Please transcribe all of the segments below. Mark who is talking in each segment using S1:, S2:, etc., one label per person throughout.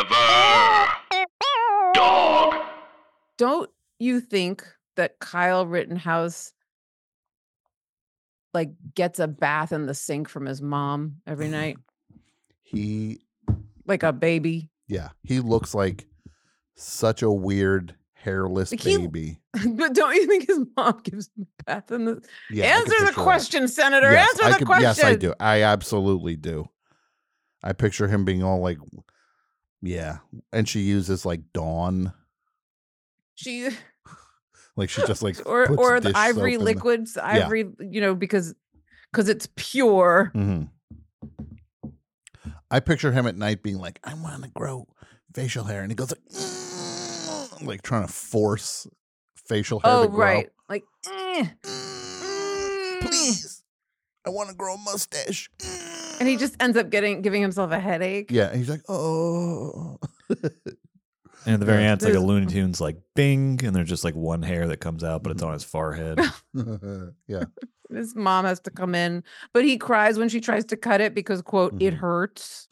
S1: Forever. Dog.
S2: Don't you think that Kyle Rittenhouse like gets a bath in the sink from his mom every
S3: Mm-hmm.
S2: night,
S3: He
S2: like a baby?
S3: yeah, he looks like such a weird hairless
S2: Like, he-
S3: baby.
S2: but don't you think his mom gives him a bath in the?
S3: Yeah, I can
S2: Answer the
S3: picture that.
S2: question, Senator.
S3: Yes,
S2: Answer
S3: I
S2: the
S3: can-
S2: question.
S3: Yes, I do. I absolutely do. I picture him being all like, yeah, and she uses like Dawn,
S2: She
S3: like she just like
S2: or
S3: puts
S2: or the
S3: dish
S2: ivory
S3: soap in the-
S2: liquids, ivory, you know, because because it's pure.
S3: Mhm. I picture him at night being like, I want to grow facial hair, and he goes like, "Mm," like trying to force facial hair.
S2: Oh
S3: to grow.
S2: right, like eh. Mm.
S3: Please, I want to grow a mustache. Mm.
S2: and he just ends up getting giving himself a headache.
S3: yeah, and he's like, oh,
S4: And at the very
S3: Yeah.
S4: end, it's like a
S2: There's-
S4: Looney Tunes like bing, and there's just like one hair that comes out, but it's on his forehead.
S3: yeah,
S2: His mom has to come in, but he cries when she tries to cut it because quote it
S3: Mhm.
S2: hurts.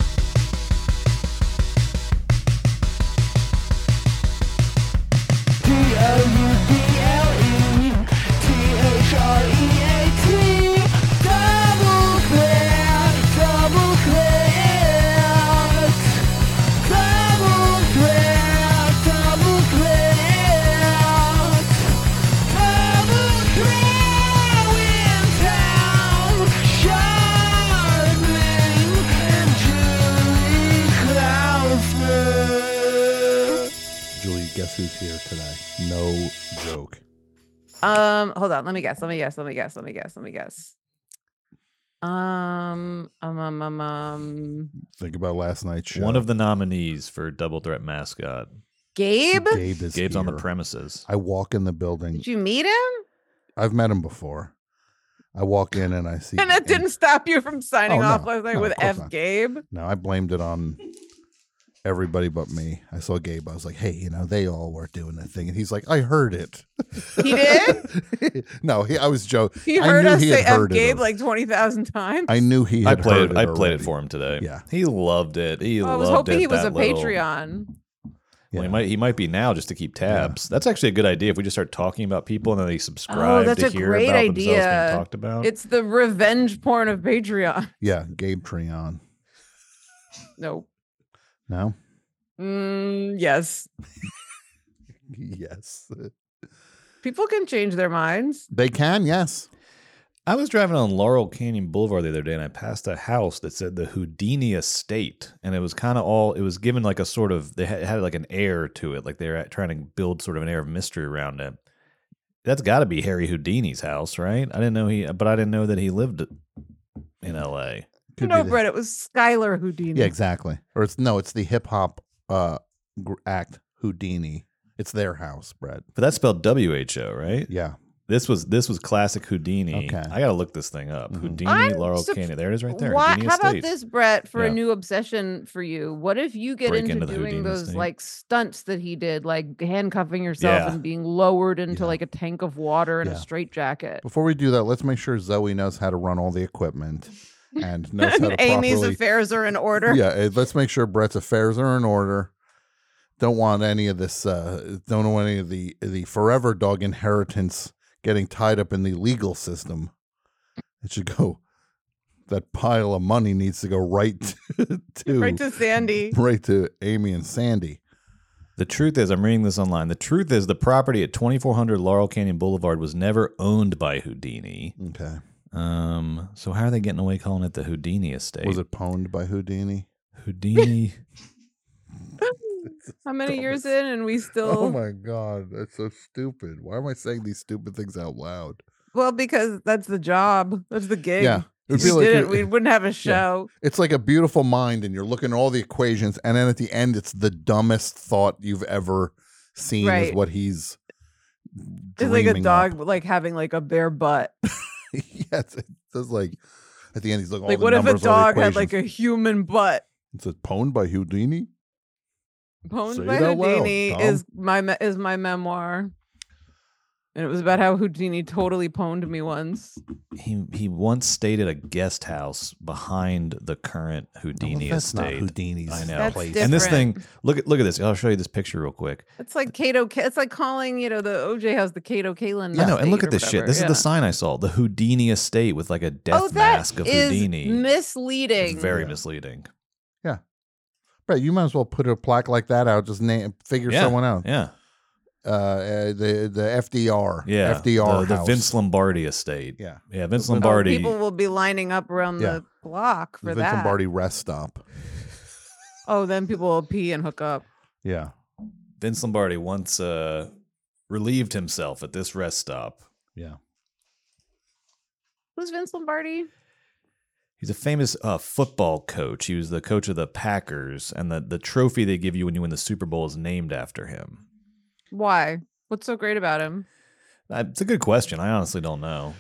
S3: Julie, guess who's here today? No joke.
S2: Um, hold on, let me guess, let me guess, let me guess, let me guess, let me guess. Um, um, um, um, um
S3: Think about last night's show.
S4: One of the nominees for Double Threat mascot.
S2: Gabe.
S3: Gabe is
S4: Gabe's on the
S3: here.
S4: premises.
S3: I walk in the building.
S2: Did you meet him?
S3: I've met him before. I walk in and I see.
S2: And that didn't stop you from signing
S3: Oh,
S2: off
S3: no,
S2: last night
S3: no,
S2: with
S3: of course
S2: F.
S3: not.
S2: Gabe.
S3: No, I blamed it on everybody but me. I saw Gabe. I was like, hey, you know, they all were doing the thing, and he's like, I heard it.
S2: He did?
S3: no, he, I was joking.
S2: He
S3: I
S2: heard
S3: knew
S2: us
S3: he
S2: say
S3: had
S2: F.
S3: heard it
S2: Gabe
S3: of-
S2: like 20,000 times.
S3: I knew he.
S4: I
S3: Had heard
S4: played. It, I played
S3: already.
S4: it for him today.
S3: Yeah.
S4: he loved it. He
S2: Oh, I
S4: loved
S2: was hoping
S4: it,
S2: he was a
S4: that little-
S2: Patreon.
S3: Yeah.
S4: Well, he might. He might be now just to keep tabs. That's actually a good idea. If we just start talking about people and then they subscribe
S2: Oh, that's
S4: to
S2: a
S4: hear
S2: great
S4: about themselves
S2: idea.
S4: being talked about.
S2: It's the revenge porn of Patreon.
S3: Yeah, Gabe Treon.
S2: No.
S3: No.
S2: Mm, yes.
S3: Yes,
S2: People can change their minds.
S3: they can. Yes.
S4: I was driving on Laurel Canyon Boulevard the other day and I passed a house that said the Houdini Estate. And it was kind of all, it was given like a sort of, they had, had like an air to it. Like they were at- trying to build sort of an air of mystery around it. That's got to be Harry Houdini's house, right? I didn't know he, but I didn't know that he lived in LA.
S3: Could
S2: no,
S3: be the-
S2: Brett, it was Skylar Houdini.
S3: Yeah, exactly. Or it's no, it's the hip hop uh gr- act Houdini. It's their house, Brett.
S4: But that's spelled WHO, right?
S3: Yeah.
S4: This was this was classic Houdini.
S3: Okay.
S4: I gotta look this thing up.
S3: Mhm.
S4: Houdini,
S2: I'm
S4: Laurel
S2: surp-
S4: Canyon. There it is, right there.
S2: Why,
S4: Houdini
S2: how about
S4: Estate.
S2: this, Brett, for a
S4: Yeah.
S2: new obsession for you? What if you get
S4: Break
S2: into,
S4: into the
S2: doing
S4: Houdini
S2: those
S4: estate.
S2: like stunts that he did, like handcuffing yourself
S4: Yeah.
S2: and being lowered into
S3: Yeah.
S2: like a tank of water and
S3: Yeah.
S2: a straitjacket?
S3: Before we do that, let's make sure Zoe knows how to run all the equipment and knows how
S2: and
S3: to
S2: Amy's
S3: properly.
S2: affairs are in order.
S3: Yeah, eh, let's make sure Brett's affairs are in order. Don't want any of this. uh Don't want any of the the forever dog inheritance getting tied up in the legal system. It should go. That pile of money needs to go right to,
S2: Right
S3: Oh
S2: to Sandy.
S3: right to Amy and Sandy.
S4: The truth is, I'm reading this online. The truth is, the property at 2400 Laurel Canyon Boulevard was never owned by Houdini.
S3: Okay.
S4: Um, so how are they getting away calling it the Houdini Estate?
S3: Was it pwned by Houdini?
S4: Houdini?
S2: How many years in and
S3: Oh
S2: we still
S3: god, that's so stupid. Why am I saying these stupid things out loud?
S2: well because that's the job. That's the gig.
S3: Yeah.
S2: If
S3: It'd
S2: we
S3: be like
S2: didn't,
S3: you-
S2: we wouldn't have a show.
S3: it's like a beautiful mind, and you're looking at all the equations, and then at the end, it's the dumbest thought you've ever seen. Is
S2: Right.
S3: what he's
S2: It's like a
S3: dreaming up.
S2: dog like having like a bare butt.
S3: yes, it's just like at the end, he's looking.
S2: like
S3: all
S2: what
S3: the
S2: if a
S3: numbers, all the
S2: dog had like
S3: equations.
S2: a human butt?
S3: It says pwned by Houdini. Say
S2: Pwned
S3: it
S2: by
S3: out loud,
S2: Houdini
S3: Tom.
S2: is my me- is my memoir. and it was about how Houdini totally pwned me once.
S4: He he once stayed at a guest house behind the current
S3: Oh, Well,
S4: Houdini
S3: that's not
S4: estate.
S3: Houdini's.
S4: I know.
S2: That's
S3: place.
S4: and this
S2: different.
S4: thing, look at look at this. I'll show you this picture real quick.
S2: It's like Cato. Ca- It's like calling you know the OJ house the Cato Kalin.
S4: I know, and look at
S2: estate or
S4: this shit.
S2: whatever,
S4: This is
S2: yeah.
S4: the sign I saw, the Houdini estate with like a death
S2: oh, that
S4: mask of
S2: is
S4: Houdini.
S2: misleading.
S4: It's very
S3: Yeah.
S4: misleading.
S3: Brett, you might as well put a plaque like that out. Just name, figure
S4: Yeah.
S3: someone out.
S4: Yeah,
S3: Uh, uh, the the FDR.
S4: yeah.
S3: FDR.
S4: the, the
S3: house.
S4: Vince Lombardi estate.
S3: Yeah.
S4: yeah. Vince
S3: Oh,
S2: Oh,
S4: Lombardi.
S2: people will be lining up around
S3: Yeah.
S2: the block
S3: The
S2: for
S3: Vince
S2: that.
S3: Lombardi rest stop.
S2: Oh, then people will pee and hook up.
S3: Yeah.
S4: Vince Lombardi once uh, relieved himself at this rest stop.
S2: Who's Vince Lombardi?
S4: He's a famous uh, football coach. He was the coach of the Packers, and the, the trophy they give you when you win the Super Bowl is named after him.
S2: Why? What's so great about him?
S4: Uh, It's a good question. I honestly don't know.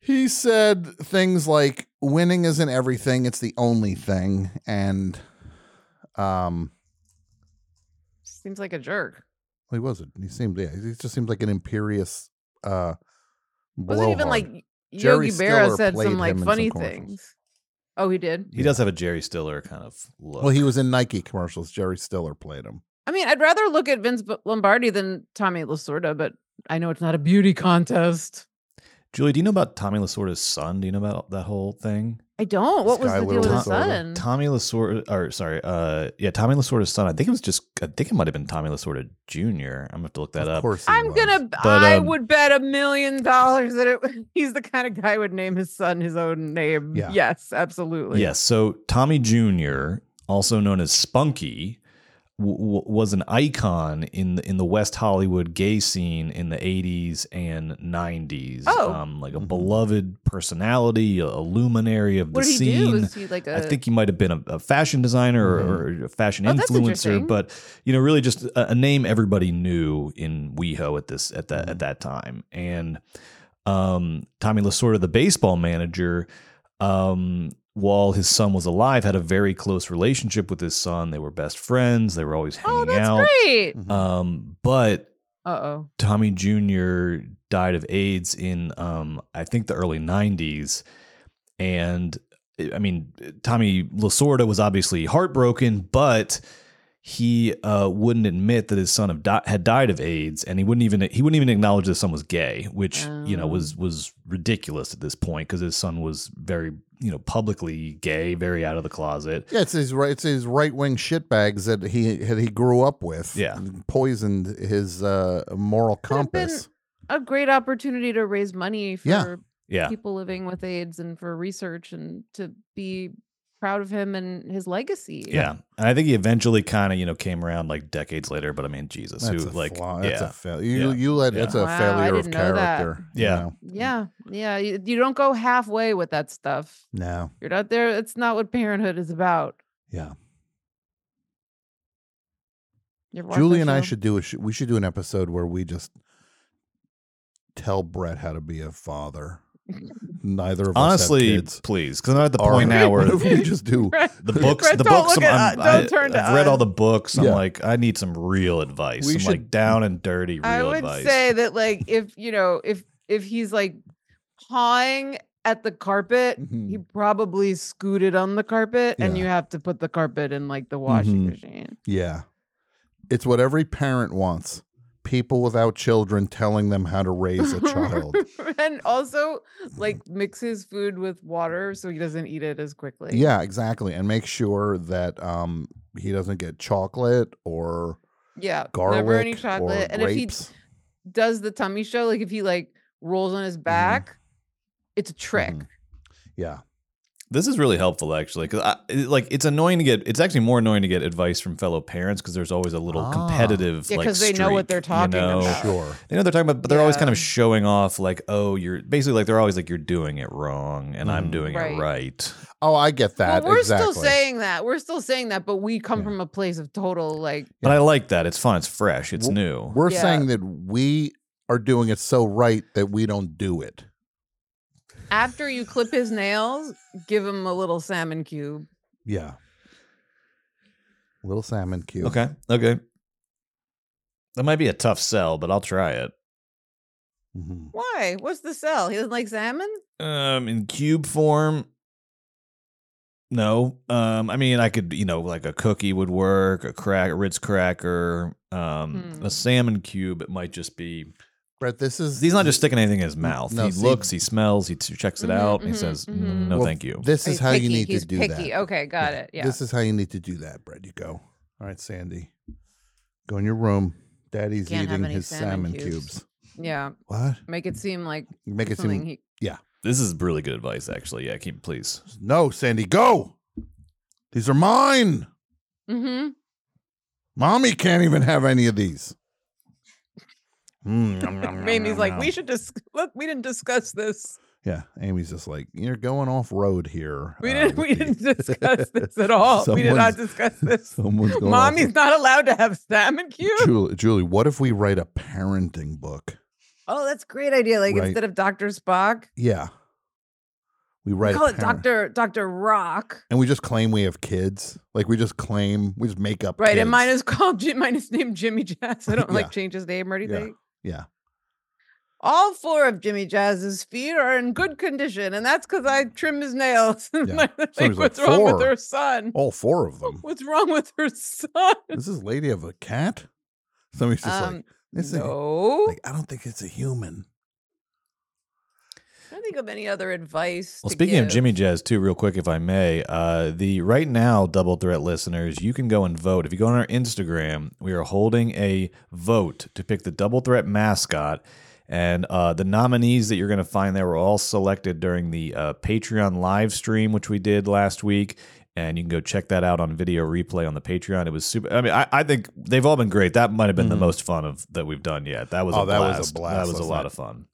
S3: He said things like winning isn't everything, it's the only thing. And um
S2: Seems like a jerk.
S3: well, he wasn't. He seemed yeah, he just seemed like an imperious uh
S2: Wasn't even
S3: blowhard.
S2: like
S3: Jerry
S2: Yogi Berra
S3: Stiller
S2: said
S3: played
S2: some like
S3: him in some
S2: funny
S3: commercials.
S2: things. Oh, he did.
S4: He does have a Jerry Stiller kind of look.
S3: Well, he was in Nike commercials. Jerry Stiller played him.
S2: I mean, I'd rather look at Vince B- Lombardi than Tommy Lasorda, but I know it's not a beauty contest.
S4: Julie, do you know about Tommy Lasorda's son? Do you know about that whole thing?
S2: I don't. What was the
S3: Skylar
S2: deal with his
S3: Lasorda.
S2: son?
S4: Tommy Lasorda, or sorry, uh, yeah, Tommy Lasorda's son. I think it was just, I think it might have been Tommy Lasorda Jr. I'm gonna have to look that
S3: of
S4: up.
S3: course. he
S2: I'm
S3: was.
S2: gonna.
S4: But,
S2: I
S4: um,
S2: would bet a million dollars that it, he's the kind of guy who would name his son his own name.
S3: Yeah.
S2: Yes, absolutely.
S4: Yes. So Tommy Jr., also known as Spunky, w- w- was an icon in the, in the West Hollywood gay scene in the 80s and 90s.
S2: Oh.
S4: Um, like a
S3: Mhm.
S4: beloved personality, a, a luminary of the
S2: What did he
S4: scene.
S2: do? Is he like a?
S4: I think he might have been a, a fashion designer or, or a fashion
S2: Oh, that's
S4: influencer,
S2: interesting.
S4: but you know, really just a, a name everybody knew in WeHo at this at
S2: Mm-hmm.
S4: that at that time. And um, Tommy Lasorda, the baseball manager, um, while his son was alive, had a very close relationship with his son. They were best friends. They were always hanging
S2: Oh, that's
S4: out.
S2: great.
S3: Mhm.
S4: Um, but
S2: Uh oh.
S4: Tommy Jr. died of AIDS in, um, I think, the early 90s. And I mean, Tommy Lasorda was obviously heartbroken, but he uh, wouldn't admit that his son have di- had died of AIDS, and he wouldn't even he wouldn't even acknowledge his son was gay, which you know
S2: Oh.
S4: was was ridiculous at this point because his son was very you know publicly gay, very out of the closet.
S3: Yeah, it's his right. It's his right wing shitbags that he that he grew up with.
S4: Yeah.
S3: poisoned his uh, moral
S2: Could have been
S3: compass.
S2: A great opportunity to raise money for
S3: Yeah.
S4: Yeah,
S2: people living with AIDS and for research and to be proud of him and his legacy.
S4: yeah. And I think he eventually kind of you know came around like decades later, but I mean, Jesus,
S3: That's
S4: who
S3: a
S4: like
S3: flaw.
S4: yeah.
S3: That's a failure. You
S4: Yeah.
S3: you let
S4: Yeah.
S3: that's a
S2: Wow, I
S3: failure of
S2: didn't know that.
S3: character.
S4: Yeah.
S3: You know?
S2: Yeah. Yeah. You, you don't go halfway with that stuff.
S3: No.
S2: You're not there. It's not what parenthood is about.
S3: Yeah.
S2: You ever watch
S3: Julie
S2: that
S3: and I
S2: show?
S3: should do a sh- we should do an episode where we just tell Brett how to be a father. Neither of us
S4: Honestly,
S3: have kids.
S4: please, because I'm at the
S3: Or-
S4: point now where
S3: we just do
S2: Right.
S4: the books,
S2: Brett,
S4: the
S2: don't
S4: books,
S2: look
S4: I'm,
S2: at- uh,
S4: I'm-
S2: don't turn
S4: I,
S2: to
S4: have read all
S2: us.
S4: the books. I'm
S3: Yeah.
S4: like, I need some real advice.
S3: We
S4: some
S3: should-
S4: like down and dirty real
S2: I would
S4: advice.
S2: say that like if you know if if he's like pawing at the carpet, he
S3: Mhm.
S2: probably scooted on the carpet, and
S3: Yeah.
S2: you have to put the carpet in like the washing
S3: Mhm.
S2: machine.
S3: Yeah. It's what every parent wants. People without children telling them how to raise a child. Mm-hmm.
S2: and also like mix his food with water so he doesn't eat it as quickly.
S3: Yeah, exactly. And make sure that um he doesn't get chocolate or
S2: Yeah.
S3: garlic
S2: never any
S3: or
S2: chocolate. And if
S3: grapes.
S2: he does the tummy show, like if he like rolls on his
S3: Mm-hmm.
S2: back, it's a trick.
S3: Mhm. Yeah.
S4: This is really helpful, actually, because like it's annoying to get. It's actually more annoying to get advice from fellow parents because there's always a little
S3: Ah.
S4: competitive.
S2: Yeah,
S4: like,
S2: 'cause they know what
S4: streak,
S2: they're
S4: you
S2: talking
S4: know?
S2: about.
S3: Sure.
S4: They know they're talking about, but they're always
S2: Yeah.
S4: kind of showing off, like, "Oh, you're basically like they're always like you're doing it wrong, and I'm
S3: Mhm.
S4: doing
S2: Right.
S4: it right."
S3: Oh, I get that.
S2: well, we're
S3: exactly.
S2: still saying that. We're still saying that, but we come
S3: Yeah.
S2: from a place of total like
S4: But I like that. It's fun. It's fresh. It's
S3: Wh-
S4: new.
S3: We're
S2: Yeah.
S3: saying that we are doing it so right that we don't do it.
S2: after you clip his nails, give him a little salmon cube.
S3: Yeah. Little salmon cube.
S4: Okay. Okay. That might be a tough sell, but I'll try it.
S3: Mhm.
S2: Why? What's the sell? He doesn't like salmon?
S4: Um, in cube form. No. Um, I mean, I could, you know, like a cookie would work, a crack, a Ritz cracker, um,
S2: Hmm.
S4: a salmon cube. It might just be
S3: Brett, this is
S4: he's not just sticking anything in his mouth.
S3: No,
S4: he
S3: see-
S4: looks, he smells, he t- checks it
S2: Mhm,
S4: out. and
S2: mhm,
S4: he says, "Mm,
S2: mhm.
S4: "No,
S3: Well,
S4: thank you."
S3: This is
S2: He's
S3: how you
S2: picky.
S3: need
S2: He's
S3: to do
S2: picky.
S3: that.
S2: Okay, got it. Yeah.
S3: This is how you need to do that, Brett. You go. All right, Sandy. Go in your room. Daddy's
S2: Can't have
S3: eating
S2: any
S3: his
S2: salmon
S3: salmon
S2: cubes.
S3: cubes.
S2: yeah.
S3: What?
S2: Make it seem like
S3: You make it
S2: something
S3: seem
S2: he
S4: This is really good advice, actually. Yeah, keep please.
S3: No, Sandy, go. These are mine.
S2: Mm-hmm.
S3: Mommy can't even have any of these. Mm,
S2: Mamie's
S3: Amy's
S2: like, we should just look. We didn't discuss this.
S3: Yeah, Amy's just like, you're going off road here.
S2: We
S3: uh,
S2: didn't.
S3: with
S2: We
S3: the-
S2: didn't discuss this at all. we did
S3: Someone's-
S2: not discuss this.
S3: Someone's going off
S2: Mommy's not allowed to have salmon
S3: road."
S2: cubes.
S3: Julie, Julie, what if we write a parenting book?
S2: Oh, that's a great idea. Like
S3: Right.
S2: instead of Doctor Spock,
S3: Yeah. We
S2: we
S3: write
S2: call
S3: a
S2: it
S3: parent-
S2: Doctor Doctor Rock.
S3: and we just claim we have kids. Like we just claim we just make up.
S2: Right,
S3: kids.
S2: and mine is called Jim, mine is named Jimmy Jazz. I don't
S3: Yeah.
S2: like change his name or
S3: Yeah.
S2: anything.
S3: Yeah.
S2: All four of Jimmy Jazz's feet are in good condition, and that's because I trim his nails.
S3: Yeah.
S2: like,
S3: Somebody's like,
S2: what's wrong with
S3: "Four." Oh.
S2: her son?
S3: all four of them.
S2: What's wrong with her son?
S3: Does this lady have a cat? Somebody's just like, this thing-
S2: Um, no,
S3: like, I don't think it's a human.
S2: I don't think of any other advice.
S4: Well,
S2: to
S4: speaking of
S2: give.
S4: Jimmy Jazz, too, real quick, if I may, uh, the right now Double Threat listeners, you can go and vote. If you go on our Instagram, we are holding a vote to pick the Double Threat mascot. And uh, the nominees that you're going to find there were all selected during the uh, Patreon live stream, which we did last week. And you can go check that out on video replay on the Patreon. It was super. I mean, I, I think they've all been great. That might have been the
S3: Mhm.
S4: most fun of that we've done yet. That was
S3: Oh,
S4: a
S3: that was a
S4: blast.
S3: blast
S4: That was a
S3: last
S4: lot
S3: night.
S4: of fun.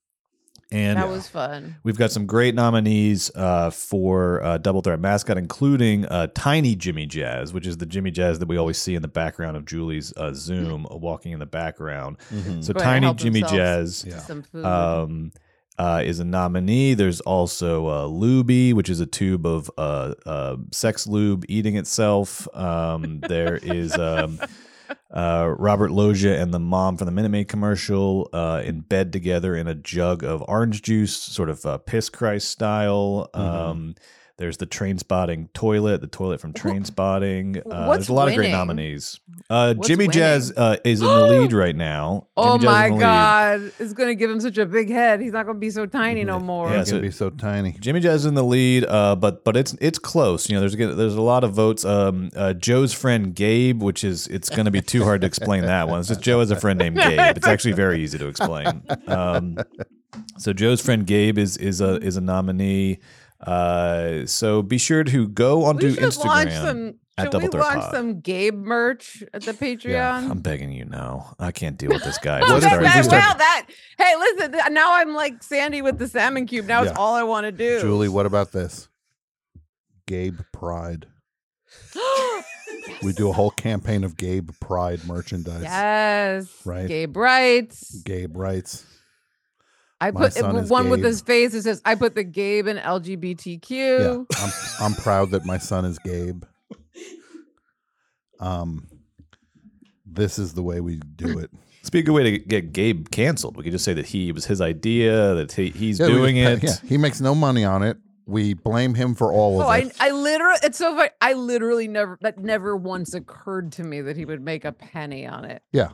S4: And
S2: that was fun.
S4: We've got some great nominees uh, for uh, Double Threat Mascot, including uh, Tiny Jimmy Jazz, which is the Jimmy Jazz that we always see in the background of Julie's uh, Zoom uh, walking in the background. So
S2: Go ahead,
S4: Tiny
S2: help
S4: Jimmy
S2: themselves.
S4: Jazz
S3: Yeah.
S2: Some food.
S4: um, uh, is a nominee. There's also uh, Luby, which is a tube of uh, uh, sex lube eating itself. Um, there is um, uh, Robert Loggia and the mom from the Minute Maid commercial uh, in bed together in a jug of orange juice, sort of uh, piss Christ style.
S2: Mm-hmm.
S4: Um, there's the train spotting toilet, the toilet from train spotting. Uh,
S2: what's
S4: there's a lot of great
S2: winning?
S4: nominees. Uh,
S2: What's
S4: Jimmy Jazz uh, is in the lead right now.
S2: oh
S4: Jimmy Jazz is
S2: my
S4: in the lead.
S2: God, it's gonna give him such a big head. He's not gonna be so tiny no more.
S4: Yeah,
S3: It's
S4: so-
S3: gonna be so tiny.
S4: Jimmy Jazz in the lead, uh, but but it's it's close. You know, there's gonna- there's a lot of votes. Um, uh, Joe's friend Gabe, which is it's going to be too hard to explain that one. It's just Joe has a friend named Gabe. It's actually very easy to explain. Um, so Joe's friend Gabe is is a is a nominee. Uh, so be sure to go onto
S2: we should
S4: Instagram.
S2: launch some.
S4: at
S2: Should
S4: Double
S2: we
S4: Threat
S2: launch
S4: Pod.
S2: some Gabe merch at the Patreon?
S4: I'm begging you now. I can't deal with this guy.
S2: Oh,
S4: If we
S2: that,
S4: start- if we
S2: that,
S4: start-
S2: well, that. Hey, listen. th- Now I'm like Sandy with the salmon cube. Now
S3: Yeah.
S2: it's all I want to do.
S3: Julie, what about this? Gabe Pride. We do a whole campaign of Gabe Pride merchandise.
S2: yes.
S3: Right.
S2: Gabe rights.
S3: Gabe writes.
S2: I
S3: My
S2: put it,
S3: son
S2: w-
S3: is
S2: one with
S3: Gabe.
S2: his face. It says, "I put the Gabe in LGBTQ."
S3: Yeah, I'm, I'm proud that my son is Gabe. Um, this is the way we do it.
S4: This would be a good way to get Gabe canceled. We could just say that he it was his idea, that he, he's
S3: Yeah, we
S4: doing
S3: just
S4: it.
S3: pa- yeah, he makes no money on it. We blame him for all
S2: Oh,
S3: of
S2: I,
S3: it.
S2: I literally, it's so funny. I literally never, that never once occurred to me that he would make a penny on it.
S3: yeah,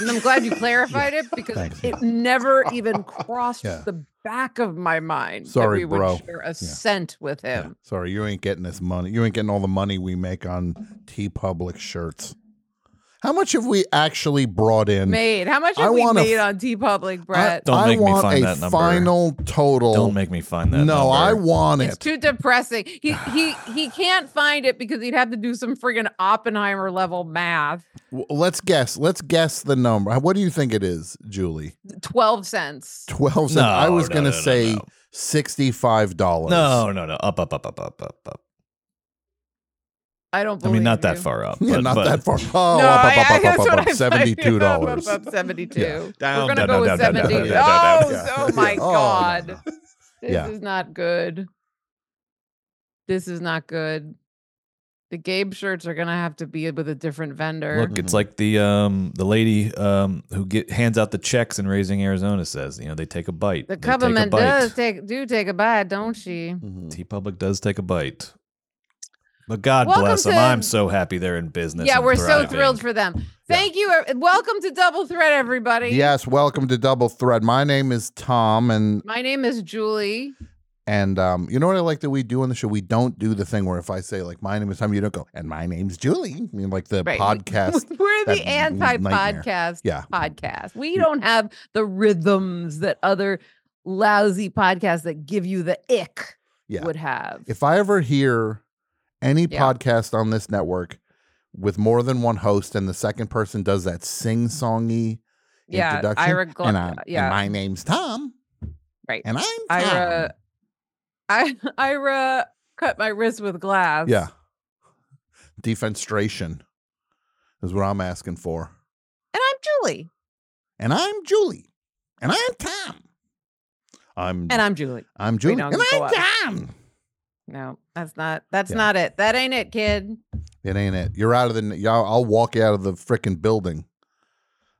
S2: And I'm glad you clarified it because
S3: Thanks.
S2: it never even crossed
S3: Yeah.
S2: the back of my mind
S3: Sorry,
S2: that we
S3: bro.
S2: would share a cent with
S3: yeah.
S2: him.
S3: Sorry, you ain't getting this money. You ain't getting all the money we make on T Public shirts. How much have we actually brought in?
S2: Made. How much
S3: I
S2: have we
S3: wanna f-
S2: made on T Public,
S3: I,
S2: Brett?
S4: Don't
S3: I
S4: make me
S3: want
S4: find
S3: a
S4: that number.
S3: final total.
S4: Don't make me find that.
S3: no,
S4: number.
S3: I want
S2: It's
S3: it.
S2: too depressing. He he he can't find it because he'd have to do some friggin' Oppenheimer level math.
S3: W- Let's guess. Let's guess the number. What do you think it is, Julie?
S2: Twelve cents.
S3: Twelve cents.
S4: No,
S3: I was
S4: no,
S3: gonna
S4: no, no,
S3: say
S4: no.
S3: sixty-five dollars.
S4: No, no, no. Up, up, up, up, up, up, up.
S2: I don't.
S4: I
S2: Believe
S4: mean, not that
S2: you.
S4: far up.
S3: yeah,
S4: but-
S3: not
S4: but
S3: that far. Oh,
S2: no,
S3: up,
S2: I-
S3: up,
S2: I-
S3: up,
S2: that's
S3: up,
S2: what
S3: up,
S2: I'm
S3: up,
S2: saying.
S3: seventy-two dollars.
S2: Up, up, up, Seventy-two.
S3: Yeah.
S4: Down,
S2: We're
S4: down,
S2: gonna go
S4: down,
S2: with
S4: down, down, down,
S2: seventy.
S4: down,
S2: Oh,
S4: down, down.
S2: oh my
S3: Yeah. Oh, no,
S2: god.
S3: no.
S2: This
S3: Yeah.
S2: is not good. This is not good. The Gabe shirts are gonna have to be with a different vendor.
S4: Look, it's like the um the lady um who get hands out the checks in Raising Arizona says, you know, they take a bite.
S2: the
S4: They take a
S2: government
S4: bite.
S2: does take do take a bite, don't she?
S3: Mhm.
S4: T Public does take a bite. But God
S2: Welcome
S4: bless them.
S2: to-
S4: I'm so happy they're in business.
S2: Yeah,
S4: and
S2: we're so
S4: thriving.
S2: thrilled for them. Thank you. ev- Welcome to Double Threat, everybody.
S3: Yes, welcome to Double Thread. My name is Tom, and
S2: My name is Julie.
S3: and um, you know what I like that we do on the show? We don't do the thing where if I say like my name is Tom, you don't go, and my name's Julie. I mean, like the
S2: Right, we-
S3: podcast.
S2: We're the
S3: that
S2: anti
S3: nightmare.
S2: podcast
S3: yeah, Mm.
S2: podcast. We don't have the rhythms that other lousy podcasts that give you the ick
S3: yeah.
S2: would have.
S3: if I ever hear any
S2: Yeah.
S3: podcast on this network with more than one host and the second person does that sing songy
S2: yeah,
S3: introduction,
S2: Ira Gla-
S3: and, I'm,
S2: yeah,
S3: and my name's Tom,
S2: right. uh,
S3: and I'm Tom.
S2: Ira, I, Ira cut my wrist with glass.
S3: Yeah. Defenestration is what I'm asking for.
S2: and I'm Julie,
S3: And I'm Julie. And I'm Tom. I'm
S2: and I'm Julie.
S3: I'm Julie.
S2: don't
S3: And
S2: go
S3: I'm
S2: up.
S3: Tom.
S2: No, that's not. That's
S3: Yeah.
S2: not it. That ain't it, kid.
S3: It ain't it. You're out of the y'all I'll walk you out of the freaking building.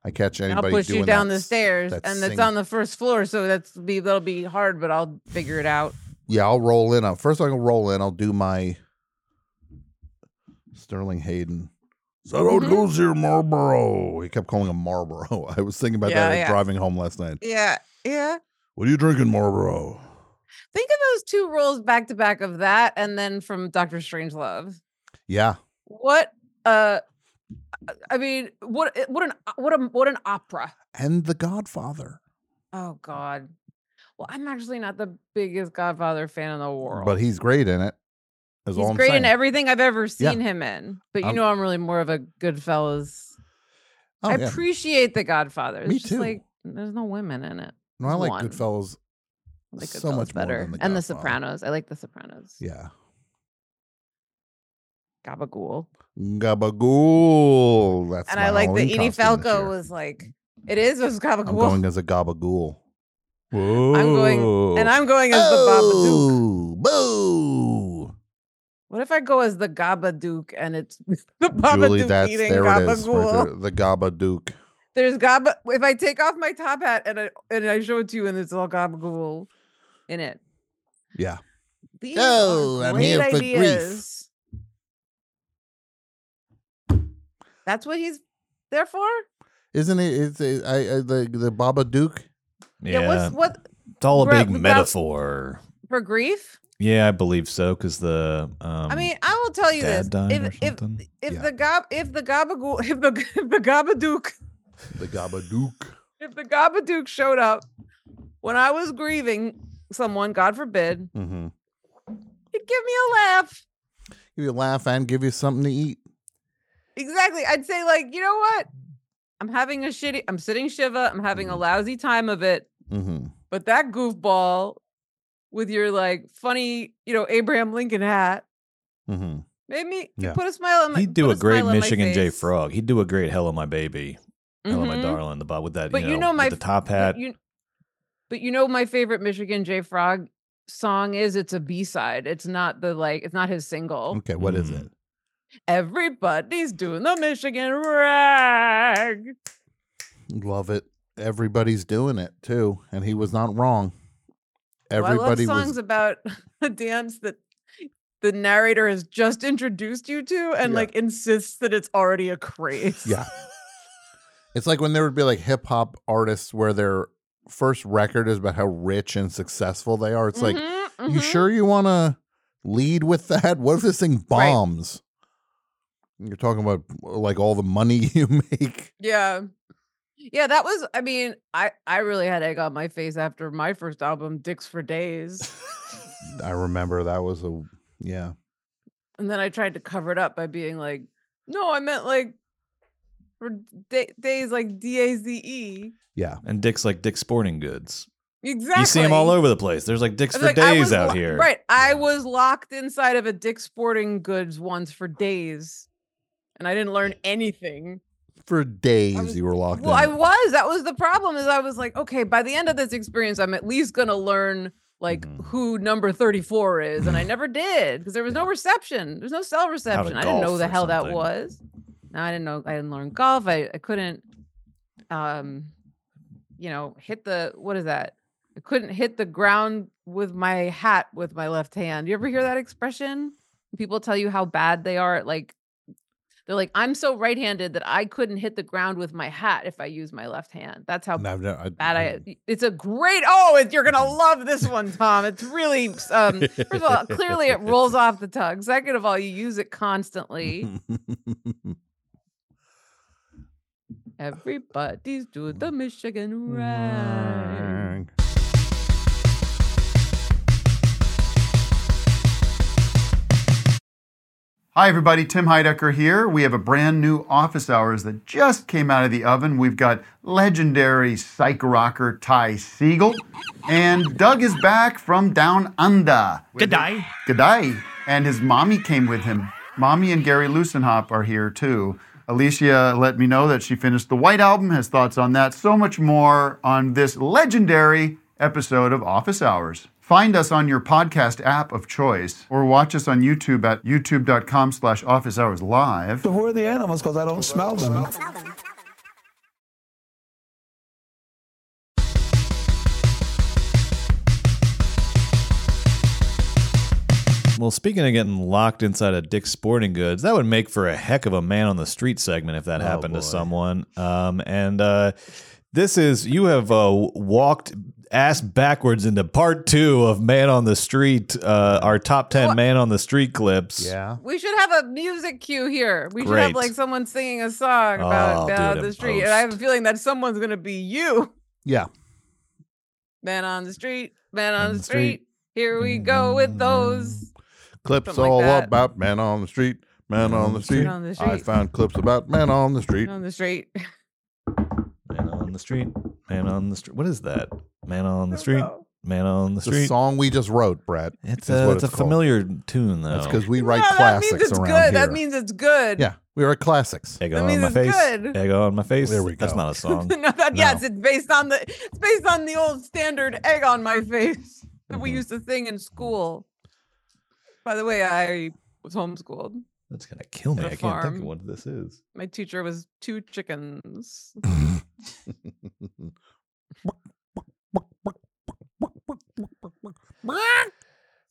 S3: I catch
S2: I'll
S3: anybody
S2: push
S3: doing
S2: you down
S3: that
S2: the
S3: s-
S2: stairs,
S3: that
S2: and that's
S3: sing-
S2: on the first floor, so that's be that'll be hard, but I'll figure it out.
S3: Yeah, I'll roll in. I'll, first I'm gonna roll in. I'll do my Sterling Hayden. Is that how it
S2: Mhm.
S3: goes here, Marlboro? He kept calling him Marlboro. I was thinking about
S2: Yeah,
S3: that
S2: yeah.
S3: driving home last night.
S2: Yeah, yeah.
S3: What are you drinking, Marlboro?
S2: Think of those two roles back to back of that, and then from Doctor Strangelove.
S3: Yeah.
S2: What? Uh, I mean, what? eh, What an uh, what a what an opera.
S3: And The Godfather.
S2: Oh God. Well, I'm actually not the biggest Godfather fan in the world.
S3: But he's great in it. Is all
S2: he's
S3: I'm
S2: great in
S3: saying.
S2: everything I've ever
S3: Yeah.
S2: seen him in. But you
S3: I'm-
S2: know, I'm really more of a Goodfellas.
S3: Oh,
S2: I
S3: yeah.
S2: appreciate The Godfather. It's
S3: Me
S2: just like there's no women in it.
S3: No, I like
S2: one.
S3: Goodfellas.
S2: I Like
S3: So
S2: Goodfellas
S3: much more
S2: better.
S3: than The
S2: and The
S3: Godfather.
S2: Sopranos. I like The Sopranos.
S3: Yeah.
S2: Gabagool.
S3: Gabagool. That's
S2: And
S3: my
S2: I like that
S3: Halloween
S2: Edie
S3: costume this
S2: Falco
S3: year.
S2: was like, it is was Gabagool.
S3: I'm going as a Gabagool.
S2: going-
S4: Whoa.
S2: and I'm going as the Babadook.
S3: Oh, boo.
S2: What if I go as the Gabadook and it's the Babadook
S3: Julie, that's
S2: eating
S3: there it is. right
S2: Gabagool?
S3: there, the Gabadook.
S2: There's Gaba. If I take off my top hat and I and I show it to you and it's all Gabagool in it.
S3: Yeah.
S2: These
S3: Oh,
S2: are
S3: I'm here
S2: great
S3: for grief.
S2: ideas. That's what he's there for.
S3: Isn't it? It's a, I, I, the the Babadook.
S4: yeah,
S2: What's what
S4: it's all a
S2: Gra-
S4: big
S2: without-
S4: metaphor.
S2: for grief?
S4: Yeah, I believe so. Because the um,
S2: I mean, I will tell you
S4: dad
S2: this:
S4: died or
S2: if if
S4: something.
S2: if
S3: Yeah.
S2: the gob if the gabagool if the if the gabadook
S3: The Gabadook.
S2: if the gabadook showed up when I was grieving someone, God forbid,
S3: mm-hmm.
S2: he'd give me a laugh.
S3: Give you a laugh and give you something to eat.
S2: Exactly. I'd say like, you know what? I'm having a shitty. I'm sitting shiva. I'm having a
S4: Mm-hmm.
S3: Mhm.
S2: lousy time of it.
S3: Mm-hmm.
S2: But that goofball with your like funny, you know, Abraham Lincoln hat
S3: Mm-hmm.
S2: made me he
S3: Yeah.
S2: put a smile on my
S4: he'd do
S2: put
S4: a great
S2: smile on my
S4: Michigan J
S2: face.
S4: Frog. He'd do a great "Hello, My Baby," "Hello, My
S2: Mhm.
S4: Darling," the bot with that.
S2: But
S4: you
S2: you
S4: know,
S2: know
S4: with
S2: my
S4: the
S2: f-
S4: top
S2: But
S4: hat.
S2: You, but you know my favorite Michigan J Frog song is it's a B side. It's not the like it's not his single.
S3: Okay, what is
S4: Mm.
S3: it?
S2: Everybody's doing the Michigan rag.
S3: Mm-hmm. Love it. Everybody's doing it too, and he was not wrong.
S2: Well,
S3: Everybody
S2: I love songs
S3: was.
S2: about a dance that the narrator has just introduced you to and
S3: Yeah.
S2: like insists that it's already a craze.
S3: Yeah. It's like when there would be like hip hop artists where their first record is about how rich and successful they are. It's like,
S2: Mhm,
S3: you
S2: mhm.
S3: sure you want to lead with that? What if this thing
S2: Right.
S3: bombs? You're talking about uh, like all the money you make.
S2: Yeah. Yeah, that was I mean, I I really had egg on my face after my first album Dicks for Days.
S3: I remember that was a yeah.
S2: And then I tried to cover it up by being like, no, I meant like for da- days like D A Z E.
S3: Yeah.
S4: and Dick's like Dick's Sporting Goods.
S2: Exactly.
S4: You see him all over the place. There's like Dick's
S2: I was
S4: for
S2: like, I
S4: days
S2: was
S4: out
S2: lo-
S4: here.
S2: Right. I
S4: Yeah.
S2: was locked inside of a Dick's Sporting Goods once for days. And I didn't learn anything.
S3: For days
S2: was-
S3: you were locked
S2: Well,
S3: in.
S2: I was. That was the problem. Is I was like, okay, by the end of this experience, I'm at least gonna learn like
S4: Mhm.
S2: who number 34 is and i never did because there was no reception there's no cell reception i didn't know
S4: golf
S2: who the
S4: or
S2: hell that
S4: something.
S2: was no i didn't know i didn't learn golf i, I couldn't um you know hit the what is that i couldn't hit the ground with my hat with my left hand you ever hear that expression people tell you how bad they are at like they're like i'm so right-handed that i couldn't hit the ground with my hat if i use my left hand that's how
S3: And I've never- I-
S2: bad I, it's a great oh it- you're gonna love this one tom it's really um first of all clearly it rolls off the tongue second of all you use it constantly everybody's doing the michigan right
S5: Hi, everybody. Tim Heidecker here. We have a brand new office hours that just came out of the oven. We've got legendary psych rocker Ty Siegel, and Doug is back from down under.
S6: G'day.
S5: G'day. And his mommy came with him. Mommy and Gary Lusenhop are here too. Alicia let me know that she finished the White Album, has thoughts on that, so much more on this legendary episode of Office Hours. Find us on your podcast app of choice or watch us on YouTube at youtube.com slash office hours live.
S7: Where are the animals? Because I don't smell them.
S4: Well, speaking of getting locked inside of Dick's Sporting Goods, that would make for a heck of a man on the street segment if that
S3: Oh,
S4: happened to
S3: boy.
S4: someone. Um, and uh, this is you have uh, walked ass backwards into part two of Man on the Street, uh, our top ten
S2: What?
S4: Man on the Street clips.
S3: Yeah.
S2: we should have a music cue here we should have
S4: Great.
S2: like someone singing a song
S4: I'll
S2: about
S4: do
S2: down
S4: it in
S2: the street and i have a
S4: post.
S2: feeling that someone's gonna be you
S3: Yeah.
S2: man on the street man on the street here we go with those
S3: Clips
S2: Something like
S3: all
S2: that.
S3: about man on the street. Man on the street.
S2: on the
S3: I
S2: street.
S3: found clips about man on the street.
S2: on the street
S4: Man on the street, man on the street. What is that? Man on the street, man on the
S3: The
S4: street.
S3: song we just wrote, Brad.
S4: It's
S3: is
S4: a,
S3: what
S4: it's a
S3: called.
S4: familiar tune though.
S3: That's because we write
S2: No,
S3: classics
S2: that means it's
S3: around
S2: good
S3: here.
S2: that means it's good
S3: yeah, we write classics.
S4: Egg
S2: That
S4: on
S2: means
S4: my
S2: it's
S4: face.
S2: good.
S4: Egg on my face.
S3: There we
S4: That's
S3: go.
S4: not a song.
S2: no, that, Yes,
S4: No.
S2: it's based on the it's based on the old standard egg on my face that we
S4: Mhm.
S2: used to sing in school. By the way, I was homeschooled.
S4: That's gonna kill me.
S2: At a
S4: I can't think of
S2: farm.
S4: what this is.
S2: My teacher was two chickens.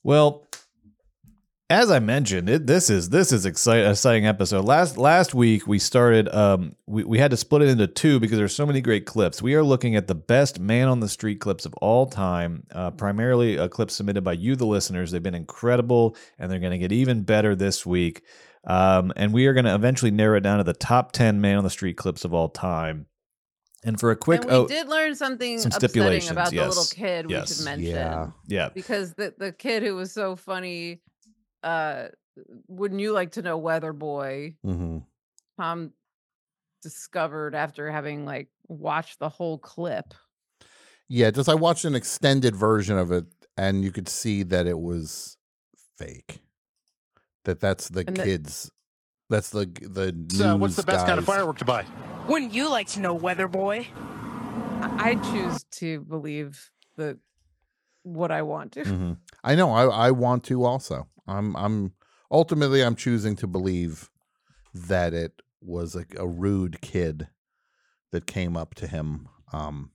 S4: Well, as I mentioned, it, this is this is exciting, exciting episode. Last last week we started. Um, we we had to split it into two because there's so many great clips. We are looking at the best man on the street clips of all time. Uh, primarily uh, clips submitted by you, the listeners. They've been incredible, and they're going to get even better this week. Um, and we are going to eventually narrow it down to the top ten man on the street clips of all time. And for a quick,
S2: and we
S4: oh
S2: did learn something
S4: some
S2: upsetting
S4: stipulations,
S2: about the little
S4: yes,
S2: kid we
S4: yes,
S2: should mention.
S4: yeah,
S2: Because the, the kid who was so funny, uh wouldn't you like to know weather boy?
S3: hmm
S2: Tom discovered after having like watched the whole clip.
S3: Yeah, just I watched an extended version of it, and you could see that it was fake. That that's the
S2: And the-
S3: kids. that's the the.
S6: So, what's the
S3: news
S6: best kind of
S3: guys.
S6: firework to buy?
S8: Wouldn't you like to know, Weather Boy?
S2: I choose to believe the what I want to.
S3: Mhm. I know. I, I want to also. I'm I'm ultimately I'm choosing to believe that it was a, a rude kid that came up to him. Um,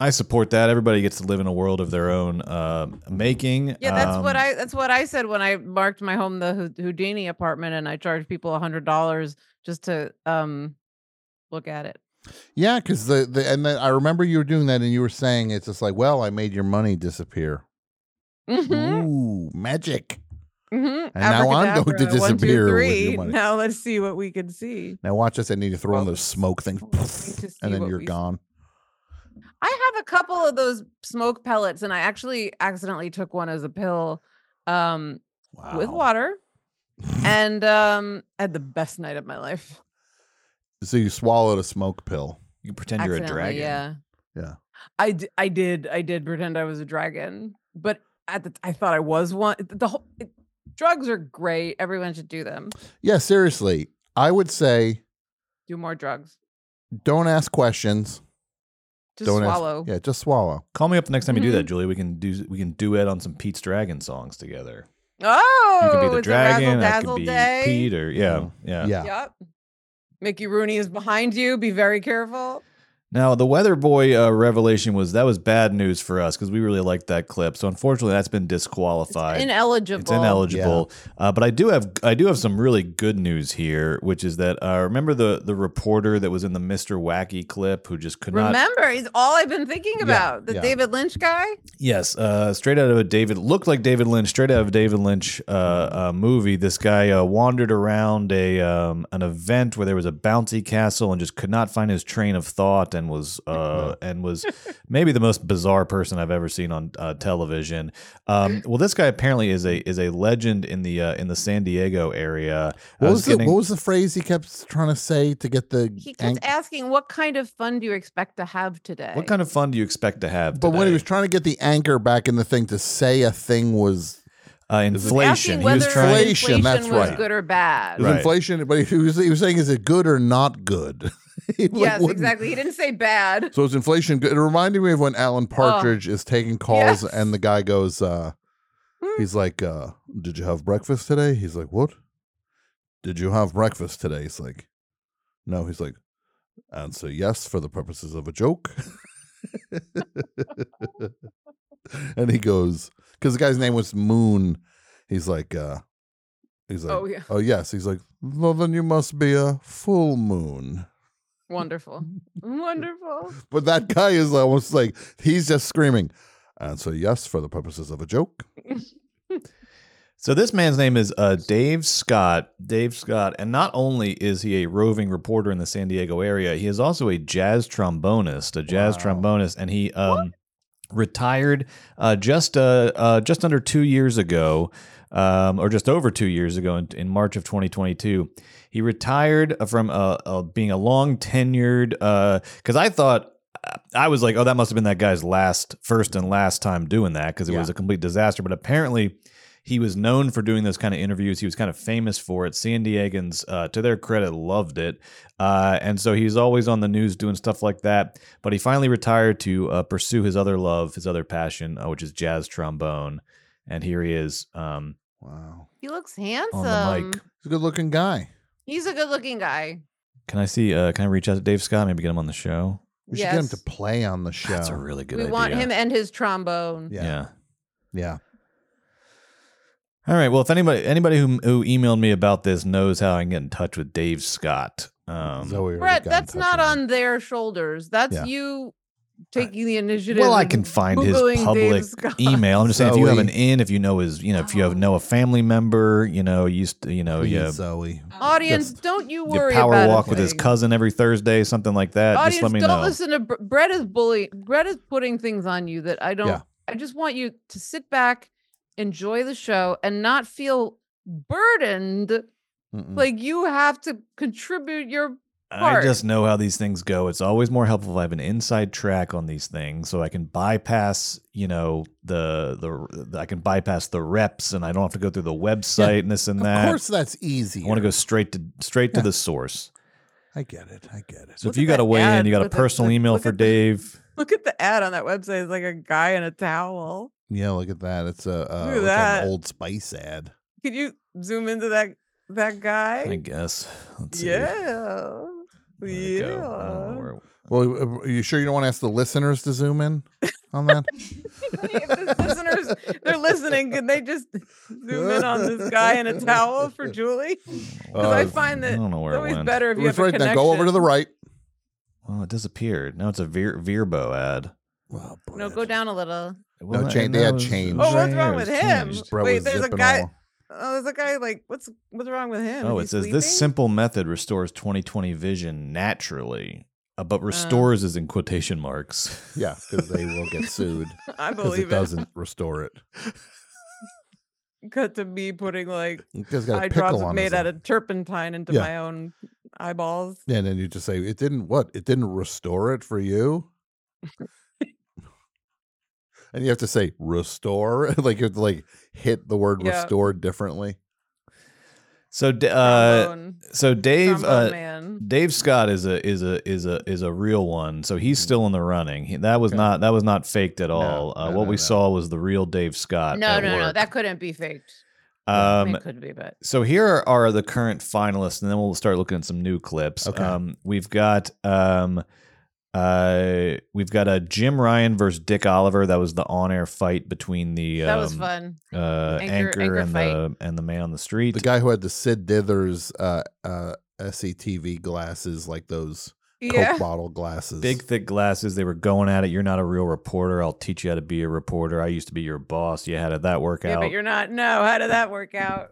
S4: I support that. Everybody gets to live in a world of their own uh, making.
S2: Yeah, that's what
S4: Um,
S2: I that's what I said when I marked my home the Hou- Houdini apartment and I charged people a hundred dollars just to um look at it.
S3: yeah, because the the and then I remember you were doing that, and you were saying it's just like, well, I made your money disappear.
S2: Mhm,
S3: Ooh, magic!
S2: mhm.
S3: And now I'm going to
S2: Abracadabra, one, two,
S3: disappear with your
S2: three.
S3: money.
S2: Now let's see what we can see.
S3: Now watch this. I need to throw in
S2: Well,
S3: those smoke things,
S2: we need to see
S3: and then
S2: what
S3: you're
S2: we-
S3: gone.
S2: I have a couple of those smoke pellets and I actually accidentally took one as a pill. Um
S3: Wow.
S2: with water and um I had the best night of my life
S3: So you swallowed a smoke pill.
S4: You pretend you're a
S2: Accidentally,
S4: dragon.
S2: yeah
S3: Yeah.
S2: i d- i did i did pretend i was a dragon but at the i thought i was one the whole it, drugs are great everyone should do them
S3: Yeah, seriously, I would say
S2: do more drugs
S3: don't ask questions.
S2: Just
S3: ask-
S2: swallow.
S3: yeah, just swallow.
S4: Call me up the next time you do
S2: Mm-hmm.
S4: that, Julia. We can do we can duet on some Pete's Dragon songs together.
S2: Oh,
S4: You could be the
S2: it's a
S4: dragon.
S2: razzle
S4: I
S2: dazzle
S4: could be
S2: day.
S4: Pete. Or yeah, yeah.
S3: Yeah.
S2: Yep. Mickey Rooney is behind you. Be very careful.
S4: Now the Weather Boy uh, revelation was that was bad news for us because we really liked that clip. So unfortunately, that's been disqualified.
S2: Ineligible.
S4: It's ineligible. Uh, but I do have I do have some really good news here, which is that uh, remember the the reporter that was in the Mr. Wacky clip who just could not.
S2: Remember, is all I've been thinking about. the
S3: yeah.
S2: David Lynch guy.
S4: Yes, uh, straight out of a David looked like David Lynch, straight out of a David Lynch uh, uh, movie. This guy uh, wandered around a um, an event where there was a bouncy castle and just could not find his train of thought and was uh, and was maybe the most bizarre person I've ever seen on uh, television. Um, well, this guy apparently is a is a legend in the uh, in the San Diego area. I
S3: What was, the,
S4: getting-
S3: what was the phrase he kept trying to say to get the?
S2: He keeps
S3: ang-
S2: asking, "What kind of fun do you expect to have today?"
S4: what kind of fun do you expect to have?
S3: but when
S4: today?
S3: he was trying to get the anchor back in the thing to say a thing was
S4: uh,
S2: Asking
S4: inflation, he
S2: whether
S4: was trying.
S3: Inflation, that's
S2: was
S3: right.
S2: good or bad.
S3: is
S4: Right.
S3: inflation, but he was he was saying is it good or not good? He, like,
S2: Yes,
S3: wouldn't-
S2: exactly. He didn't say bad.
S3: So it's inflation. good? It reminded me of when Alan Partridge is taking calls
S2: Oh. Yes. Hmm.
S3: and the guy goes, uh, he's like, uh, Did you have breakfast today? He's like, What? Did you have breakfast today? He's like, No. He's like, Answer yes for the purposes of a joke. and he goes, Because the guy's name was Moon. He's like, uh, He's like,
S2: Oh, yeah.
S3: oh yes. He's like, well, then you must be a full moon.
S2: Wonderful. Wonderful.
S3: But that guy is almost like he's just screaming. And so yes, for the purposes of a joke.
S4: So this man's name is uh, Dave Scott. Dave Scott, and not only is he a roving reporter in the San Diego area, he is also a jazz trombonist, a jazz trombonist, and he um, retired uh, just uh, uh, just under two years ago, um, or just over two years ago, in, in March of 2022. He retired from uh, uh, being a long tenured. Because I thought I was like, oh, that must have been that guy's last, first and last time doing that because it was a complete disaster. But apparently, he was known for doing those kind of interviews. He was kind of famous for it. San Diegans, uh, to their credit, loved it. Uh, and so he's always on the news doing stuff like that. But he finally retired to uh, pursue his other love, his other passion, uh, which is jazz trombone. And here he is um,
S3: Wow.
S2: He looks handsome.
S4: on the mic.
S3: He's a good looking guy.
S2: He's a good-looking guy.
S4: Can I see? Uh, can I reach out to Dave Scott? Maybe get him on the show.
S3: We
S2: yes.
S3: should get him to play on the show.
S4: That's a really good
S2: we
S4: idea.
S2: want him and his trombone.
S3: yeah.
S4: yeah.
S3: Yeah.
S4: All right. Well, if anybody anybody who who emailed me about this knows how I can get in touch with Dave Scott, um,
S3: Zoe already
S2: Brett,
S3: got in
S2: that's
S3: touch
S2: not
S3: with him.
S2: on their shoulders. That's
S3: Yeah.
S2: you taking the initiative.
S4: well, I
S2: and
S4: can find his
S2: Googling Dave
S4: public
S2: Scott. Oh.
S4: email. I'm just saying, if you have an
S3: Zoe.
S4: in, if you know his, you know, if you have know a family member, you know, you used to, you know,
S3: Please,
S4: you,
S3: Zoe.
S2: Audience,
S4: Just-
S2: don't
S4: you
S2: you worry
S4: power
S2: about
S4: walk
S2: a
S4: with his
S2: thing.
S4: cousin every Thursday, something like that.
S2: Audience,
S4: just let me
S2: don't
S4: know.
S2: listen to Br- Brett is bullying. Brett is putting things on you that I don't.
S3: Yeah.
S2: I just want you to sit back, enjoy the show, and not feel burdened
S4: Mm.
S3: Mm-mm.
S2: like you have to contribute your.
S4: I
S2: part.
S4: just know how these things go. It's always more helpful if I have an inside track on these things, so I can bypass, you know, the the, the- I can bypass the reps, and I don't have to go through the website and this and
S3: Of
S4: that.
S3: course that's easy.
S4: I want to go straight to straight to
S3: Yeah.
S4: the source.
S3: I get it. I get it.
S4: So
S2: Look
S4: if you
S2: at
S4: got
S2: that
S4: to weigh
S2: ad
S4: in, you got a
S2: with the-
S4: personal
S2: look-
S4: email
S2: look
S4: for
S2: at the-
S4: Dave.
S2: Look at the ad on that website. It's like a guy in a towel.
S3: Yeah, look at that. It's a uh,
S2: Look at
S3: it's an
S2: that.
S3: old spice ad.
S2: Could you zoom into that that
S4: I
S2: guy?
S4: guess. Let's see.
S2: Yeah.
S4: Where'd it go? I don't know where-
S3: Well, uh, are you sure you don't want to ask the listeners to zoom in on that?
S2: if the listeners they're listening, can they just zoom in on this guy in a towel for Julie? Because I
S3: Uh,
S2: find that
S4: I don't know
S2: it's
S4: where it
S2: always
S4: went.
S2: better if
S3: it
S2: you have
S3: was
S2: a
S3: right. Now go over to the right.
S4: Well, it disappeared. Now it's a Veer, Veerbo ad.
S3: Well,
S2: connection. No, go down a little.
S4: Well,
S3: No, Jane,
S4: and
S3: they had
S4: that was-
S3: change.
S2: Oh, what's
S4: yeah,
S2: wrong
S4: it was
S2: with him?
S4: changed.
S3: Brett
S2: Wait,
S3: was
S2: there's a
S3: zipping
S2: guy-
S3: all-
S2: Oh, there's a guy like what's what's wrong with him?
S4: Oh, it
S2: Is
S4: says
S2: he
S4: this
S2: sleeping?
S4: simple method restores 2020 vision naturally, uh, but restores is in quotation marks.
S3: Yeah, because they will get sued
S2: I
S3: because
S2: believe
S3: it
S2: it.
S3: doesn't restore it.
S2: Cut to me putting like
S3: It just got a
S2: eye
S3: pickle
S2: drops
S3: on
S2: made
S3: his
S2: out of turpentine into
S3: Yeah.
S2: my own eyeballs.
S3: Yeah, and then you just say it didn't what? It didn't restore it for you. and you have to say restore, like you have to like hit the word
S2: Yeah.
S3: restore differently.
S4: So, D- uh,
S2: Trombone-
S4: so Dave,
S2: trombone
S4: uh,
S2: man.
S4: Dave Scott is a is a is a is a real one. So he's still in the running. He, that was
S3: Mm. Okay.
S4: not that was not faked at all. uh,
S3: no,
S4: what
S3: no,
S4: we
S3: no.
S4: saw was the real Dave Scott.
S2: No,
S4: at
S2: no, no,
S4: work.
S2: that couldn't be faked. I mean,
S4: Um,
S2: it could be, but
S4: so here are the current finalists, and then we'll start looking at some new clips.
S3: Okay.
S4: Um, we've got um, uh, we've got a Jim Ryan versus Dick Oliver. That was the on-air fight between the
S2: that was
S4: um,
S2: fun.
S4: Uh,
S2: Anchor-
S4: anchor,
S2: anchor
S4: and the and the man on the street.
S3: The guy who had the Sid Dithers uh, uh, SETV glasses, like those
S2: Yeah,
S3: Coke bottle glasses.
S4: Big thick glasses. They were going at it. You're not a real reporter. I'll teach you how to be a reporter. I used to be your boss. Yeah, how did that work
S2: yeah,
S4: out?
S2: but you're not. No, how did that work out?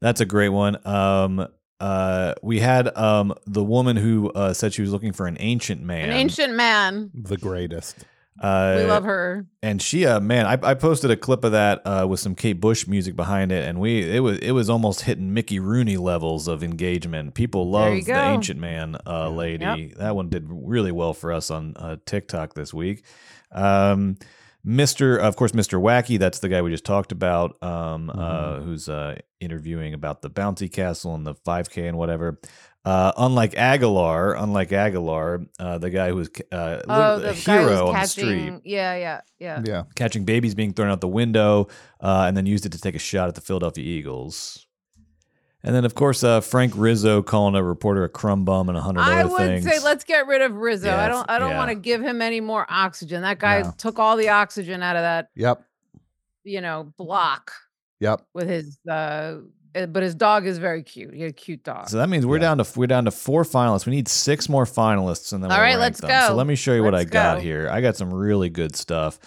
S4: That's a great one. Um, uh, we had um the woman who uh, said she was looking for an ancient man.
S2: An ancient man.
S3: the greatest.
S4: Uh,
S2: we love her.
S4: And she, uh, man, I, I posted a clip of that uh, with some Kate Bush music behind it, and we it was it was almost hitting Mickey Rooney levels of engagement. People
S2: There you
S4: love the
S2: go.
S4: ancient man uh, lady. That one did really well for us on uh, TikTok this week. Um, Mr. Of course, Mr. Wacky. That's the guy we just talked about, um, uh, who's uh, interviewing about the bounty castle and the 5K and whatever. Uh, unlike Aguilar, unlike Aguilar, uh, the guy who was uh,
S2: Oh,
S4: lit-
S2: the
S4: a
S2: guy
S4: hero
S2: was
S4: on the street,
S2: catching. Yeah, yeah, yeah.
S3: Yeah.
S4: catching babies being thrown out the window, uh, and then used it to take a shot at the Philadelphia Eagles. And then, of course, uh, Frank Rizzo calling a reporter a crumb bum and a hundred
S2: I
S4: other
S2: would
S4: things.
S2: say let's get rid of Rizzo.
S4: Yeah,
S2: I don't. I don't
S4: yeah.
S2: want to give him any more oxygen. That guy
S3: No.
S2: took all the oxygen out of that.
S3: Yep.
S2: You know, block
S3: Yep.
S2: with his. uh uh, But his dog is very cute. He had a cute dog.
S4: so that means we're
S3: Yeah.
S4: down to we're down to four finalists. We need six more finalists, and then
S2: All
S4: we'll
S2: right,
S4: rank
S2: let's
S4: them.
S2: go.
S4: So let me show you what I
S2: Let's
S4: got
S2: go.
S4: here. I got some really good stuff.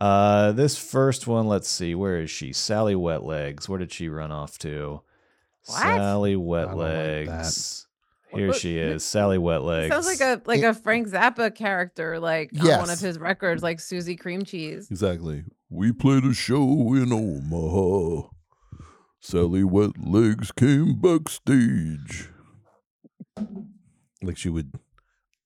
S4: Uh, this first one, let's see, where is she? Sally Wetlegs. Where did she run off to?
S2: What?
S4: Sally
S3: don't like that.
S4: Wetlegs. here
S2: What-
S4: she is, Sally Wetlegs.
S2: Sounds like a like
S3: It-
S2: a Frank Zappa character, like on one
S3: Yes.
S2: of his records, like Susie Cream
S4: Mm.
S2: Cheese.
S3: Exactly. We played a show in Omaha. Sally Wet Legs came backstage. Like she would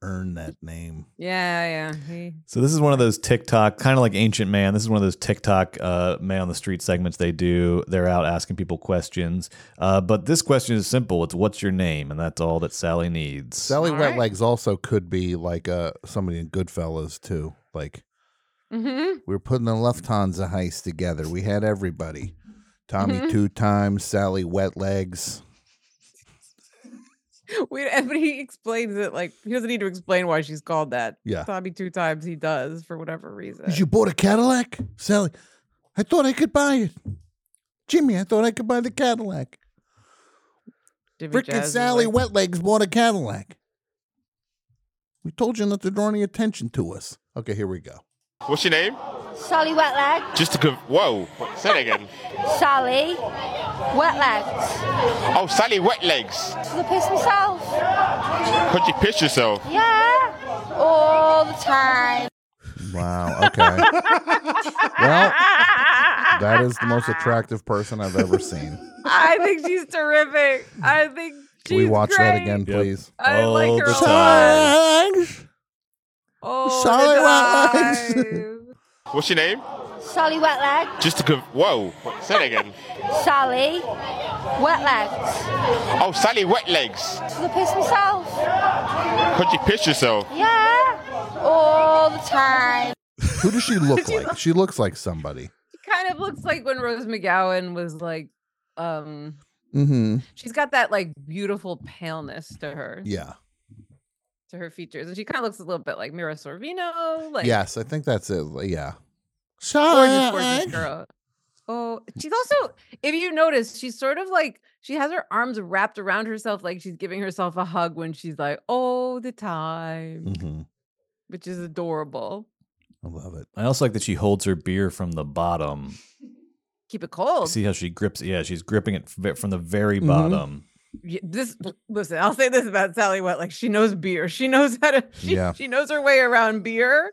S3: earn that name.
S2: Yeah, yeah. He,
S4: So this is one of those TikTok, kind of like Ancient Man. This is one of those TikTok uh, man on the street segments they do. They're out asking people questions, uh, but this question is simple. It's what's your name, and that's all that Sally needs.
S3: Sally
S2: All
S3: Wet
S2: right.
S3: Legs also could be like uh somebody in Goodfellas too. Like
S2: hmm
S3: we were putting the Lufthansa heist together. We had everybody. Tommy
S2: Mhm.
S3: two times, Sally Wet Legs.
S2: Wait, and- but he explains it like he doesn't need to explain why she's called that.
S3: Yeah.
S2: Tommy two times he does for whatever reason.
S3: Did you bought a Cadillac? Sally, I thought I could buy it. Jimmy, I thought I could buy the Cadillac.
S2: Jimmy
S3: Frickin'
S2: Jazz is
S3: Sally
S2: like,
S3: Wetlegs bought a Cadillac. We told you not to draw any attention to us. Okay, here we go.
S6: What's your name?
S9: Sally Wetleg.
S6: Just to conf- whoa, say that again.
S9: Sally Wetleg.
S6: Oh, Sally Wet Legs.
S9: Did I piss myself?
S6: Could you piss yourself?
S9: Yeah. All the time.
S3: Wow. Okay. well, that is the most attractive person I've ever seen.
S2: I think she's terrific. I think she's
S3: Can we watch that
S2: great.
S3: again,
S4: Yep.
S3: please?
S2: I like
S4: All
S2: her
S4: the
S2: a lot.
S4: time.
S2: Oh,
S3: Sally Wetlegs.
S2: the time.
S6: What's your name?
S9: Sally Wetleg.
S6: Just to conf- whoa, say that again.
S9: Sally Wetleg.
S6: Oh, Sally Wet Legs.
S9: Did I piss myself?
S6: Could you piss yourself?
S9: Yeah. All the time.
S3: Who does she look like? She looks like somebody.
S2: She kind of looks like when Rose McGowan was like, um,
S3: Mm-hmm.
S2: she's got that like beautiful paleness to her,
S3: Yeah.
S2: to her features, and she kind of looks a little bit like Mira Sorvino, like
S3: yes, I think that's it. Yeah.
S2: gorgeous, gorgeous girl. Oh, she's also, if you notice, she's sort of like she has her arms wrapped around herself, like she's giving herself a hug when she's like, "Oh, the time,"
S3: Mm-hmm.
S2: which is adorable.
S3: I love it.
S4: I also like that she holds her beer from the bottom.
S2: Keep it cold.
S4: See how she grips? Yeah, she's gripping it f- from the very
S3: Mhm.
S4: bottom.
S2: Y- this listen i'll say this about sally what like she knows beer she knows how to she,
S3: Yeah.
S2: she knows her way around beer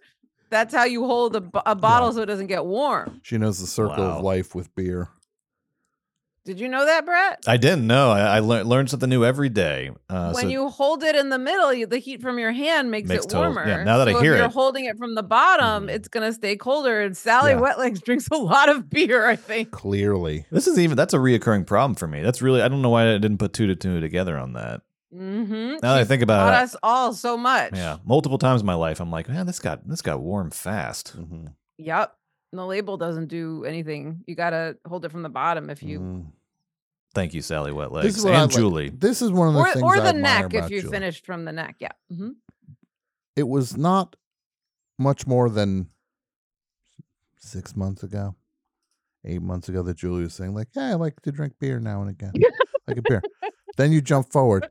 S2: that's how you hold a, bo- a bottle so it doesn't get warm
S3: She knows the circle
S4: Wow.
S3: of life with beer.
S2: Did you know that, Brett?
S4: I didn't know. I, I lear- learned something new every day. Uh,
S2: when
S4: so
S2: you hold it in the middle, you, the heat from your hand makes,
S4: Makes
S2: it
S4: total-
S2: warmer.
S4: yeah, now that I
S2: so
S4: hear
S2: if you're
S4: it.
S2: holding it from the bottom,
S4: Mhm.
S2: it's gonna stay colder. And Sally
S4: Yeah.
S2: Wetlegs drinks a lot of beer, I think.
S3: Clearly.
S4: this is even that's a reoccurring problem for me. That's really I don't know why I didn't put two to two together on that.
S2: Mm-hmm.
S4: Now that I think about
S2: Taught
S4: it,
S2: us all so much.
S4: Uh, yeah, multiple times in my life, I'm like, man, this got this got warm fast.
S3: Mm-hmm.
S2: Yep. And the label doesn't do anything. You gotta hold it from the bottom if you
S3: Mm.
S4: Thank you, Sally Wetlegs
S3: This is what
S4: and
S3: I like-
S4: Julie.
S3: This is one of the
S2: or
S3: things
S2: or
S3: I
S2: the
S3: admire
S2: neck if
S3: about
S2: you
S3: Julie.
S2: finished from the neck. Yeah. hmm
S3: It was not much more than six months ago, eight months ago that Julie was saying like, "Hey, I like to drink beer now and again, like a beer." Then you jump forward.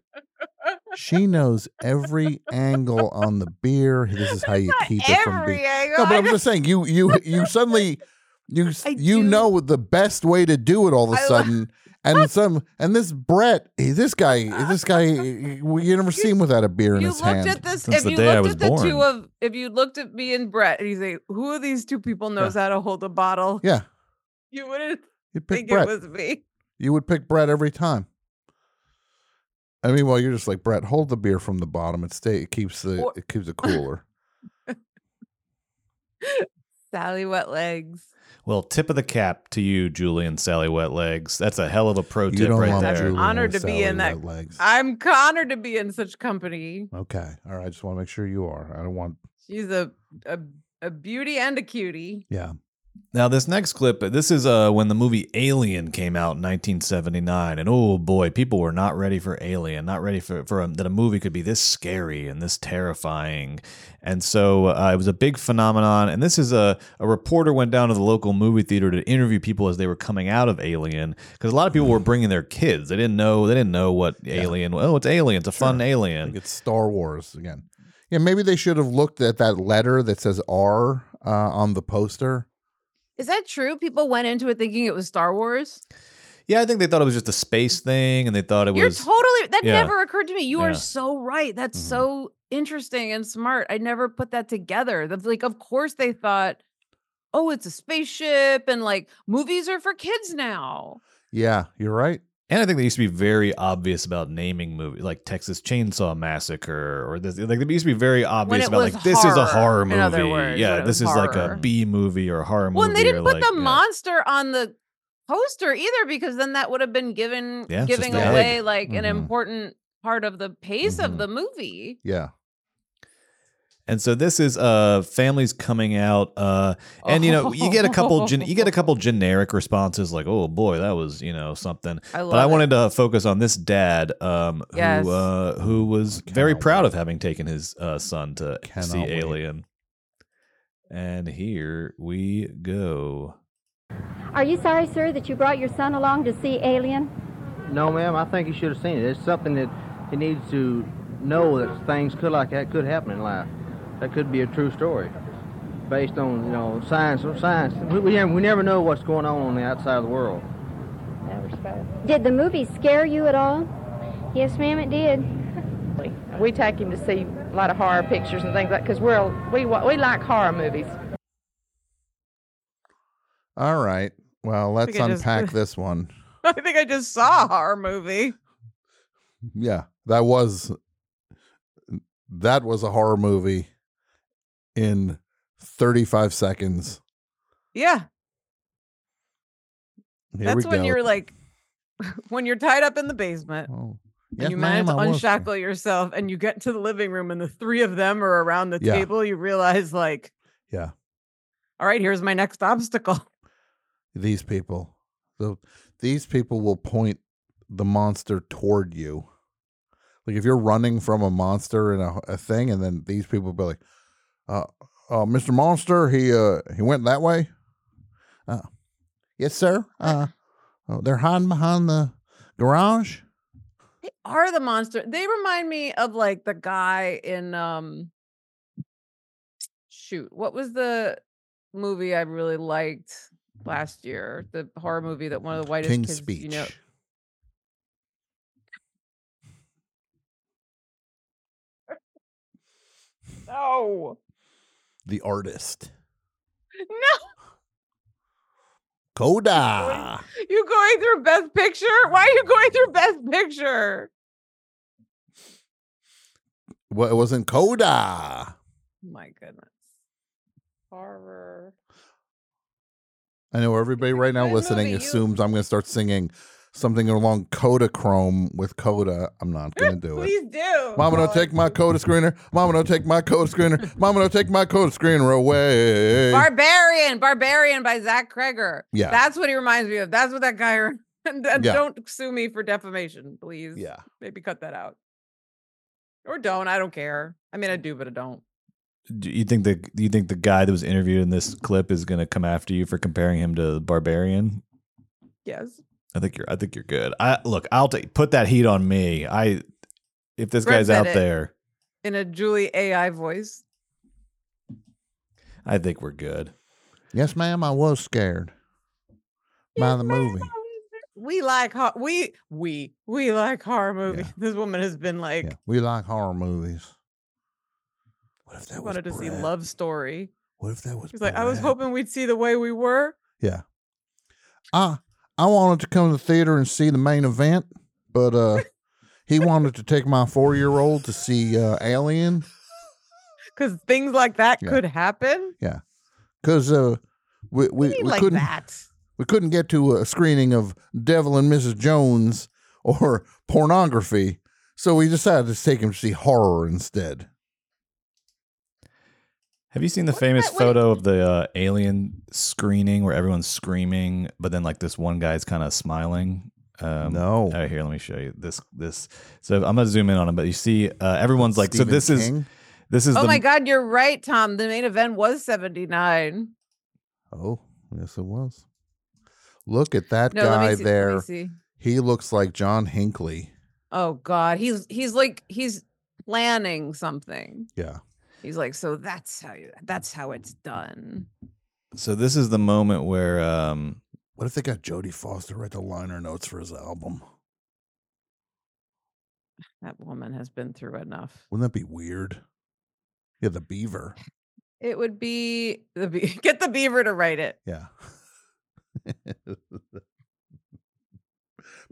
S3: She knows every angle on the beer. This is how you keep it from being.
S2: Every angle.
S3: No, but
S2: I
S3: I'm
S2: know.
S3: just saying you you you suddenly you s-
S2: I
S3: you
S2: do-
S3: know the best way to do it all of
S2: I
S3: a
S2: lo-
S3: sudden, and some and this Brett, eh, this guy, this guy, eh, we you never see him without a beer in
S2: Uh, you
S3: his
S2: looked
S3: hand.
S2: at this
S4: since
S2: if
S4: the
S2: you
S4: day I
S2: looked
S4: was
S2: at the two
S4: born.
S2: of if you looked at me and Brett and you say, Who of these two people knows how to hold a bottle?
S3: yeah,
S2: You wouldn't
S3: you pick
S2: think
S3: Brett.
S2: it was me.
S3: you would pick Brett every time. I mean, well, you're just like Brett. Hold the beer from the bottom. It stay. It keeps the.
S2: Or-
S3: it keeps it cooler.
S2: Sally wet legs.
S4: Well, tip of the cap to you, Julie and Sally Wetlegs. That's a hell of a pro
S3: you
S4: tip
S3: don't
S4: right
S3: want
S4: there.
S3: Julie
S2: Honored
S3: or
S2: to be in
S3: Sally
S2: that-
S3: Wet Legs.
S2: I'm honored to be in such company.
S3: okay, all right. I just want to make sure you are. I don't want.
S2: She's a a, a beauty and a cutie.
S3: Yeah.
S4: Now, this next clip, this is uh, when the movie Alien came out in 1979. And oh boy, people were not ready for Alien, not ready for, for um, that a movie could be this scary and this terrifying. And so uh, it was a big phenomenon. And this is a, a reporter went down to the local movie theater to interview people as they were coming out of Alien because a lot of people were bringing their kids. They didn't know, they didn't know what Alien Oh, it's Alien. It's a fun Alien.
S3: Like it's Star Wars again. Yeah, maybe they should have looked at that letter that says R uh, on the poster.
S2: Is that true? People went into it thinking it was Star Wars.
S4: Yeah, I think they thought it was just a space thing and they thought it
S2: You're
S4: was.
S2: totally that
S4: yeah.
S2: never occurred to me. You
S4: Yeah.
S2: are so right. That's
S4: Mhm.
S2: so interesting and smart. I never put that together. That's like, of course they thought, oh, it's a spaceship, and like movies are for kids now.
S3: Yeah, you're right.
S4: And I think they used to be very obvious about naming movies, like Texas Chainsaw Massacre, or this. Like they used to be very obvious
S2: it
S4: about
S2: was
S4: like this is a horror
S2: horror,
S4: movie.
S2: in other words,
S4: yeah,
S2: when it
S4: this is
S2: was
S4: like a
S2: horror.
S4: B movie or a horror movie.
S2: Well, and they didn't
S4: or,
S2: put
S4: like,
S2: the
S4: yeah.
S2: monster on the poster either, because then that would have been given
S4: Yeah, it's just
S2: giving
S4: the egg.
S2: away like an
S4: Mhm.
S2: important part of the pace
S4: Mhm.
S2: of the movie.
S3: Yeah.
S4: And so this is uh families coming out, uh, and you know you get a couple gen- you get a couple generic responses like oh boy that was you know something.
S2: I love
S4: But I
S2: it.
S4: wanted to focus on this dad um,
S2: Yes.
S4: who uh, who was very
S3: Cannot
S4: proud
S3: wait.
S4: of having taken his uh, son to
S3: Cannot
S4: see
S3: wait.
S4: Alien. And here we go.
S10: Are you sorry, sir, that you brought your son along to see Alien?
S11: No, ma'am, I think he should have seen it. It's something that he needs to know that things could like that could happen in life. That could be a true story, based on you know science. Science. We, we, never, we never know what's going on on the outside of the world.
S10: Never spoke. Did the movie scare you at all? Yes, ma'am, it did.
S12: We take him to see a lot of horror pictures and things like because we're we wa- we like horror movies.
S3: All right. Well, let's
S2: think I just-
S3: unpack this one.
S2: I think I just saw a horror movie.
S3: Yeah, that was that was a horror movie in 35 seconds.
S2: Yeah.
S3: Here
S2: That's
S3: we
S2: when
S3: go.
S2: you're like, when you're tied up in the basement
S3: oh.
S2: and you
S3: Yes, ma'am,
S2: manage to
S3: I was.
S2: unshackle yourself and you get to the living room and the three of them are around the
S3: Yeah.
S2: table, you realize, like,
S3: Yeah.
S2: all right, here's my next obstacle.
S3: These people. The, these people will point the monster toward you. Like if you're running from a monster and a, a thing, and then these people be like, uh, uh, Mr. Monster, he uh, he went that way. Uh, yes, sir. Uh, oh, they're hiding behind the garage.
S2: They are the monster. They remind me of like the guy in, um, shoot, what was the movie I really liked last year? The horror movie that one of the whitest
S3: King's
S2: kids,
S3: speech.
S2: you know, no,
S3: The artist.
S2: no.
S3: Coda.
S2: You going through Best Picture? Why are you going through Best Picture?
S3: Well, it wasn't Coda.
S2: My goodness. Horror.
S3: I know everybody right now
S2: Good
S3: listening
S2: movie, you-
S3: assumes I'm going to start singing something along Kodachrome with Coda. I'm not going to do it.
S2: Please do.
S3: Mama don't take my Coda screener. Mama don't take my Coda screener. Mama don't take my Coda screener away.
S2: Barbarian, Barbarian by Zach Kreger.
S3: Yeah.
S2: That's what he reminds me of. That's what that guy. re- And then
S3: Yeah.
S2: Don't sue me for defamation, please.
S3: yeah.
S2: Maybe cut that out. Or don't. I don't care. I mean, I do, but I don't.
S4: Do you think the do you think the guy that was interviewed in this clip is going to come after you for comparing him to Barbarian?
S2: Yes.
S4: I think you're I think you're good. I look, I'll take put that heat on me. I if this
S2: Brett
S4: guy's out
S2: said it.
S4: there,
S2: In a Julie AI voice.
S4: I think we're good.
S3: Yes, ma'am. I was scared by the movie.
S2: We like ho- we we we like horror movies. This woman has been like
S3: Yeah, we like horror movies. What if
S2: I
S3: that was
S2: wanted to see
S3: Brett?
S2: Love Story.
S3: What if that was?
S2: She's like, I was
S3: Brett?
S2: hoping we'd see the way we were.
S3: Yeah. I I wanted to come to the theater and see the main event, but uh he wanted to take my four year old to see uh Alien.
S2: Because things like that
S3: Yeah.
S2: could happen.
S3: Yeah. Cause uh we we,
S2: Be
S3: we
S2: like
S3: couldn't
S2: that.
S3: we couldn't get to a screening of Devil and Mrs. Jones or pornography, so we decided to take him to see horror instead.
S4: Have you seen the famous photo of the uh, alien screening where everyone's screaming, but then like this one guy's kind of smiling? Um,
S3: No.
S4: all right, here, let me show you this. This. So I'm gonna zoom in on him, but you see, uh, everyone's like, so
S3: Stephen
S4: this is
S3: King?
S4: this is
S2: oh
S4: the
S2: my god, you're right, Tom. The main event was 79.
S3: Oh, yes, it was. Look at that
S2: No, let me
S3: guy
S2: see- let me
S3: there.
S2: see.
S3: He looks like John Hinckley.
S2: Oh god. He's he's like he's planning something.
S3: Yeah.
S2: He's like, so that's how you that's how it's done.
S4: so this is the moment where um,
S3: What if they got Jodie Foster write the liner notes for his album?
S2: That woman has been through enough.
S3: Wouldn't that be weird? Yeah, the beaver.
S2: It would be the be- get the beaver to write it.
S3: Yeah.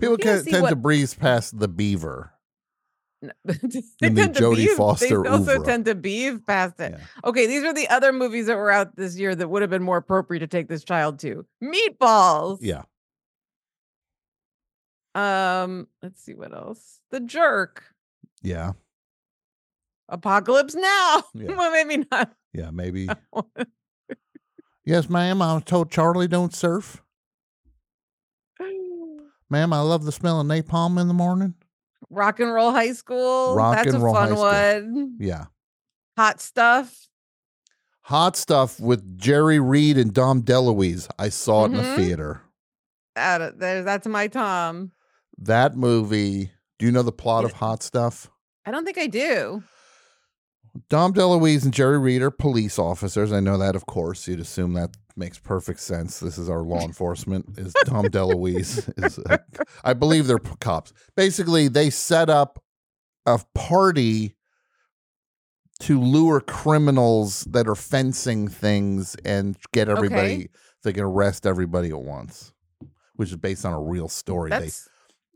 S3: People
S2: can't
S3: can,
S2: see
S3: tend to
S2: what-
S3: breeze past the beaver.
S2: No, they
S3: In the
S2: tend to
S3: Jodie
S2: beave-
S3: Foster
S2: They also
S3: oeuvre.
S2: tend to beave past it.
S3: Yeah.
S2: Okay, these are the other movies that were out this year that would have been more appropriate to take this child to. Meatballs.
S3: Yeah.
S2: Um, let's see what else. The Jerk.
S3: Yeah.
S2: Apocalypse Now.
S3: Yeah.
S2: well, maybe not.
S3: Yeah. Maybe. yes, ma'am. I was told Charlie don't surf. Ma'am, I love the smell of napalm in the morning.
S2: Rock and Roll High School.
S3: Rock
S2: That's
S3: and
S2: a
S3: Roll
S2: fun
S3: High
S2: one.
S3: Yeah.
S2: Hot stuff.
S3: Hot stuff with Jerry Reed and Dom DeLuise. I saw it in
S2: Mhm.
S3: the theater.
S2: Out of there. That's my Tom.
S3: That movie. Do you know the plot of Hot Stuff?
S2: I don't think I do.
S3: Dom DeLuise and Jerry Reed are police officers. I know that, of course. You'd assume that makes perfect sense. This is our law enforcement. Is Dom DeLuise? Is a, I believe they're p- cops. Basically, they set up a party to lure criminals that are fencing things and get everybody. They can arrest everybody at once, which is based on a real story. They,
S2: That's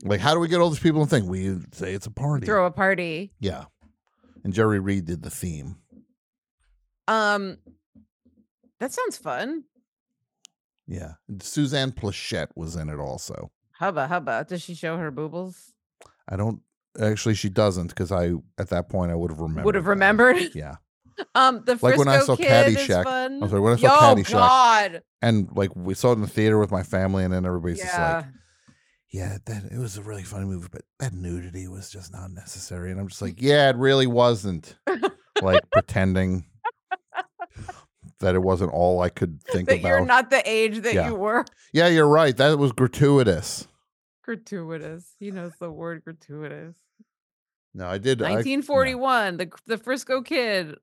S3: like, how do we get all these people in the thing? We say it's a party.
S2: throw a party.
S3: Yeah. And Jerry Reed did the theme.
S2: Um, that sounds fun.
S3: Yeah. And Suzanne Plachette was in it also.
S2: Hubba hubba. Does she show her boobles?
S3: I don't actually she doesn't because I at that point I would have remembered.
S2: Would have
S3: that.
S2: remembered.
S3: Yeah.
S2: Um, the
S3: Like
S2: Frisco
S3: when I saw
S2: Kid
S3: Caddyshack.
S2: is fun.
S3: I'm sorry, when I saw
S2: Yo,
S3: Caddyshack.
S2: God.
S3: And like we saw it in the theater with my family and then everybody's just
S2: Yeah.
S3: like, Yeah, that it was a really funny movie, but that nudity was just not necessary. And I'm just like, Yeah, it really wasn't. like pretending that it wasn't all I could think
S2: that
S3: about.
S2: you're not the age that
S3: Yeah.
S2: you were.
S3: yeah, you're right. That was gratuitous.
S2: Gratuitous. He knows the word gratuitous.
S3: No, I did I-
S2: 1941, the the Frisco Kid,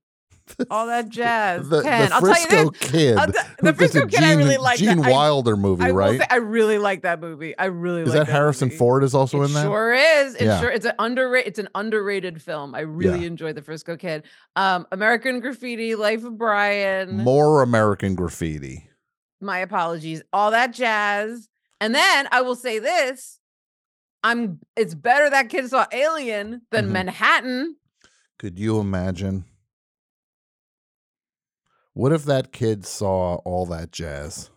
S2: all that jazz.
S3: the,
S2: 10.
S3: the
S2: I'll tell you
S3: Frisco
S2: this.
S3: Kid.
S2: I'll t- the
S3: That's a
S2: Frisco Kid, I
S3: Gene-
S2: really like that.
S3: Gene
S2: I-
S3: Wilder movie,
S2: I will
S3: right?
S2: say I really like that movie. I really
S3: is
S2: like
S3: that Harrison
S2: movie.
S3: Ford is also
S2: It
S3: in that?
S2: sure is. It
S3: Yeah.
S2: sure it's an underrated it's an underrated film. I really enjoy the Frisco Kid. Um American Graffiti, Life of Brian,
S3: More American Graffiti.
S2: my apologies, all that jazz. And then I will say this. I'm it's better that kid saw Alien than
S3: Mhm.
S2: Manhattan.
S3: Could you imagine? What if that kid saw all that jazz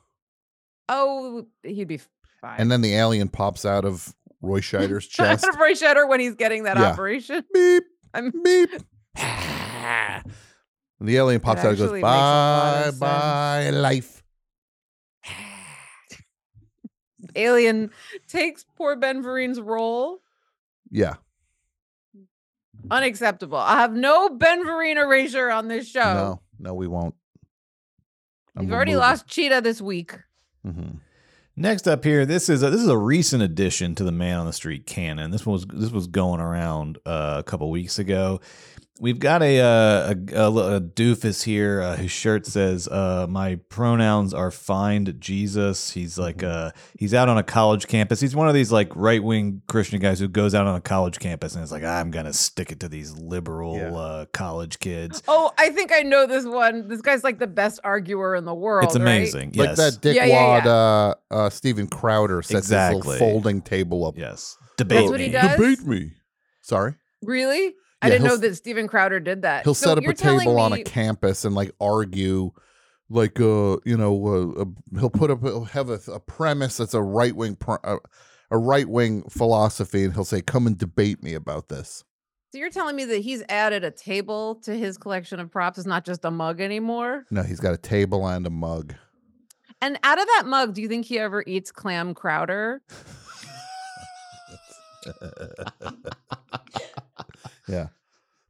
S2: Oh, he'd be fine.
S3: and then the alien pops out of Roy Scheider's chest?
S2: Roy Scheider when he's getting that
S3: Yeah.
S2: operation.
S3: Beep.
S2: I'm
S3: beep. And the alien pops out and
S2: actually
S3: goes,
S2: makes a lot
S3: bye,
S2: of
S3: bye,
S2: sense.
S3: life.
S2: Alien takes poor Ben Vereen's role.
S3: Yeah.
S2: Unacceptable. I have no Ben Vereen erasure on this show.
S3: No, no, we won't.
S2: we have already lost Cheetah this week.
S3: Mm-hmm.
S4: Next up here, this is a, this is a recent addition to the Man on the Street canon. This was this was going around uh, a couple weeks ago. We've got a uh, a, a, a doofus here uh, whose shirt says uh, "My pronouns are find Jesus." He's like
S3: Mm-hmm.
S4: uh, he's out on a college campus. He's one of these like right wing Christian guys who goes out on a college campus and is like, "I'm gonna stick it to these liberal uh, college kids."
S2: Oh, I think I know this one. This guy's like the best arguer in the world.
S4: It's
S2: right?
S4: amazing. yes.
S3: Like that dickwad
S2: Yeah, yeah, yeah.
S3: Uh, uh, Stephen Crowder sets his
S4: Exactly.
S3: little folding table up.
S4: Yes.
S2: Debate That's what he me. does?
S3: Debate me. Sorry.
S2: Really? I
S3: Yeah,
S2: didn't
S3: he'll
S2: know
S3: s-
S2: that Steven Crowder did that.
S3: He'll
S2: Uh, So
S3: set up
S2: you're
S3: a
S2: telling
S3: table on a
S2: me-
S3: campus and like argue, like uh, you know, uh, uh, he'll put up, he'll have a, a premise that's a right wing, pr- uh, a right wing philosophy, and he'll say, "Come and debate me about this."
S2: So you're telling me that he's added a table to his collection of props. It's not just a mug anymore.
S3: No, he's got a table and a mug.
S2: And out of that mug, do you think he ever eats clam crowder?
S3: Yeah,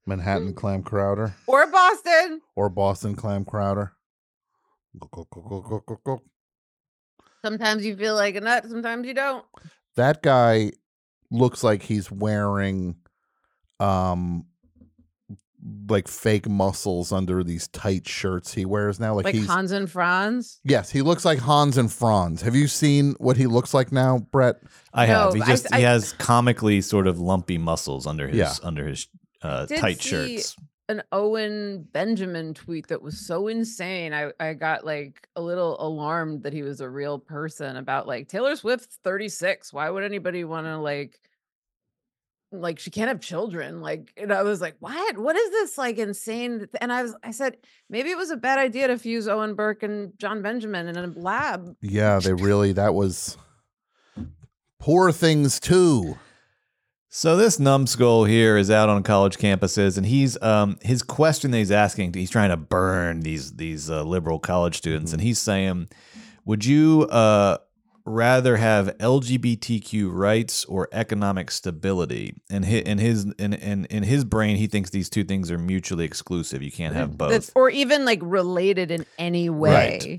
S3: Manhattan clam crowder
S2: Or Boston?
S3: or Boston clam crowder. Go, go, go, go, go, go, go.
S2: Sometimes you feel like a nut, sometimes you don't.
S3: that guy looks like he's wearing um like fake muscles under these tight shirts he wears now like,
S2: Like,
S3: he's
S2: Hans and Franz.
S3: yes he looks like hans and franz have you seen what he looks like now brett
S4: I have. He
S2: No, I-
S4: just he
S2: I-
S4: has comically sort of lumpy muscles under his
S3: Yeah.
S4: under his uh,
S2: Did
S4: tight
S2: see
S4: shirts.
S2: An Owen Benjamin tweet that was so insane. I, I got like a little alarmed that he was a real person about like Taylor Swift's 36. Why would anybody want to like like she can't have children like and i was like what what is this like insane th- and i was i said maybe it was a bad idea to fuse owen burke and john benjamin in a lab
S3: yeah they really that was poor things too
S4: So this numbskull here is out on college campuses, and he's um his question that he's asking. He's trying to burn these these uh, liberal college students, and he's saying, "Would you uh rather have LGBTQ rights or economic stability?" And hi in his in in in his brain, he thinks these two things are mutually exclusive. You can't have both.
S2: that's or even like related in any way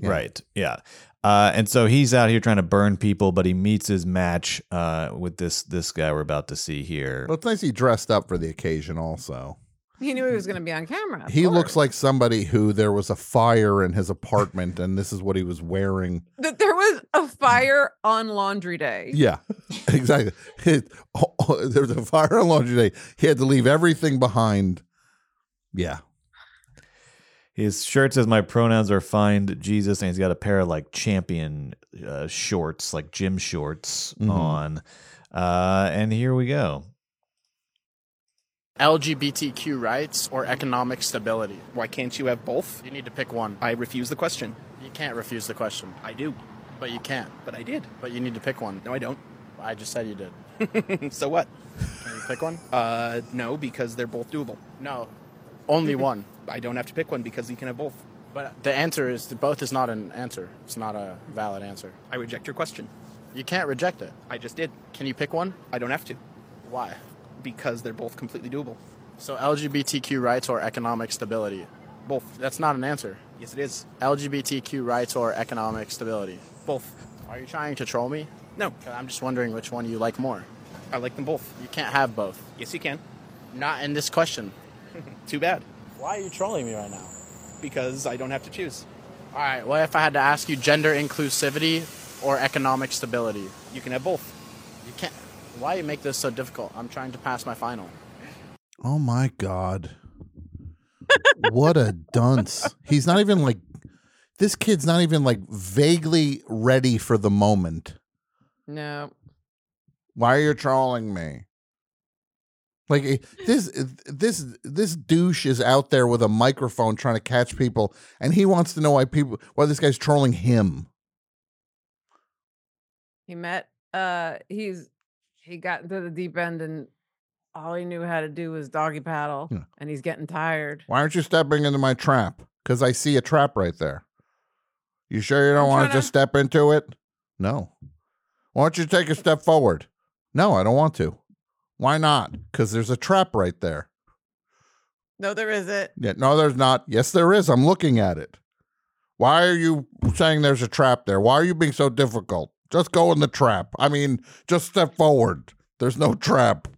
S4: Right. Right. Yeah. Uh, and so he's out here trying to burn people, but he meets his match uh, with this this guy we're about to see here.
S2: Oh.
S3: well it's nice he dressed up for the occasion also
S2: he knew he was going to be on camera of
S3: he looks
S2: course.
S3: like somebody who there was a fire in his apartment and this is what he was wearing
S2: that there was a fire on laundry day
S3: Mm. Yeah, exactly. It, oh, oh, there was a fire on laundry day. He had to leave everything behind. Yeah,
S4: His shirt says, "My pronouns are find Jesus," and he's got a pair of like champion uh, shorts, like gym shorts
S2: Mm-hmm.
S3: Mhm.
S4: on. Uh, and here we go.
S13: LGBTQ rights or economic stability? Why can't you have both? You need to pick one. I refuse the question. You can't refuse the question. I do. But you can't. But I did. But you need to pick one. No, I don't. I just said you did. so what? Can you pick one? Uh, no, because they're both doable. No. Only one. I don't have to pick one because you can have both. But the answer is both is not an answer. It's not a valid answer. I reject your question. You can't reject it. I just did. Can you pick one? I don't have to. Why? Because they're both completely doable. So LGBTQ rights or economic stability? Both. That's not an answer. Yes, it is. LGBTQ rights or economic stability? Both. Are you trying to troll me? No. I'm just wondering which one you like more. I like them both. You can't have both. Yes, you can. Not in this question. Too bad. Why are you trolling me right now? Because I don't have to choose. All right, what if I had to ask you gender inclusivity or economic stability? You can have both. You can't. Why you make this so difficult? I'm trying to pass my final.
S3: Oh my God. what a dunce. He's not even like this kid's not even like vaguely ready for the moment.
S2: No.
S3: Why are you trolling me? Like eh, this this this douche is out there with a microphone trying to catch people and he wants to know why people why this guy's trolling him.
S2: He met uh he's he got into the deep end and all he knew how to do was doggy paddle
S3: Yeah.
S2: and he's getting tired.
S3: Why aren't you stepping into my trap? Cuz I see a trap right there. You sure you don't want to
S2: tryna-
S3: just step into it? No. Why don't you take a step forward? No, I don't want to. Why not? Cuz there's a trap right there.
S2: No, there isn't.
S3: Yeah, no, there's not. Yes, there is. I'm looking at it. Why are you saying there's a trap there? Why are you being so difficult? Just go in the trap. I mean, just step forward. There's no trap.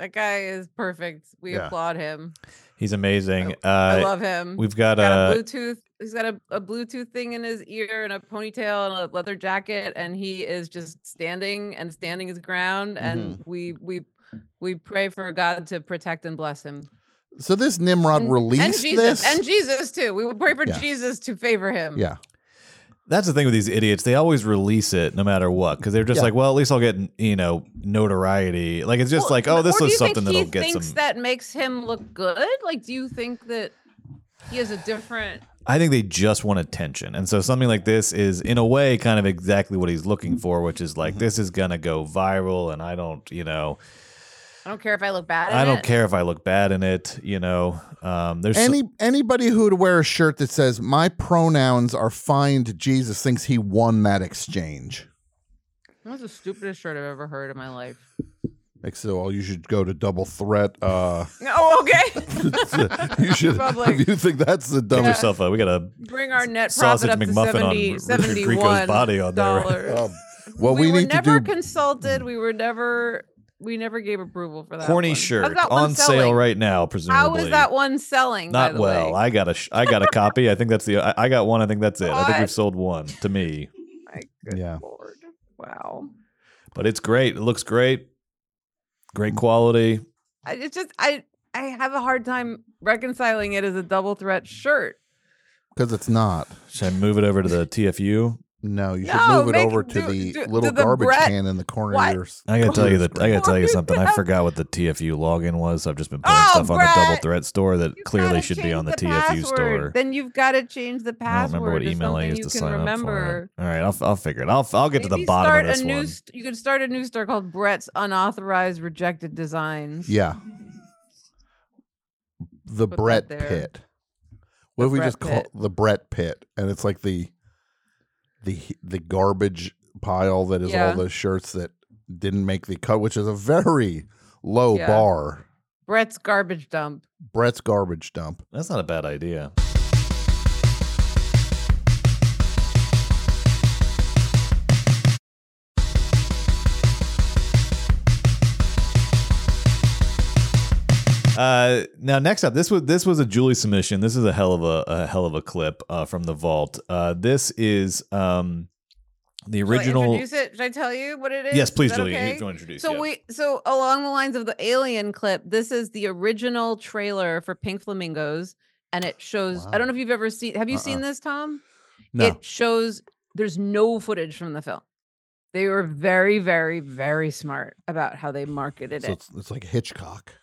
S2: That guy is perfect. We
S4: Yeah.
S2: applaud him.
S4: He's amazing. uh,
S2: Oh, I love him.
S4: We've got,
S2: He's
S4: uh,
S2: a Bluetooth. He's got a, a Bluetooth thing in his ear and a ponytail and a leather jacket, and he is just standing and standing his ground. And we we we pray for God to protect and bless him.
S3: So this Nimrod released
S2: and Jesus
S3: this.
S2: and Jesus too. We will pray for
S4: Yeah.
S2: Jesus to favor him.
S3: yeah.
S4: That's the thing with these idiots. They always release it no matter what because they're just
S2: Yeah.
S4: like, well, at least I'll get, you know, notoriety. Like, it's just like, oh, this
S2: or do
S4: was
S2: you
S4: something
S2: think
S4: that'll
S2: he
S4: get some.
S2: thinks that makes him look good? Like, do you think that he has a different?
S4: I think they just want attention. And so something like this is, in a way, kind of exactly what he's looking for, which is
S2: Mm-hmm.
S4: like, this is going to go viral. And I don't, you know,
S2: I don't care if I look bad. in
S4: I don't
S2: it.
S4: care if I look bad in it, you know. Um, there's so-
S3: Any anybody who would wear a shirt that says "My pronouns are fine to Jesus" thinks he won that exchange.
S2: That was the stupidest shirt I've ever heard in my life.
S3: Like, so well, you should go to Double Threat. Uh,
S2: Oh, okay.
S3: you should.
S2: Public.
S3: If you think that's the
S4: Get
S3: dumbest.
S4: yourself a, we got a
S2: Bring our net
S4: sausage
S2: profit up to
S4: McMuffin
S2: 70,
S4: on Rick Rico's
S2: 71
S4: body on there. Um,
S2: dollars.
S3: What we,
S2: we, were
S3: need to do
S2: never consulted. We were never. We never gave approval for that.
S4: horny
S2: one. How's
S4: shirt
S2: that one
S4: on sale
S2: selling?
S4: right now, presumably.
S2: How is that one selling? by
S4: Not
S2: the
S4: well.
S2: Way?
S4: I got a sh- I got a copy. I think that's the I, I got one. I think that's it. I think we've sold one to me.
S3: yeah.
S2: Wow.
S4: But it's great. It looks great. Great quality.
S2: I, it's just I. I have a hard time reconciling it as a double threat shirt.
S3: because it's not.
S4: Should I move it over to the TFU?
S3: No, you should
S2: No,
S3: move it
S2: make-
S3: over to
S2: do-
S3: the
S2: do-
S3: little
S2: do the
S3: garbage
S2: Brett-
S3: can in the corner
S2: What?
S3: of your s-
S4: I gotta tell you that I gotta tell you
S2: Why
S4: something. I forgot what the TFU login was. I've just been putting stuff on the double
S2: Oh, Brett,
S4: threat store that clearly should be
S2: Change
S4: on the,
S2: the
S4: TFU
S2: password.
S4: store.
S2: Then you've got to change the
S4: I don't
S2: password.
S4: remember what
S2: or
S4: email I
S2: something
S4: used
S2: you
S4: to
S2: can
S4: sign
S2: remember.
S4: up for. It. All right, I'll, I'll figure it. I'll I'll get to the
S2: Maybe
S4: bottom
S2: start
S4: of this
S2: a new
S4: one.
S2: st- you could start a new store called Brett's Unauthorized Rejected Designs.
S3: Yeah. The
S2: Put that
S3: Brett
S2: there.
S3: Pit. What if we
S2: Brett
S3: just call
S2: Pit.
S3: it the Brett Pit, and it's like the the the garbage pile that is
S2: Yeah.
S3: all those shirts that didn't make the cut, which is a very low
S2: Yeah.
S3: bar.
S2: Brett's Garbage Dump.
S3: Brett's garbage dump.
S4: That's not a bad idea. Uh, now next up, this was this was a Julie submission. This is a hell of a, a hell of a clip uh, from the vault. Uh, this is um the
S2: Shall I
S4: original.
S2: introduce it? Should I tell you what it is?
S4: Yes,
S2: Is
S4: please,
S2: that
S4: Julie, you
S2: okay?
S4: can introduce,
S2: So
S4: yeah.
S2: we so along the lines of the Alien clip, this is the original trailer for Pink Flamingos, and it shows. I don't know if you've ever seen. Have you seen
S3: Uh-uh.
S2: this, Tom?
S3: No.
S2: It shows. There's no footage from the film. They were very, very, very smart about how they marketed
S3: So
S2: it.
S3: it's, it's like Hitchcock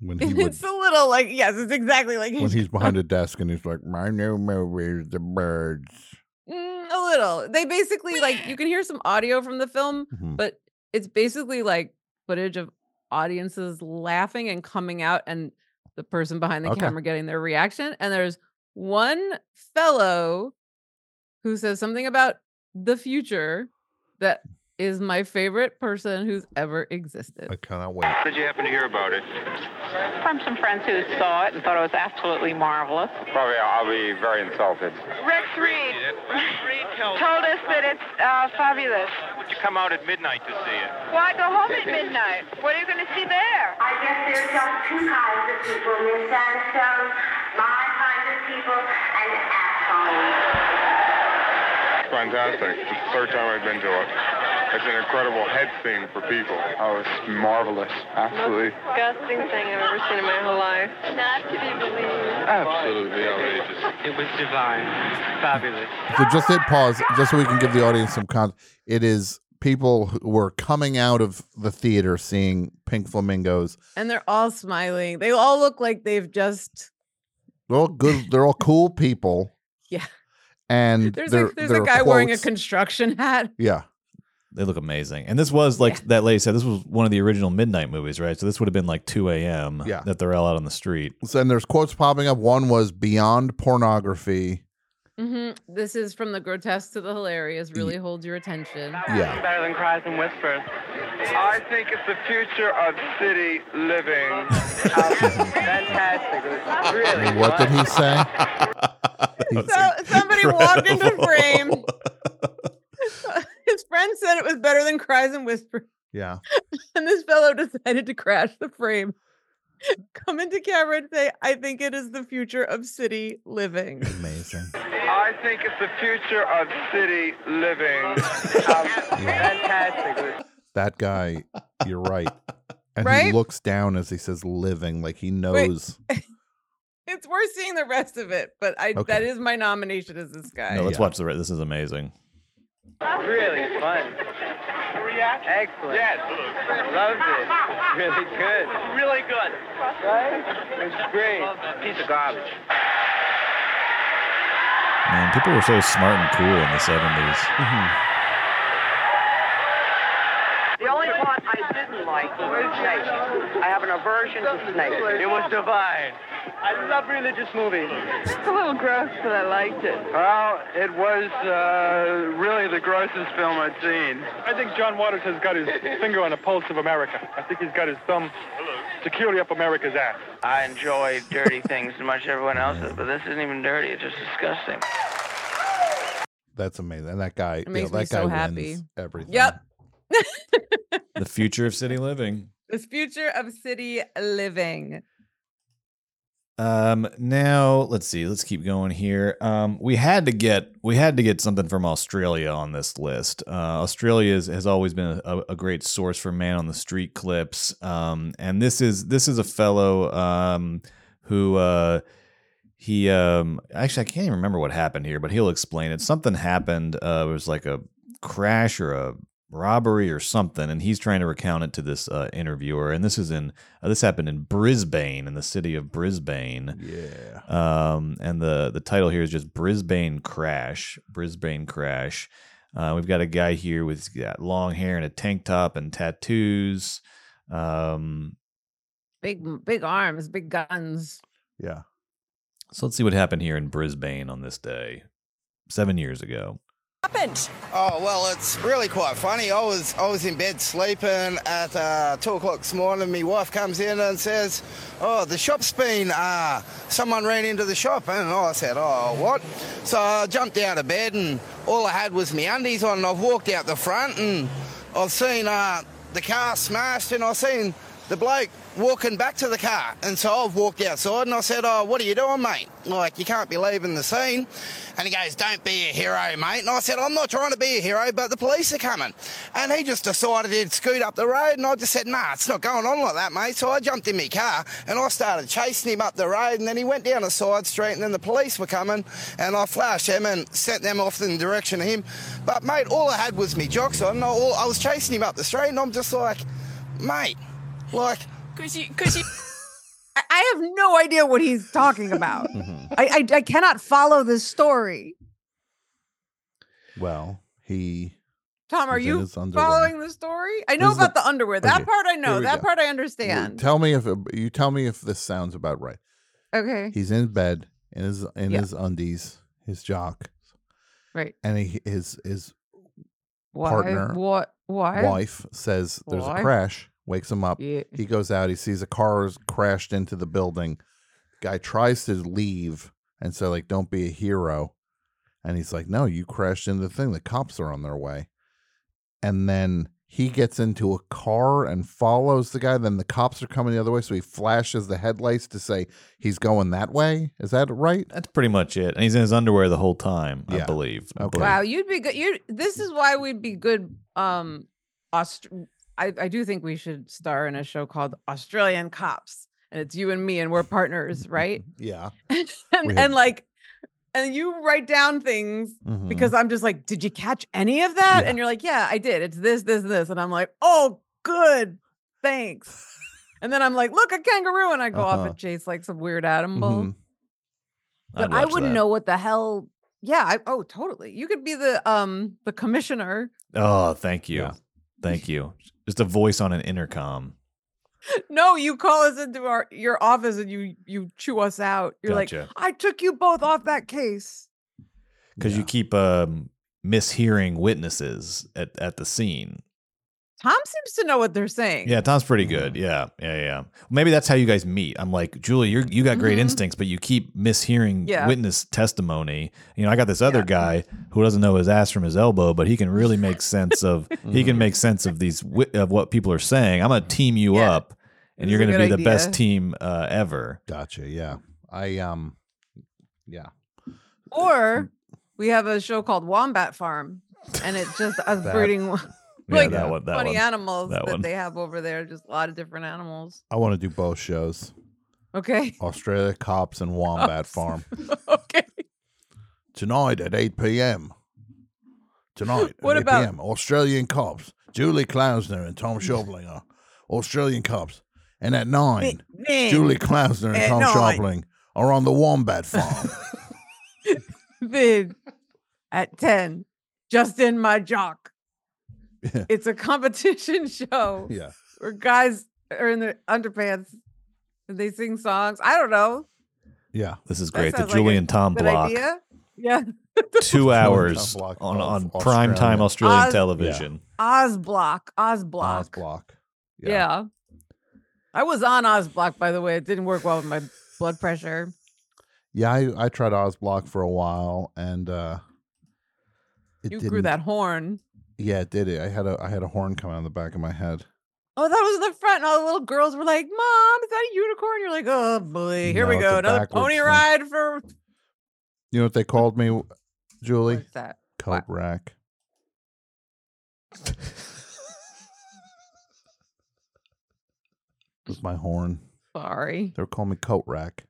S3: when he would
S2: It's a little like yes, it's exactly like
S3: when he's behind a desk and he's like, "My new movie is The Birds."
S2: Mm, a little. They basically like you can hear some audio from the film,
S3: Mhm.
S2: but it's basically like footage of audiences laughing and coming out and the person behind the
S14: Okay.
S2: camera getting their reaction. And there's one fellow who says something about the future that is my favorite person who's ever existed.
S3: I cannot wait.
S15: Did you happen to hear about it?
S16: From some friends who saw it and thought it was absolutely marvelous.
S15: Probably I'll be very insulted.
S16: Rex Reed told us that it's uh, fabulous.
S15: Would you come out at midnight to see it?
S16: Why go home at midnight? What are you going to see there?
S17: I guess there's just two kinds of people, Miss Sandstone, my kind of people, and
S6: Fantastic. It's the third time I've been to it. It's an incredible head thing for people. Oh, it's marvelous. Absolutely.
S16: Disgusting thing I've ever seen in my whole life. Not to be believed.
S15: Absolutely outrageous. It was divine. Fabulous.
S3: So just hit pause, just so we can give the audience some context. It is people who were coming out of the theater seeing Pink Flamingos.
S2: And they're all smiling. They all look like they've just
S3: They're all good. They're all cool people.
S2: yeah.
S3: And
S2: There's
S3: their-
S2: a there's a
S3: their
S2: guy wearing a
S3: quotes-
S2: construction hat.
S3: yeah.
S4: They look amazing. And this was like that lady said, this was one of the original midnight movies, right? So this would have been like 2 a.m.
S3: Yeah.
S4: that they're all out on the street.
S3: So, and there's quotes popping up. One was beyond pornography.
S2: hmm This is from the grotesque to the hilarious. Really hold your attention.
S3: Yeah.
S16: Better than cries and whispers.
S15: I think it's the future of city living. Fantastic. Really.
S3: What did he say? He-
S2: So somebody walked into frame. His friend said it was better than cries and whispers.
S3: yeah.
S2: And this fellow decided to crash the frame. Come into camera and say, I think it is the future of city living.
S3: Amazing.
S15: I think it's the future of city living. Fantastic.
S3: That guy, you're right. And he
S2: Right?
S3: looks down as he says living, like he knows.
S2: It's worth seeing the rest of it, but I
S4: Okay.
S2: that is my nomination as this guy.
S4: No, let's watch the rest. This is amazing.
S15: Really fun. Excellent. Yes. Loved it. Really good. Really good. Right? It's great. Piece of garbage.
S4: Man, people were so smart and cool in the 70s.
S16: The only part I didn't like was snakes. I have an aversion to snakes.
S15: It was divine. I love religious movies.
S16: It's a little gross, but I liked it.
S15: Well, it was uh, really the grossest film I'd seen. I think John Waters has got his finger on the pulse of America. I think he's got his thumb securely up America's ass.
S14: I enjoy dirty things as much as everyone else does, but this isn't even dirty. It's just disgusting.
S3: That's amazing. And that guy,
S14: It
S3: yeah,
S14: makes
S3: that
S14: me
S3: guy
S14: so happy.
S3: wins everything.
S2: Yep.
S4: The future of city living.
S2: The future of city living.
S4: Um, now let's see. Let's keep going here. Um, we had to get we had to get something from Australia on this list. Uh, Australia is, has always been a, a great source for man on the street clips. Um, and this is this is a fellow um who uh he um actually I can't even remember what happened here, but he'll explain it. Something happened. Uh, it was like a crash or a robbery or something, and he's trying to recount it to this uh, interviewer. And this is in uh, this happened in Brisbane, in the city of Brisbane.
S3: Yeah.
S4: Um, and the the title here is just Brisbane Crash. Brisbane Crash. Uh, we've got a guy here with he's got long hair and a tank top and tattoos. Um,
S2: Big big arms, big guns.
S3: Yeah.
S4: so let's see what happened here in Brisbane on this day, seven years ago.
S18: happened? Oh well, it's really quite funny. I was I was in bed sleeping at uh, two o'clock this morning. My wife comes in and says, "Oh, the shop's been. Uh, someone ran into the shop." And I said, "Oh, what?" So I jumped out of bed and all I had was my undies on. And I've walked out the front and I've seen uh, the car smashed and I've seen the bloke walking back to the car. And so I've walked outside and I said, Oh, what are you doing, mate? Like, you can't be leaving the scene. And he goes, Don't be a hero, mate. And I said, I'm not trying to be a hero, but the police are coming. And he just decided he'd scoot up the road. And I just said, Nah, it's not going on like that, mate. So I jumped in my car and I started chasing him up the road. And then he went down a side street and then the police were coming. And I flashed him and sent them off in the direction of him. But, mate, all I had was me jocks on. And I, all, I was chasing him up the street and I'm just like, Mate, like,
S2: Cause you, cause you. I, I have no idea what he's talking about.
S4: Mm-hmm.
S2: I, I I cannot follow this story.
S3: Well, he.
S2: Tom, are
S3: was in
S2: you
S3: his underwear.
S2: following the story? I know
S3: This is
S2: about
S3: the-
S2: the, underwear. That
S3: okay,
S2: part I
S3: here
S2: know.
S3: we go.
S2: That part I
S3: You
S2: understand.
S3: Tell me if you tell me if this sounds about right.
S2: okay.
S3: He's in bed in his in
S2: Yeah.
S3: his undies, his jock,
S2: Right.
S3: and he his his
S2: Why?
S3: partner,
S2: What? Why?
S3: wife says there's a
S2: Why?
S3: crash, wakes him up.
S2: Yeah.
S3: He goes out, he sees a car has crashed into the building. Guy tries to leave and say, like, don't be a hero. And he's like, No, you crashed into the thing. The cops are on their way. And then he gets into a car and follows the guy. Then the cops are coming the other way. So he flashes the headlights to say he's going that way. Is that right?
S4: That's pretty much it. And he's in his underwear the whole time, I
S3: Yeah.
S4: believe. I
S3: Okay.
S4: believe.
S2: Wow, you'd be good. You. This is why we'd be good. Um, Aust- I I do think we should star in a show called Australian Cops, and it's you and me and we're partners, right?
S3: Yeah.
S2: and,
S3: We have-
S2: and like and you write down things
S3: Mhm.
S2: because I'm just like, did you catch any of that? And you're like, yeah, I did. It's this, this, this. And I'm like, oh, good. Thanks. And then I'm like, look, a kangaroo. And I go off
S3: Uh-huh.
S2: and chase like some weird animal.
S3: Mhm.
S2: But I wouldn't know what the hell. Yeah. I, oh, totally. You could be the um the commissioner.
S4: Oh, thank you. Thank you. Just a voice on an intercom.
S2: No, you call us into our your office and you you chew us out. You're like,
S4: Gotcha.
S2: I took you both off that case.
S4: Because you keep um, mishearing witnesses at, at the scene.
S2: Tom seems to know what they're saying.
S4: Yeah, Tom's pretty good.
S2: Mm-hmm.
S4: Yeah, yeah, yeah. Maybe that's how you guys meet. I'm like, Julie, you you got great
S2: Mhm.
S4: instincts, but you keep mishearing
S2: Yeah.
S4: witness testimony. You know, I got this other guy who doesn't know his ass from his elbow, but he can really make sense of he
S2: Mm-hmm.
S4: can make sense of these wi- of what people are saying. I'm gonna team you up, and
S3: This
S4: you're
S3: is a
S4: gonna be
S3: good
S4: the best
S3: idea.
S4: team uh, ever.
S3: Gotcha. Yeah. I um yeah. Mm.
S2: Or we have a show called Wombat Farm, and it's just us
S3: That-
S2: breeding like
S3: Yeah, that one- that
S2: funny
S3: one.
S2: animals
S3: That
S2: that,
S3: one.
S2: they have over there. Just a lot of different animals.
S3: I want to do both shows.
S2: Okay.
S3: Australia Cops and Wombat Farm.
S2: okay.
S3: Tonight at 8 p.m. Tonight
S2: What
S3: at 8
S2: about-
S3: p.m. Australian Cops. Julie Klausner and Tom Shopling are Australian Cops. And at 9,
S2: nine.
S3: Julie Klausner and
S2: At
S3: Tom
S2: nine.
S3: Shopling are on the Wombat Farm.
S2: Then at ten, just in my jock.
S3: Yeah.
S2: It's a competition show
S3: yeah.
S2: where guys are in their underpants and they sing songs. I don't know.
S3: Yeah.
S4: This is
S2: That
S4: great. The
S2: sounds like a
S4: Julie and Tom
S2: good
S4: block.
S2: idea. Yeah.
S4: Two hours
S3: Tom Block
S4: on,
S3: of
S4: on prime time
S3: Australia.
S4: Australian
S2: Oz-
S4: television.
S2: Ozblock. Ozblock.
S3: Ozblock.
S2: Yeah. I was on Ozblock, by the way. It didn't work well with my blood pressure.
S3: Yeah, I, I tried Ozblock for a while and uh it
S2: you grew
S3: didn't-
S2: that horn.
S3: Yeah, it did it. I had a I had a horn come out of the back of my head.
S2: Oh, that was the front. And all the little girls were like, Mom, is that a unicorn? You're like, Oh, boy. Here we
S3: No, it's a
S2: go. Another
S3: backwards
S2: pony
S3: thing.
S2: ride for
S3: You know what they called me, Julie?
S2: What's that?
S3: Coat rack. it was my horn.
S2: Sorry.
S3: They were calling me coat rack.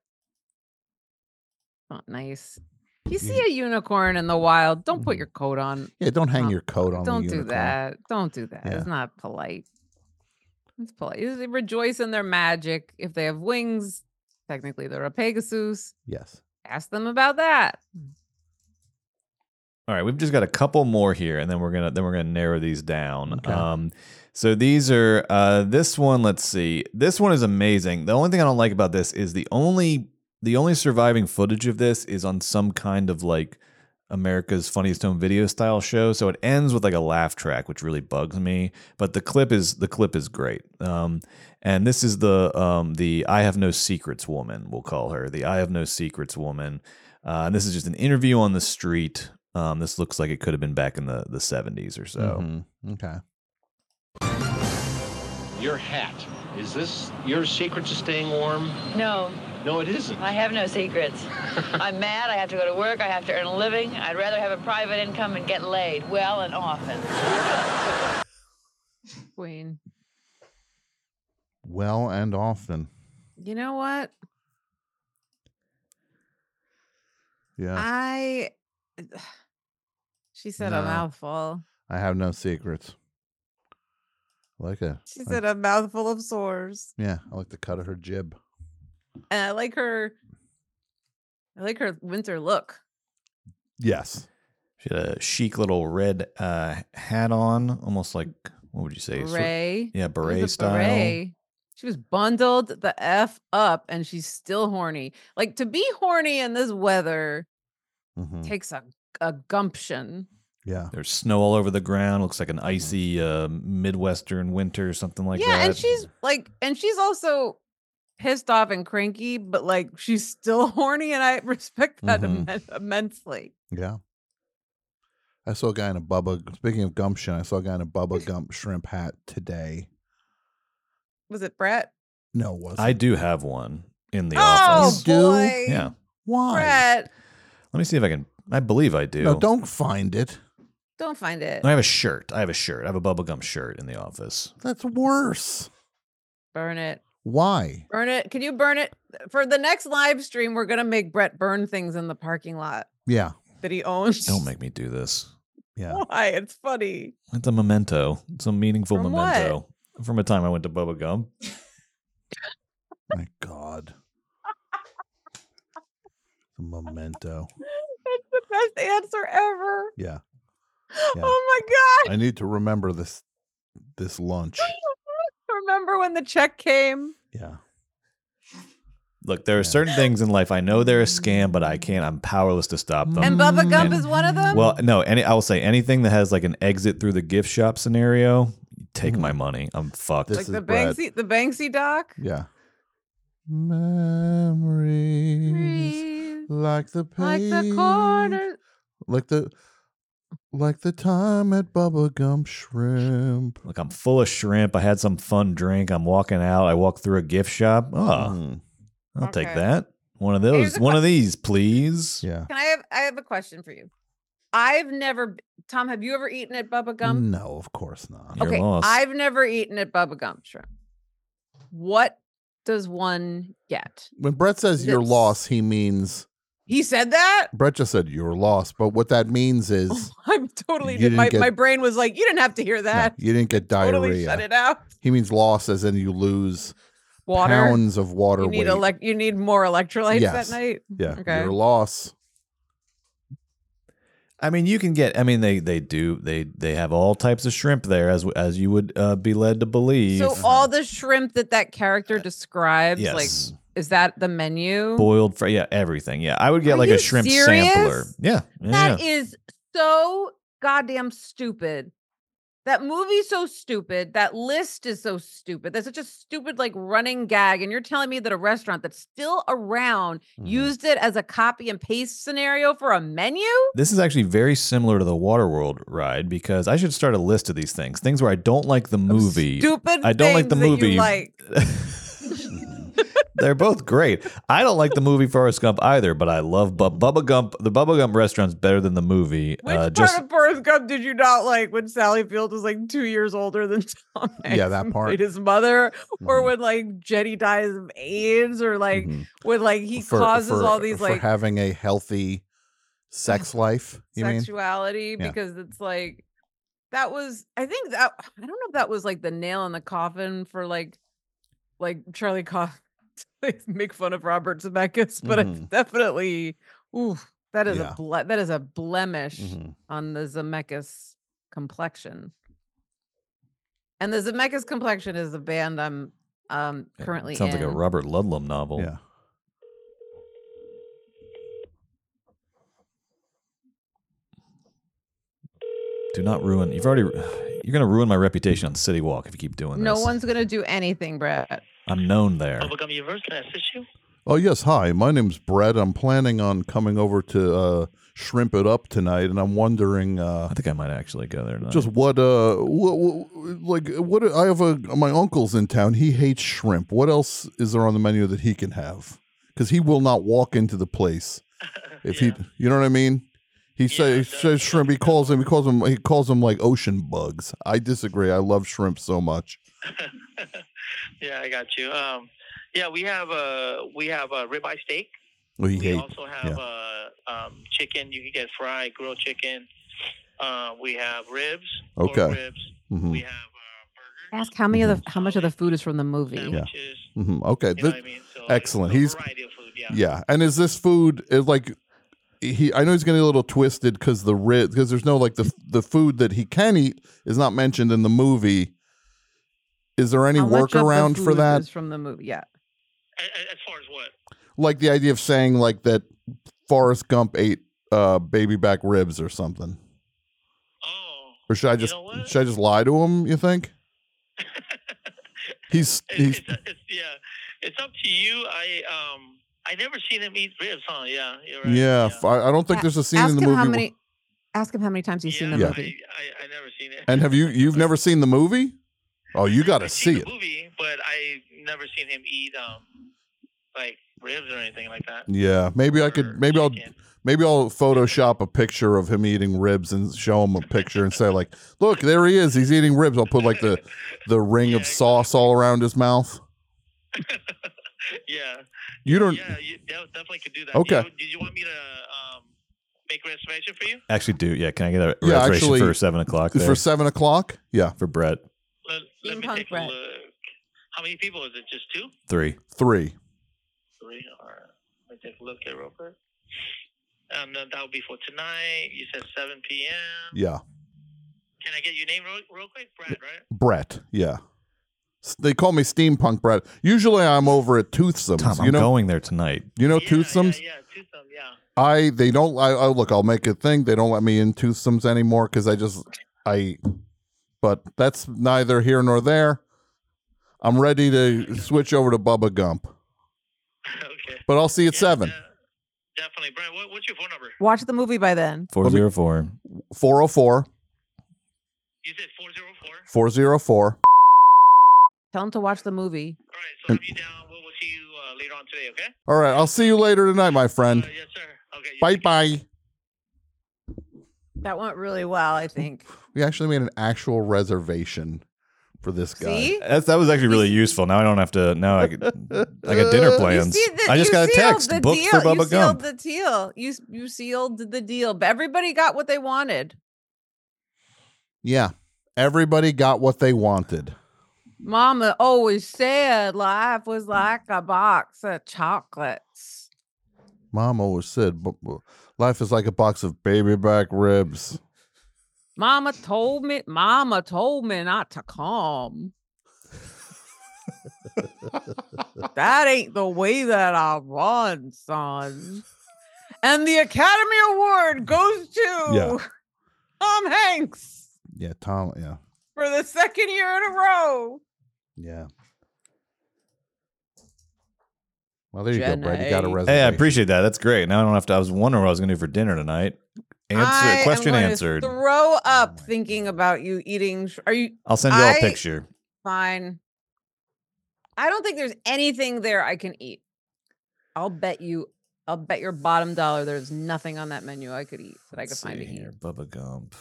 S2: Not nice. You see a unicorn in the wild, don't put your coat on.
S3: Yeah, don't hang
S2: Oh,
S3: your coat on. the
S2: Don't do
S3: unicorn.
S2: that. Don't do that.
S3: Yeah.
S2: It's not polite. It's polite. They rejoice in their magic. If they have wings, technically they're a Pegasus.
S3: Yes.
S2: Ask them about that.
S4: All right, we've just got a couple more here, and then we're gonna then we're gonna narrow these down. Um, so these are uh, this one. Let's see. This one is amazing. The only thing I don't like about this is the only the only surviving footage of this is on some kind of like America's Funniest Home Video style show. So it ends with like a laugh track, which really bugs me. But the clip is the clip is great. Um, and this is the um, the I have no secrets woman. We'll call her the I have no secrets woman. Uh, and this is just an interview on the street. Um, this looks like it could have been back in the, the 70s or
S2: Oh.
S4: so.
S3: Mm-hmm. Okay.
S19: Your hat. Is this your secret to staying warm?
S20: No,
S19: No, it isn't.
S20: I have no secrets. I'm mad. I have to go to work. I have to earn a living. I'd rather have a private income and get laid well and often.
S2: Queen.
S3: Well and often.
S2: You know what?
S3: Yeah.
S2: Ah. I she said a
S3: No.
S2: mouthful.
S3: I have no secrets. I like a
S2: She said a mouthful of sores.
S3: yeah, I like the cut of her jib.
S2: And I like her I like her winter look.
S3: Yes.
S4: She had a chic little red uh, hat on, almost like, what would you say? Sort-
S2: Beret.
S4: yeah,
S2: It was
S4: beret
S2: a
S4: style.
S2: beret. She was bundled the F up and she's still horny. Like to be horny in this weather
S4: Mm.
S2: takes a, a gumption.
S3: Yeah.
S4: There's snow all over the ground. Looks like an icy uh, Midwestern winter or something like
S2: Mm-hmm. yeah,
S4: that.
S2: and she's like, and she's also pissed off and cranky, but like she's still horny, and I respect that
S4: Mm-hmm.
S3: Mhm.
S2: immen- immensely.
S3: Yeah. I saw a guy in a Bubba. Speaking of gumption, I saw a guy in a Bubba Gump shrimp hat today.
S2: Was it Brett?
S3: No, it wasn't.
S4: I do have one in the
S2: Oh,
S4: office.
S2: You do? boy.
S4: Yeah.
S3: Why?
S2: Brett,
S4: Let me see if I can. I believe I do.
S3: No, don't find it.
S2: don't find it.
S4: I have a shirt. I have a shirt. I have a bubblegum shirt in the office.
S3: That's worse.
S2: Burn it.
S3: Why?
S2: Burn it. Can you burn it for the next live stream? We're gonna make Brett burn things in the parking lot
S3: Yeah.
S2: that he owns.
S4: Don't make me do this. Yeah.
S2: Why? It's funny.
S4: It's a memento. It's a meaningful
S2: From what?
S4: memento from a time I went to Bubba Gum.
S3: My God. Memento.
S2: That's the best answer ever.
S3: Yeah. Yeah.
S2: Oh my god!
S3: I need to remember this this lunch.
S2: Remember when the check came?
S3: Yeah.
S4: Look, there are certain things in life I know they're a scam, but I can't. I'm powerless to stop them.
S2: And Bubba Gump
S4: And-
S2: is one of them.
S4: Well, no, any I will say anything that has like an exit through the gift shop scenario,
S2: Mm-hmm.
S4: take my money. I'm fucked.
S2: like the Banksy, the Banksy doc.
S3: Yeah. Memories like the pain,
S2: Like the corner.
S3: like the like the time at Bubba Gump Shrimp.
S4: Like I'm full of shrimp. I had some fun drink. I'm walking out. I walk through a gift shop. Oh,
S3: Mm.
S4: I'll take
S2: Okay.
S4: that. One of those.
S2: a
S4: One of these, please.
S3: Yeah.
S2: Can I have? I have a question for you. I've never. b- Tom, have you ever eaten at Bubba Gump?
S3: No, of course not.
S2: okay, I've never eaten at Bubba Gump shrimp. What does one get?
S3: When Brett says your
S2: This-
S3: loss, he means
S2: He said that.
S3: Brett just said your loss, but what that means
S2: Oh,
S3: is
S2: I'm totally.
S3: You
S2: my
S3: didn't
S2: my
S3: get-
S2: brain was like, you didn't have to hear that.
S3: you didn't get diarrhea.
S2: totally shut it out.
S3: He means loss as in you lose
S2: Water.
S3: pounds of water
S2: you need
S3: weight.
S2: elec- You need more electrolytes
S3: Yes.
S2: that night.
S3: yeah,
S2: Okay.
S3: your loss.
S4: I mean, you can get. I mean, they they do. They they have all types of shrimp there, as as you would uh, be led to believe.
S2: So all the shrimp that that character describes,
S4: yes.
S2: like, mm. is that the menu?
S4: boiled fry. Yeah, everything. Yeah, I would get
S2: Are
S4: like
S2: you
S4: a shrimp
S2: serious?
S4: sampler. Yeah, yeah.
S2: That is so goddamn stupid. That movie's so stupid. That list is so stupid. That's such a stupid, like, running gag. And you're telling me that a restaurant that's still around
S4: Mm-hmm. Mm.
S2: used it as a copy and paste scenario for a menu?
S4: This is actually very similar to the Waterworld ride because I should start a list of these things, things where I don't like the movie.
S2: Stupid.
S4: I don't like the
S2: things that
S4: movie.
S2: you like.
S4: They're both great. I don't like the movie Forrest Gump either, but I love Bu- Bubba Gump. The Bubba Gump restaurant's better than the movie.
S2: Which
S4: uh,
S2: part
S4: just
S2: of Forrest Gump did you not like when Sally Field was like two years older than Tom? Hanks
S3: that
S2: and
S3: part.
S2: played His mother,
S4: Mm-hmm.
S2: or when like Jenny dies of AIDS, or like when like he
S3: for-
S2: causes
S3: for-
S2: all these
S3: for
S2: like
S3: having a healthy sex life. You mean?
S2: sexuality
S3: Yeah.
S2: because it's like that was I think that I don't know if that was like the nail in the coffin for like like Charlie Cox make fun of Robert Zemeckis, but it's
S3: Mhm.
S2: definitely ooh that is
S3: Yeah.
S2: a ble- that is a blemish
S3: Mhm.
S2: on the Zemeckis complexion. And the Zemeckis complexion is the band I'm um currently
S4: sounds like a
S2: in.
S4: Robert Ludlum novel.
S3: Yeah.
S4: Do not ruin. You've already. You're gonna ruin my reputation on City Walk if you keep doing
S2: no
S4: this.
S2: one's gonna do anything, Brett.
S4: I'm known there.
S3: Oh yes, hi. My name's Brett. I'm planning on coming over to uh, shrimp it up tonight, and I'm wondering uh,
S4: I think I might actually go there. Tonight.
S3: just what uh what, like what I have a my uncle's in town. He hates shrimp. What else is there on the menu that he can have? Because he will not walk into the place if he. You know what I mean? He say, says shrimp. He calls him. He calls him. He calls him like ocean bugs. I disagree. I love shrimp so much.
S21: Yeah, I got you. Um, yeah, we have uh, we have a ribeye steak.
S3: Well, he
S21: we
S3: hate-
S21: also have uh, um, chicken. You can get fried, grilled chicken. Uh, we have ribs. pork
S3: Okay.
S21: Ribs.
S3: Mhm.
S21: We have
S2: Ask how many
S3: Mm-hmm.
S2: of the how much of the food is from the movie.
S3: Yeah. hmm Okay.
S21: You know what
S3: Th-
S21: I mean? So,
S3: excellent.
S21: it's a
S3: He's
S21: variety of food, yeah.
S3: And is this food is like he? I know he's getting a little twisted because the rib because there's no like the the food that he can eat is not mentioned in the movie. Is there any
S2: How much of the
S3: workaround for
S2: food
S3: that?
S2: is from the movie. Yeah.
S3: Like the idea of saying like that Forrest Gump ate uh, baby back ribs or something. Oh. Or should I just should I just lie to him? You think? he's he's
S21: It's up to you. I um, I never seen him eat ribs, huh? Yeah, you're right.
S3: yeah. f- I, I don't think
S2: Yeah,
S3: there's a scene
S2: ask
S3: in the
S2: him
S3: movie.
S2: How
S3: wh-
S2: many, ask him how many times he's seen the
S3: Yeah.
S2: movie.
S3: and have you you've never seen the movie? Oh, you got to see it.
S21: But I never seen him eat um, like ribs or anything like that.
S3: Yeah, maybe I could. Maybe I'll. Maybe I'll Photoshop a picture of him eating ribs and show him a picture and say like, "Look, there he is. He's eating ribs." I'll put like the the ring of sauce all around his mouth.
S21: yeah.
S3: You don't.
S21: Yeah, you de- definitely could do that.
S3: Okay.
S21: Do you, did you want me to um, make reservation for you?
S4: Actually, do yeah. Can I get a
S3: Yeah,
S4: reservation
S3: actually-
S4: for seven o'clock?
S3: for
S4: there?
S3: seven o'clock. Yeah,
S4: for Brett
S21: Let, let me take a look. How many people is it? Just two?
S4: three.
S3: Three.
S21: Three? All right. Let me take a look here real quick. Um, no, that would be for tonight. You said 7 p.m.
S3: Yeah,
S21: Can I get your name real, real quick? Brad, right?
S3: Brett. Yeah, S- they call me Steampunk Brett. Usually, I'm over at Toothsome's.
S4: Tom,
S3: you
S4: I'm
S3: know,
S4: going there tonight.
S3: You know Toothsome's. Yeah, I they don't. I, I look. I'll make a thing. They don't let me in Toothsome's anymore because I just I. But that's neither here nor there. I'm ready to switch over to Bubba Gump. Okay. But I'll see you at seven.
S2: Watch the movie by then.
S4: Four zero four.
S3: 404. You said 404? 404.
S2: Tell him to watch the movie.
S21: uh,
S3: All right. I'll see you later tonight, my friend. yes, sir. Okay, bye bye.
S2: That went really well,
S4: Oh,
S2: I think.
S3: We actually made an actual reservation for this guy.
S2: See?
S4: That's, that was actually really useful. Now I don't have to. Now I could, I got dinner plans.
S2: See, the-
S4: I just
S2: you
S4: got a
S2: sealed
S4: text
S2: the
S4: booked
S2: deal.
S4: for
S2: you
S4: Bubba
S2: sealed
S4: Gump.
S2: the deal. You you sealed the deal. But everybody got what they wanted.
S3: Yeah. Everybody got what they wanted.
S2: Mama always said life was like a box of chocolates.
S3: Mom always said, "Bu- bu- life is like a box of baby back ribs.
S2: Mama told me. Mama told me not to come. that ain't the way that I run, son. And the Academy Award goes to
S3: Yeah.
S2: Tom Hanks
S3: Yeah, Tom. Yeah.
S2: for the second year in a row.
S3: Yeah. Well, there you go, Brad. You got a
S2: Jenna.
S3: reservation.
S4: Hey, I appreciate that. That's great. Now I don't have to. I was wondering what I was going to do for dinner tonight. Answer
S2: I am
S4: question
S2: going to
S4: answered. Oh
S2: Throw up thinking about you eating. sh- Are you?
S4: I'll send you all a
S2: I-
S4: picture.
S2: Fine. I don't think there's anything there I can eat. I'll bet you. I'll bet your bottom dollar there's nothing on that menu I could eat that I could
S4: Let's
S2: find
S4: see
S2: to eat.
S4: here, Bubba Gump.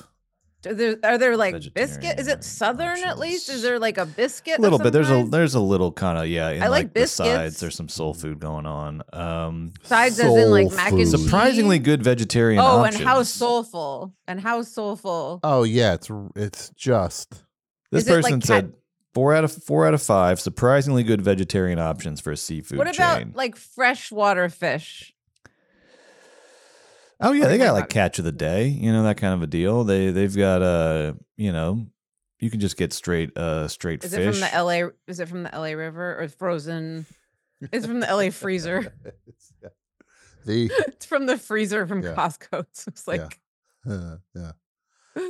S2: Are there, are there like biscuit? Is it southern at least? Is there like a biscuit?
S4: A little bit. There's a
S2: sometimes?
S4: there's a little kind of yeah. In
S2: I like
S4: like, the sides.
S2: biscuits.
S4: There's some soul food going on. Um,
S2: Sides as in, like, Soul mac and food.
S4: Surprisingly good vegetarian.
S2: Oh,
S4: options.
S2: and how soulful! And how soulful!
S3: Oh yeah, it's it's just
S4: This
S2: Is it like
S4: person
S2: cat-
S4: said four out of four out of five surprisingly good vegetarian options for a seafood
S2: what about
S4: chain.
S2: like freshwater fish?
S4: Oh yeah, they got like catch of the day, you know that kind of a deal. They they've got uh you know you can just get straight uh straight
S2: Is
S4: fish.
S2: it from the LA? Is it from the LA River or frozen? It's from the LA freezer.
S3: the
S2: it's from the freezer from
S3: Yeah.
S2: Costco. So it's like
S3: yeah. Uh, yeah.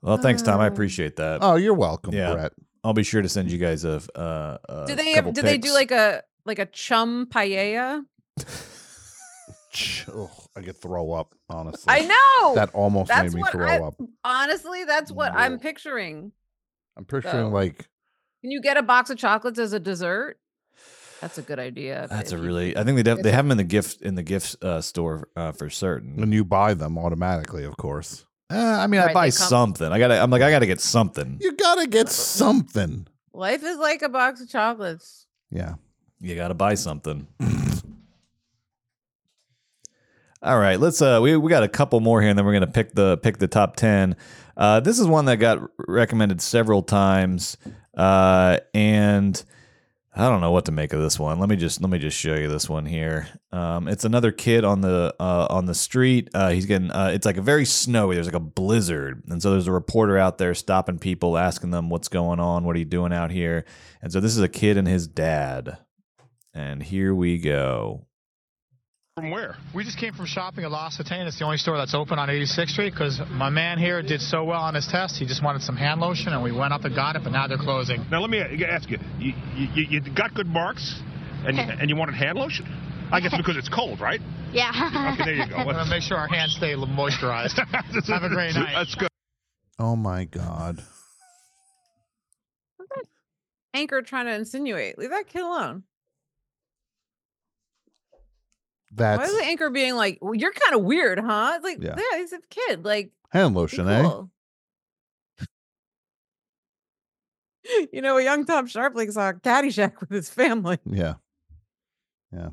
S4: well, thanks Tom, I appreciate that.
S3: Oh, you're welcome,
S4: yeah,
S3: Brett.
S4: I'll be sure to send you guys a. Uh, a
S2: do they
S4: couple
S2: have, do they do
S4: pics.
S2: like a like a chum paella?
S3: Ch- ugh, I could throw up, honestly.
S2: I know
S3: That almost made
S2: That's
S3: me
S2: what
S3: throw
S2: I-
S3: up.
S2: Honestly, that's what I'm picturing.
S3: I'm picturing
S2: So-
S3: like
S2: Can you get a box of chocolates as a dessert? That's a good idea.
S4: That's
S2: if
S4: a
S2: you-
S4: really. I think they def-
S2: if
S4: they
S2: you-
S4: have them in the gift in the gift uh, store uh, for certain.
S3: and you buy them automatically, of course. Ah,
S4: Uh, I mean, I
S2: Right,
S4: buy
S2: they come-
S4: something. I gotta. I'm like, I gotta get something.
S3: You gotta get something.
S2: life is like a box of chocolates.
S3: Yeah.
S4: You gotta buy something. All right, let's uh we, we got a couple more here and then we're gonna pick the pick the top ten. Uh this is one that got r- recommended several times. Uh and I don't know what to make of this one. Let me just let me just show you this one here. Um, it's another kid on the uh, on the street. Uh, he's getting uh, it's like a very snowy. There's like a blizzard, and so there's a reporter out there stopping people, asking them what's going on, what are you doing out here? And so this is a kid and his dad. And here we go.
S1: From where? We just came from shopping at La Cetane. It's the only store that's open on 86th Street because my man here did so well on his test. He just wanted some hand lotion and we went up and got it, but now they're closing.
S22: Now let me ask you: you, you, you got good marks, and you, and you wanted hand lotion? I guess because it's cold, right?
S1: Yeah.
S22: Okay, there you go.
S1: I'm going to make sure our hands stay moisturized. Have a great night.
S22: That's good.
S3: Oh my god.
S2: Anchor trying to insinuate. Leave that kid alone. Why
S3: That's
S2: is the anchor being like, well, you're kind of weird, huh? It's like,
S3: Yeah.
S2: yeah, he's a kid. Like,
S3: hand
S2: be
S3: lotion, eh?
S2: cool. you know, a young Tom Sharpling saw Caddyshack with his family.
S3: Yeah. Yeah.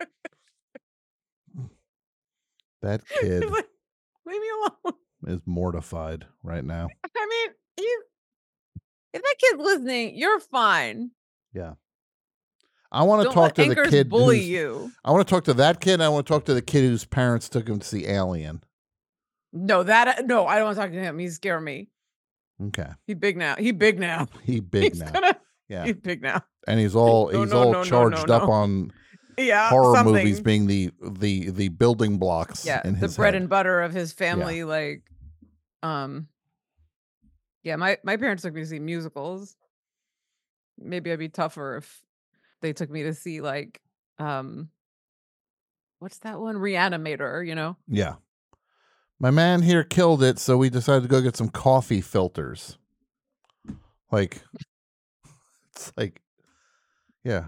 S3: that kid
S2: He's like, Leave me alone.
S3: is mortified right now.
S2: I mean, you. If that kid's listening, you're fine.
S3: Yeah. I want to
S2: Don't
S3: talk
S2: let
S3: to the
S2: anchors
S3: kid
S2: bully
S3: who's-
S2: you.
S3: I want to talk to that kid. and I want to talk to the kid whose parents took him to see Alien.
S2: No, that no, I don't want to talk to him. He scared me.
S3: Okay.
S2: He big now. He big now.
S3: He big
S2: He's
S3: now.
S2: gonna-
S3: yeah.
S2: He's big now.
S3: and he's all
S2: No,
S3: he's
S2: no,
S3: all
S2: no, no,
S3: charged
S2: no,
S3: up
S2: no.
S3: on
S2: Yeah,
S3: horror
S2: something.
S3: movies being the the the building blocks
S2: Yeah,
S3: in
S2: the
S3: his
S2: bread
S3: head.
S2: and butter of his family. Like, um, yeah, my my parents took me to see musicals. Maybe I'd be tougher if they took me to see like, um, what's that one? Reanimator. You know.
S3: yeah my man here killed it so we decided to go get some coffee filters like it's like yeah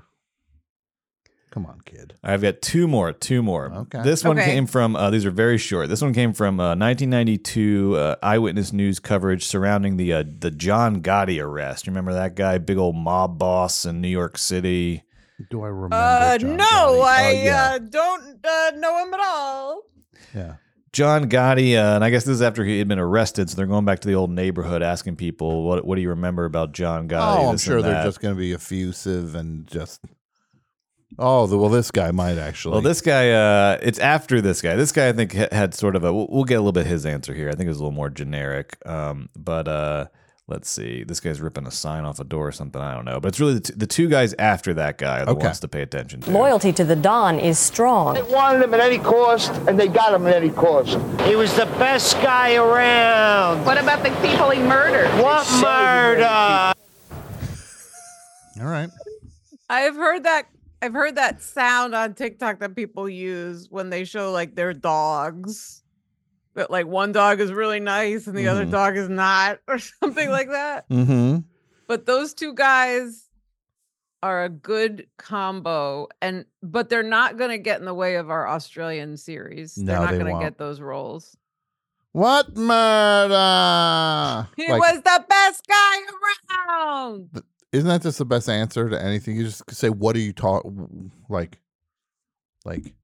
S3: come on kid
S4: I've got two more, two more.
S3: Okay.
S4: This one
S3: Okay.
S4: came from, uh, these are very short. This one came from uh, 1992 uh, eyewitness news coverage surrounding the uh, the John Gotti arrest. You remember that guy, big old mob boss in New York City?
S3: Do I remember?
S2: Uh, no, I
S3: Oh,
S2: uh,
S4: yeah.
S2: don't uh, know him at all.
S4: John Gotti, uh, and I guess this is after he had been arrested, so they're going back to the old neighborhood asking people, what what do you remember about John Gotti?
S3: oh i'm
S4: this and
S3: sure they're
S4: that.
S3: just going to be effusive and just oh the, well this guy might actually
S4: Well, this guy, uh, it's after this guy. This guy, I think, ha- had sort of a. We'll, we'll get a little bit his answer here. I think it was a little more generic. Um, but uh, let's see. This guy's ripping a sign off a door or something. I don't know. But it's really the, t- the two guys after that guy are the ones to pay attention to.
S5: Loyalty to the Don is strong.
S7: They wanted him at any cost, and they got him at any cost. He was the best guy around.
S12: What about the people he murdered?
S7: What murder?
S3: all right
S2: I've heard that. I've heard that sound on TikTok that people use when they show like their dogs. That like one dog is really nice and the other
S3: Mhm.
S2: dog is not, or something like that.
S3: mm-hmm
S2: But those two guys are a good combo, and but they're not gonna get in the way of our Australian series. they're
S3: No,
S2: not
S3: they
S2: gonna
S3: won't.
S2: get those roles.
S3: what murder
S2: He
S3: Like,
S2: was the best guy around.
S3: isn't that just the best answer to anything? You just say, "What are you talk like?" Like,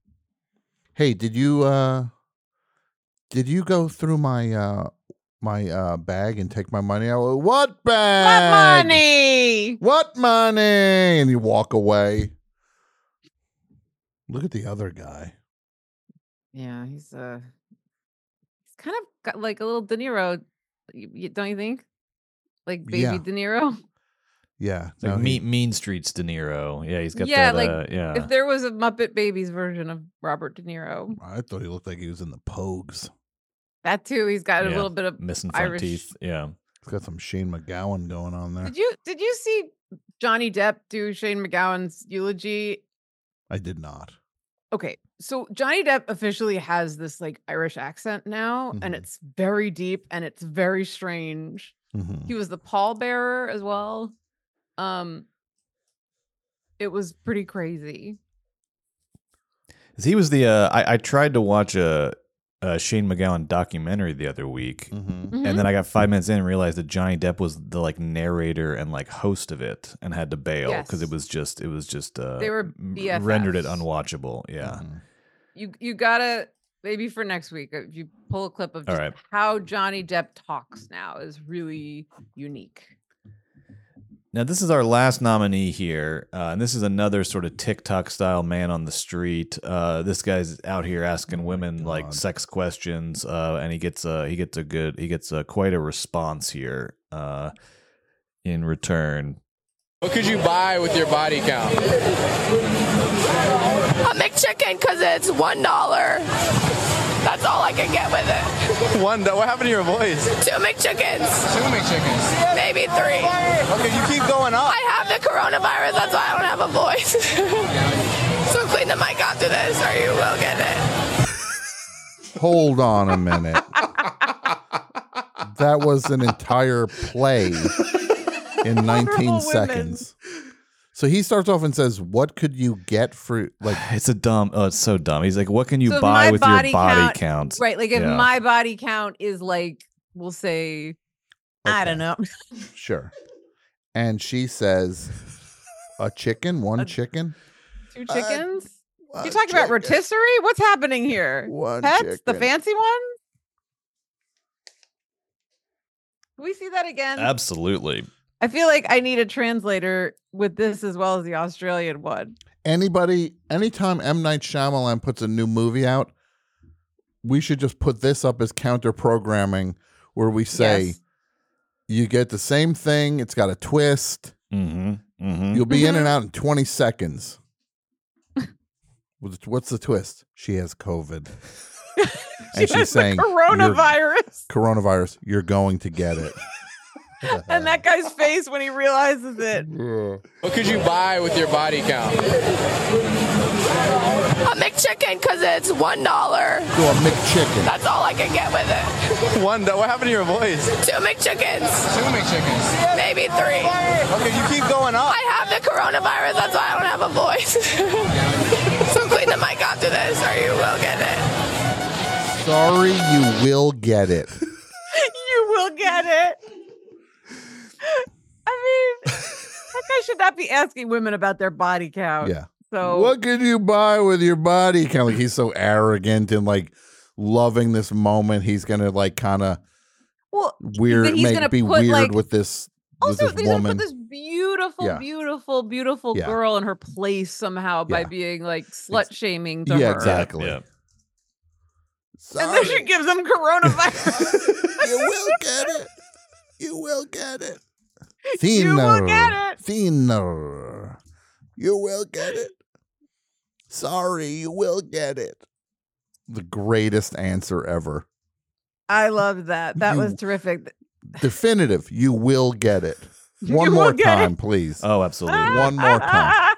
S3: hey, did you uh, did you go through my uh my uh bag and take my money out? What
S2: Uh,
S3: bag?
S2: money?
S3: What money? And you walk away. Look at the other guy.
S2: Yeah, he's uh he's kind of got like a little De Niro, y- y- don't you think? Like baby
S4: Yeah.
S2: De Niro.
S3: Yeah,
S4: It's like
S3: no, he-
S4: mean, mean Streets De Niro. Yeah, he's got
S2: yeah,
S4: that.
S2: like
S4: uh, yeah.
S2: if there was a Muppet Babies version of Robert De Niro,
S3: I thought he looked like he was in the Pogues.
S2: that too, he's got a
S3: Yeah,
S2: little bit of
S4: missing front
S2: Irish.
S4: teeth. Yeah.
S3: He's got some Shane McGowan going on there.
S2: Did you did you see Johnny Depp do Shane McGowan's eulogy?
S3: I did not.
S2: Okay, so Johnny Depp officially has this like Irish accent now,
S3: Mhm.
S2: and it's very deep and it's very strange.
S3: Mhm.
S2: he was the pallbearer as well um it was pretty crazy
S4: 'Cause He was the. Uh, I, I tried to watch a, a Shane McGowan documentary the other week,
S3: Mm-hmm.
S4: and
S2: Mm-hmm.
S4: then I got five minutes in and realized that Johnny Depp was the like narrator and like host of it, and had to bail because it was just it was just uh,
S2: They were
S4: m-
S2: BFFs.
S4: rendered it unwatchable. Yeah,
S2: Mm-hmm. you you gotta maybe for next week if you pull a clip of
S4: All
S2: just
S4: right.
S2: how johnny depp talks now is really unique
S4: Now, this is our last nominee here, uh, and this is another sort of TikTok style man on the street. Uh, this guy's out here asking women like sex questions, uh, and he gets a he gets a good he gets a, quite a response here uh, in return.
S23: What could you buy with your body count?
S24: A McChicken because it's one dollar. That's all I can get with it.
S23: One. do- What happened to your voice?
S24: Two McChickens.
S23: Two McChickens.
S24: Maybe three.
S23: Okay, you keep going up.
S24: I have the coronavirus, that's why I don't have a voice. so clean the mic after this, or you will get it.
S3: Hold on a minute. that was an entire play in 19 seconds. So he starts off and says, "What could you get for like?"
S4: It's a dumb. Oh, it's so dumb. He's like, "What can you
S2: So if
S4: buy
S2: my
S4: with your body count?"
S2: right like if
S4: Yeah.
S2: my body count is like we'll say I don't know.
S3: Sure. And she says, a chicken, one chicken.
S2: Two chickens?
S3: uh,
S2: You're talking about rotisserie? What's happening here?
S3: One
S2: Pets? The
S3: chicken.
S2: fancy one? Can we see that again?
S4: Absolutely.
S2: I feel like I need a translator with this as well as the Australian one.
S3: Anybody, anytime M. Night Shyamalan puts a new movie out, we should just put this up as counter programming where we say,
S2: Yes.
S3: you get the same thing, it's got a twist.
S4: Mm-hmm. Mm-hmm.
S3: You'll be in and out in 20 seconds. What's what's the twist? She has COVID.
S2: She has the coronavirus.
S3: You're, coronavirus, you're going to get it.
S2: and that guy's face when he realizes it.
S23: What could you buy with your body count?
S24: A McChicken because it's one dollar.
S3: Do a McChicken.
S24: That's all I can get with it.
S23: One. do- What happened to your voice?
S24: Two McChickens.
S23: Two McChickens.
S24: Maybe three.
S23: Okay, you keep going up.
S24: I have the coronavirus. That's why I don't have a voice. so clean the mic after this, or you will get it.
S3: Sorry, you will get it.
S2: you will get it. I mean, that guy should not be asking women about their body count.
S3: Yeah.
S2: So
S3: What could you buy with your body? Kind of like he's so arrogant and like loving this moment. He's gonna like kind of
S2: well,
S3: weird,
S2: he's
S3: make
S2: gonna
S3: be
S2: put,
S3: weird
S2: like-
S3: with this with
S2: also
S3: this
S2: they're gonna
S3: woman.
S2: put this beautiful,
S3: Yeah.
S2: beautiful, beautiful
S3: Yeah.
S2: girl in her place somehow by
S3: Yeah.
S2: being like slut shaming to
S3: yeah,
S2: her.
S3: exactly.
S2: And then she gives him coronavirus.
S3: you will get it. You will get it. Thinner,
S17: You will get it.
S3: thinner. You will get it. Sorry, you will get it. The greatest answer ever.
S2: I love that. That was
S3: You-
S2: terrific.
S3: Definitive. You will get it. One more time, please.
S4: Oh, absolutely.
S2: Ah!
S3: One more time.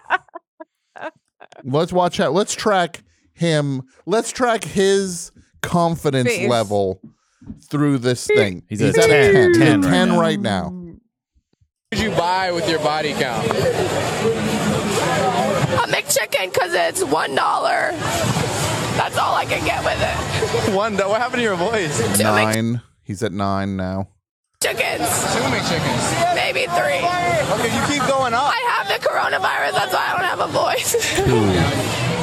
S3: Let's watch out. Let's track him. Let's track his confidence
S2: Face.
S3: level through this thing.
S4: He's at 10.
S3: 10. He's
S4: 10
S3: at
S4: right
S3: 10
S4: now.
S3: right now.
S23: What could you buy with your body count?
S24: A McChicken because it's one dollar. That's all I can get with it.
S23: One. do- What happened to your voice?
S3: Nine. He's at nine now.
S24: Chickens.
S23: Two McChickens.
S24: Maybe three.
S23: Okay, you keep going up.
S24: I have the coronavirus. That's why I don't have a voice.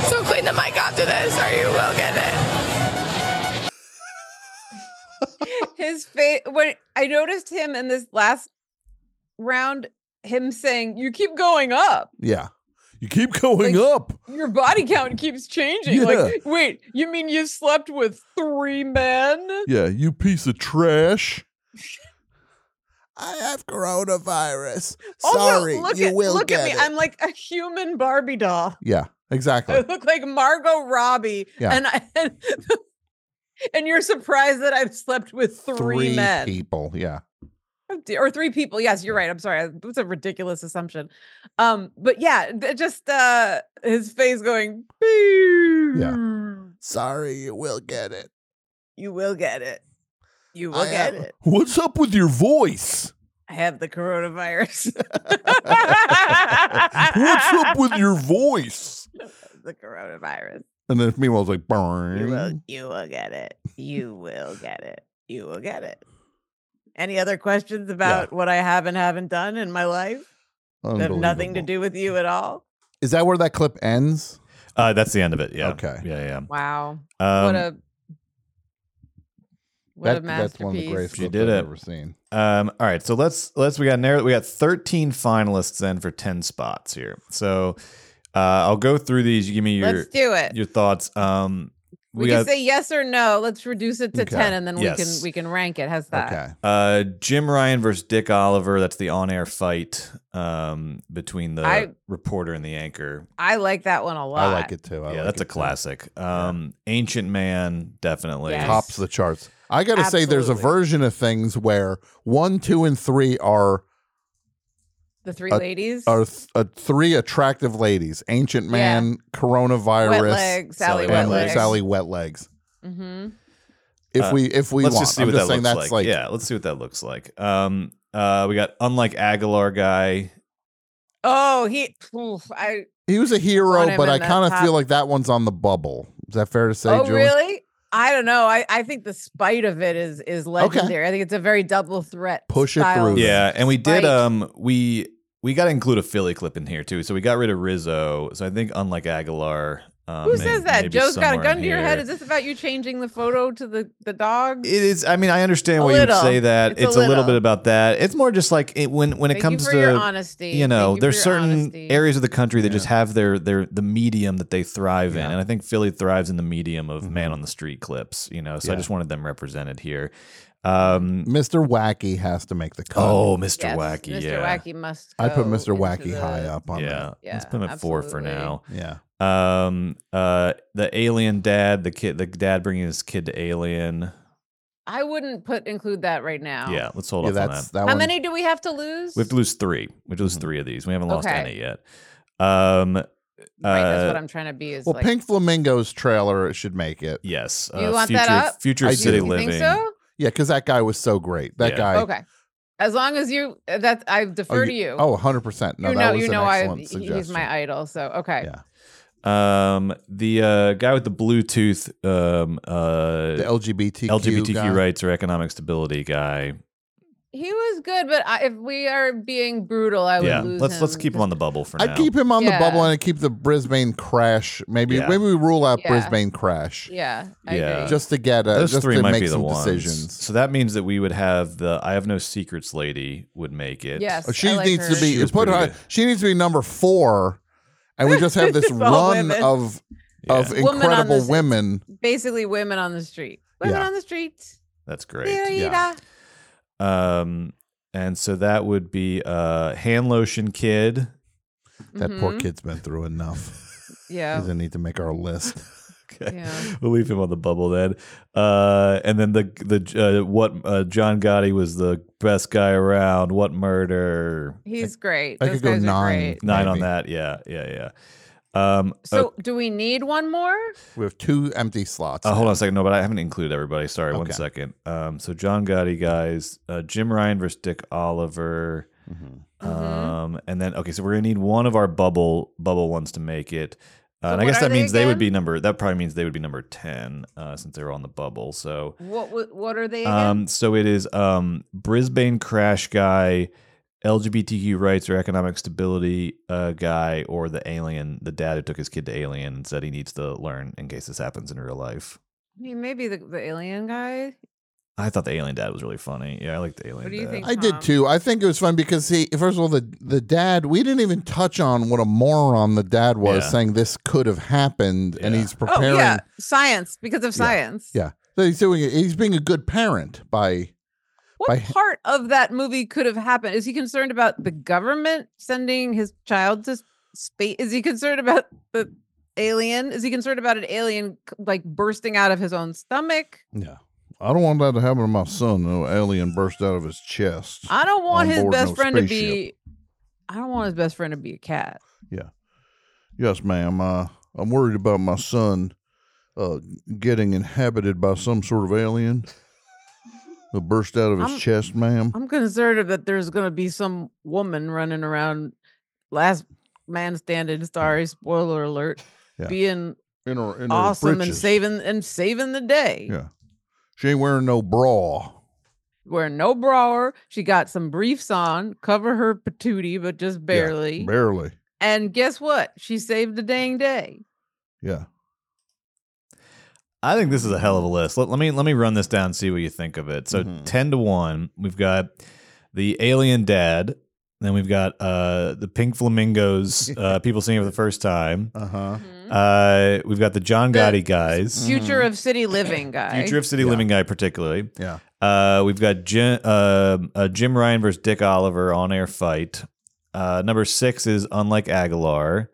S24: so clean the mic after this, or you will get it.
S2: his face when I noticed him in this last round, him saying, You keep going up.
S3: Yeah. You keep going up.
S2: Your body count keeps changing.
S3: Yeah.
S2: Like, wait, you mean you slept with three men?
S3: Yeah, you piece of trash.
S17: I have coronavirus.
S3: Sorry,
S2: look
S3: you
S2: at,
S3: will
S2: look
S3: get
S2: at me.
S3: it.
S2: I'm like a human Barbie doll.
S3: Yeah,
S2: I
S3: exactly.
S2: look like Margot Robbie.
S3: Yeah.
S2: And I and, you're surprised that I've slept with three, men.
S3: people. Yeah.
S2: Oh, dear- or three people yes you're right i'm sorry I- that's a ridiculous assumption um but yeah th- just uh his face going
S3: Yeah. Sorry, you will get it.
S2: you will get it you will
S3: I
S2: get
S3: am-
S2: it
S3: What's up with your voice?
S2: i have the coronavirus
S3: What's up with your voice?
S2: the coronavirus
S3: And then meanwhile, it's like,
S2: you will
S3: burn.
S2: you will get it you will get it you will get it any other questions about what i have and haven't done in my life that have nothing to do with you at all
S3: Is that where that clip ends?
S4: Uh, that's the end of it. Yeah.
S3: Okay.
S4: Yeah.
S2: wow
S4: Yeah. Um,
S2: what a what a
S3: That- that's one of the
S2: masterpiece.
S3: greatest
S4: She
S3: clips
S4: did
S3: I've
S4: it.
S3: ever seen.
S4: Um, all right, so let's let's we got narrow, we got thirteen finalists then for ten spots here. So uh, I'll go through these. You give me your
S2: Let's do it.
S4: your thoughts. Um,
S2: we,
S4: we,
S2: can
S4: got
S2: say yes or no. Let's reduce it to
S4: Okay.
S2: ten, and then we
S4: Yes.
S2: can we can rank it. How's that?
S3: Okay.
S4: uh, Jim Ryan versus Dick Oliver. That's the on air fight um, between the
S2: I-
S4: reporter and the anchor.
S2: I like that one a lot.
S3: I like it too. I
S4: yeah,
S3: like
S4: that's
S3: it
S4: a classic. Um, Ancient Man, definitely
S2: Yes.
S3: Tops the charts. I got to say, there's a
S2: Absolutely.
S3: version of things where one, two, and three are
S2: The three
S3: a-
S2: ladies,
S3: are th- uh, three attractive ladies: ancient man, coronavirus,
S2: wet legs, Sally,
S4: Sally
S2: wet
S3: and
S2: legs.
S3: Sally wet legs.
S2: hmm
S3: If
S4: Uh,
S3: we if we
S4: let's
S3: want,
S4: just see
S3: I'm
S4: what that
S3: just saying
S4: looks
S3: that's
S4: like.
S3: like,
S4: Yeah, let's see what that looks like. Um, uh, we got unlike Aguilar guy.
S2: Oh, he. oof, I.
S3: he was a
S2: Want
S3: hero,
S2: him
S3: but
S2: in
S3: I
S2: the
S3: kind of
S2: top.
S3: feel like that one's on the bubble. Is that fair to say?
S2: oh,
S3: Julie?
S2: really? I don't know. I, I think the spite of it is is legendary. I think it's a very double threat. style.
S4: Yeah, and we did.
S2: Spike.
S4: Um, we we got to include a Philly clip in here too. So we got rid of Rizzo. So I think unlike Aguilar, um,
S2: Who
S4: may-
S2: says that?
S4: maybe
S2: Joe's got a
S4: somewhere
S2: gun
S4: in
S2: to your head.
S4: here-
S2: Is this about you changing the photo to the the dog?
S4: It is. I mean, I understand
S2: A
S4: why you would
S2: little.
S4: say that.
S2: It's
S4: It's,
S2: a
S4: a, little
S2: little.
S4: bit about that. It's more just like it, when when it
S2: Thank you
S4: comes
S2: for
S4: to
S2: your honesty.
S4: You
S2: Thank
S4: know,
S2: you for
S4: there's
S2: your
S4: certain
S2: honesty.
S4: areas of the country that just have their their the medium that they thrive in, and I think Philly thrives in the medium of man on the street clips. You know, so I
S3: Mm-hmm. Yeah.
S4: just wanted them represented here. Um,
S3: Mr. Wacky has to make the cut.
S4: oh, Mr.
S2: Yes,
S4: Wacky,
S2: Mr.
S4: yeah.
S2: Wacky must.
S3: I put
S2: go
S3: Mr.
S2: Oh, into
S3: Wacky
S2: the-
S3: high up on
S4: yeah.
S3: that.
S4: Let's put him at four for now.
S3: Yeah.
S4: Um. Uh. The alien dad. The kid. The dad bringing his kid to alien.
S2: I wouldn't put include that right now.
S4: Yeah. Let's hold
S3: Yeah,
S4: off
S3: that's- Mm-hmm.
S4: on
S3: that
S2: How many do we have to lose?
S4: We have to lose three. We have to lose three of these. We haven't lost
S2: Okay.
S4: any yet. Um.
S2: right, that's what
S4: uh,
S2: I'm trying to be. Is
S3: Well,
S2: like,
S3: Pink Flamingo's trailer should make it.
S4: Yes. uh,
S2: Do you want that
S4: future-
S2: up?
S4: future
S3: I
S4: city
S3: do. You
S2: think
S4: living.
S2: so?
S3: Yeah, because that guy was so great. That
S4: Yeah.
S3: guy.
S2: okay. As long as you that I defer to you.
S3: Oh, 100%. No,
S2: you
S3: that
S2: know,
S3: was
S2: you
S3: an
S2: know, I
S3: excellent
S2: he's
S3: suggestion.
S2: my idol. So okay.
S4: Um, the uh, guy with the Bluetooth, um, uh,
S3: the LGBTQ.
S4: LGBTQ
S3: guy.
S4: rights or economic stability guy.
S2: He was good, but I, if we are being brutal, I would
S4: yeah,
S2: lose
S4: let's let's
S2: him.
S4: keep him on the bubble for now.
S3: I'd keep him on
S2: Yeah.
S3: the bubble and I'd keep the Brisbane crash. Maybe
S4: Yeah.
S3: maybe we rule out
S2: Yeah.
S3: Brisbane crash
S2: Yeah. I
S4: Yeah.
S2: agree.
S3: just to get uh,
S4: Those
S3: just
S4: three
S3: to
S4: might
S3: make
S4: be the
S3: some
S4: ones.
S3: decisions.
S4: So that means that we would have the "I Have No Secrets" lady would make it.
S2: Yes.
S3: She
S2: I like
S3: needs
S2: her.
S3: to be
S4: She was
S3: put
S4: pretty
S3: her.
S4: good.
S3: She needs to be number four, and we just have this
S2: It's all
S3: run
S2: women.
S3: of of
S2: Women on
S3: incredible
S2: this-
S3: women.
S2: basically women on the street. Women
S3: Yeah.
S2: on the street.
S4: That's great.
S2: Yeah.
S4: Um, and so that would be uh, hand lotion kid.
S3: That poor
S2: Mhm.
S3: kid's been through enough.
S2: Yeah.
S3: Doesn't need to make our list.
S4: Okay.
S2: Yeah.
S4: We'll leave him on the bubble then. Uh, and then the the uh, what uh, John Gotti was the best guy around. What murder?
S2: He's great.
S3: I
S2: Those
S3: could go
S2: guys are
S3: nine. Oh.
S2: great.
S4: Nine on
S3: Maybe.
S4: that. Yeah, yeah, yeah. Um,
S2: So do we need one more?
S3: We have two empty slots.
S4: Uh, hold on a second. No, but I haven't included everybody. Sorry, one
S3: Okay.
S4: second. Um, so John Gotti guys, uh, Jim Ryan versus Dick Oliver,
S3: Mm-hmm.
S2: Mm-hmm.
S4: um, and then okay, so we're gonna need one of our bubble bubble ones to make it. Uh,
S2: So
S4: and I
S2: what
S4: guess
S2: are
S4: that
S2: they
S4: means they would
S2: again?
S4: be number. That probably means they would be number ten uh, since they were on the bubble. So,
S2: What wa- what are they again?
S4: um, so it is um, Brisbane crash guy, LGBTQ rights or economic stability uh, guy, or the alien, the dad who took his kid to alien and said he needs to learn in case this happens in real life.
S2: I mean, maybe the, the alien guy.
S4: I thought the alien dad was really funny. Yeah, I like the alien.
S2: What do you
S4: dad.
S2: think?
S3: I did
S2: Tom?
S3: too. I think it was fun because he, first of all, the the dad. We didn't even touch on what a moron the dad was,
S4: Yeah.
S3: saying this could have happened, and
S4: Yeah.
S3: he's
S2: Oh
S3: preparing.
S2: yeah, science because of science.
S3: yeah. So he's doing. it- He's being a good parent by.
S2: What
S3: By-
S2: part of that movie could have happened? Is he concerned about the government sending his child to space? Is he concerned about the alien? Is he concerned about an alien c- like bursting out of his own stomach?
S3: Yeah. I don't want that to happen to my son. No alien burst out of his chest.
S2: I don't want
S3: on
S2: his
S3: board
S2: best
S3: no
S2: friend to
S3: spaceship.
S2: be. I don't want his best friend to be a cat.
S3: Yes, ma'am. Uh, I'm worried about my son uh, getting inhabited by some sort of alien. It'll burst out of his
S2: I'm-
S3: chest, ma'am.
S2: I'm concerned that there's going to be some woman running around, last man standing. Sorry, spoiler alert.
S3: Yeah.
S2: Being
S3: in her, in her
S2: awesome and
S3: britches.
S2: saving and saving the day.
S3: Yeah. She ain't wearing no bra.
S2: Wearing no bra. She got some briefs on, cover her patootie, but just
S3: Yeah,
S2: barely.
S3: barely.
S2: and guess what? She saved the dang day.
S3: Yeah.
S4: I think this is a hell of a list. Let, let me let me run this down and see what you think of it. So ten to one, we've got the alien dad. Then we've got uh, the pink flamingos, uh, people seeing it for the first time.
S3: Uh-huh.
S4: Uh, we've got the John
S2: Mm-hmm. The
S4: Gotti guys,
S2: Future
S3: Mm-hmm.
S2: of city living guy.
S4: future of city living guy, particularly.
S3: Yeah.
S4: Uh, we've got Jim, uh, uh, Jim Ryan versus Dick Oliver on air fight. Uh, number six is Unlike Aguilar.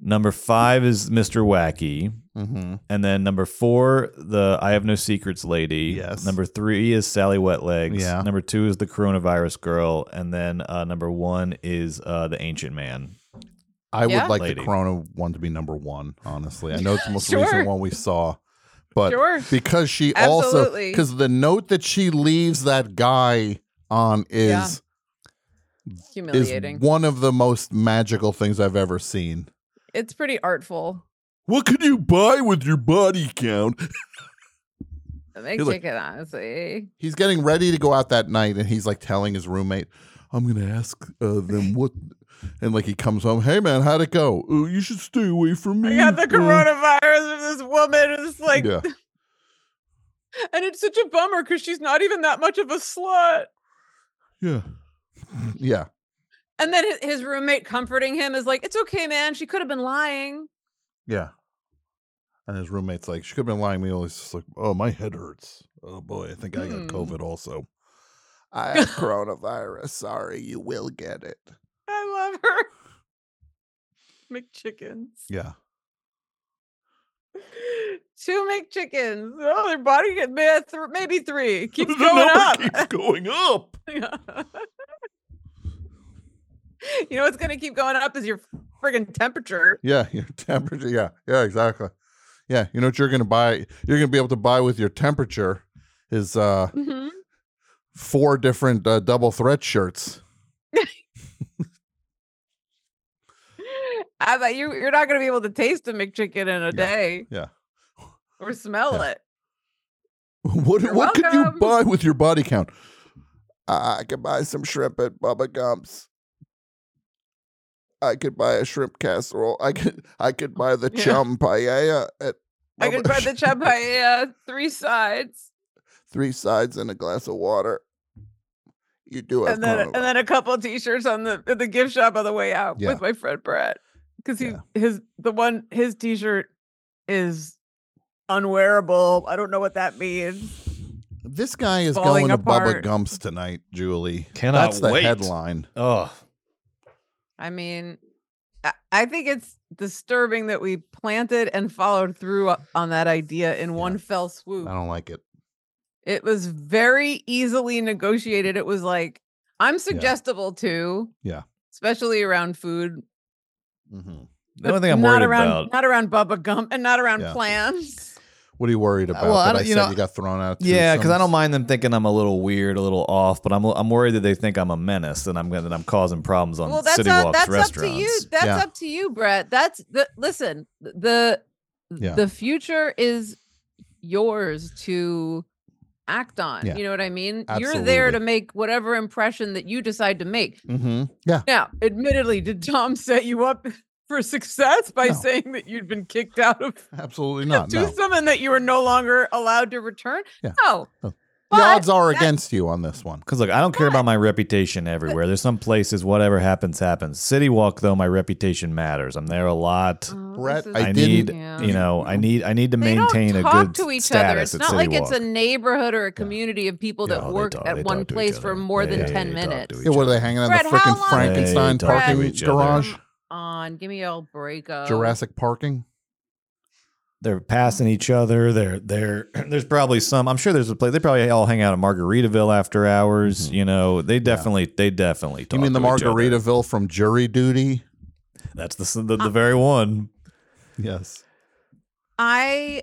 S4: Number five is Mr. Wacky.
S3: Mm-hmm.
S4: And then number four, the I Have No Secrets lady.
S3: Yes.
S4: Number three is Sally Wetlegs.
S3: Yeah.
S4: Number two is the Coronavirus Girl. And then uh, number one is uh, the Ancient Man.
S3: I
S2: Yeah.
S3: would like
S4: Lady.
S3: the Corona one to be number one, honestly. I know it's the most
S2: Sure.
S3: recent one we saw, but
S2: Sure.
S3: because she also
S2: Absolutely.
S3: because the note that she leaves that guy on is
S2: Humiliating.
S3: is one of the most magical things I've ever seen.
S2: it's pretty artful.
S3: What could you buy with your body count?
S2: They
S3: He's like-
S2: take it honestly.
S3: He's getting ready to go out that night, and he's like telling his roommate, "I'm gonna ask uh, them what." And like he comes home, "Hey man, how'd it go? Oh, you should stay away from me."
S2: I got the
S3: uh."
S2: coronavirus of this woman who's like,
S3: Yeah.
S2: and it's such a bummer because she's not even that much of a slut.
S3: Yeah. yeah.
S2: And then hi- his roommate comforting him is like, "It's okay, man. She could have been lying."
S3: Yeah. And his roommate's like, she could have been lying to me. He's just like, oh, my head hurts. Oh boy, I think I got
S2: Hmm.
S3: COVID also. I have coronavirus. Sorry, you will get it.
S2: I love her. McChickens.
S3: Yeah.
S2: Two McChickens. Oh, their body get may- th- maybe three. Keeps
S3: The
S2: going
S3: number
S2: up.
S3: keeps going up.
S2: you know what's gonna keep going up is your friggin' temperature.
S3: Yeah, your temperature. Yeah, yeah, exactly. Yeah, you know what you're gonna buy? You're gonna be able to buy with your temperature is uh
S2: Mhm.
S3: four different uh, double threat shirts.
S2: I bet you you're not gonna be able to taste a McChicken in a day
S3: Yeah.
S2: or smell it.
S3: What
S2: You're
S3: what could you
S2: welcome.
S3: buy with your body count? I could buy some shrimp at Bubba Gump's. I could buy a shrimp casserole. I could I could buy the
S2: Yeah.
S3: chum paella at
S2: I could buy the chapaya three sides
S3: three sides and a glass of water. You do have
S2: and then and
S3: coronavirus.
S2: then a couple t-shirts on the at the gift shop on the way out
S3: Yeah.
S2: with my friend Brett because he his the one his t-shirt is unwearable. I don't know what that means.
S3: This guy is
S2: falling
S3: going to Bubba
S2: apart.
S3: Gump's tonight, Julie.
S4: Cannot
S3: That's the
S4: wait.
S3: headline.
S4: Oh,
S2: I mean, I, I think it's disturbing that we planted and followed through o- on that idea in one fell swoop.
S3: I don't like it.
S2: It was very easily negotiated. It was like, I'm suggestible too,
S3: Yeah.
S2: especially around food.
S3: Mhm.
S4: the
S2: but
S4: only thing I'm
S2: not
S4: worried
S2: around,
S4: about.
S2: not around Bubba Gump, and not around
S4: Yeah.
S2: plans.
S3: What are you worried about?
S4: Uh, well, I
S3: that I,
S4: don't- you
S3: said
S4: know-
S3: you got thrown out. to
S4: Yeah, because I
S3: some-
S4: don't mind them thinking I'm a little weird, a little off, but I'm I'm worried that they think I'm a menace and I'm gonna that I'm causing problems on
S2: well, that's
S4: City
S2: up,
S4: Walk's
S2: that's up to
S4: restaurants.
S2: you. That's
S4: yeah.
S2: up to you, Brett. That's the listen. th- The
S4: Yeah.
S2: the future is yours to act on.
S3: Yeah.
S2: You know what I mean? You're there to
S3: Absolutely.
S2: make whatever impression that you decide to make.
S3: Mm-hmm. Yeah.
S2: Now, admittedly, did Tom set you up for success by saying that you'd been kicked out of
S3: Absolutely not. No.
S2: Twosome and that you were no longer allowed to return?
S3: Yeah.
S2: No.
S3: The odds are against you on this one.
S4: Because look, I don't care about my reputation everywhere. There's some places whatever happens happens. City Walk though, my reputation matters. I'm there a lot.
S2: Oh,
S3: Brett,
S4: I,
S3: I
S4: need
S3: didn't.
S4: you know I need I need to maintain a
S2: Talk
S4: good
S2: to each other.
S4: status
S2: It's
S4: at
S2: not
S4: City
S2: like
S4: Walk.
S2: it's a neighborhood or a community of people that work at one place for more than 10 minutes.
S4: e
S3: Yeah, what are they hanging on
S2: Brett,
S3: the
S2: how
S3: freaking
S2: long-
S3: Frankenstein
S4: They talk to
S3: parking
S4: each other. Oh.
S3: garage?
S2: On, give me all breakup.
S3: Jurassic parking?
S4: they're passing each other. They're they're there's probably some. I'm sure there's a place they probably all hang out at Margaritaville after hours. You know, they definitely they definitely. Talk
S3: Mm-hmm. You mean the
S4: to each other.
S3: Margaritaville from Jury Duty?
S4: That's the, the
S2: Uh,
S4: the very one.
S3: Yes.
S2: I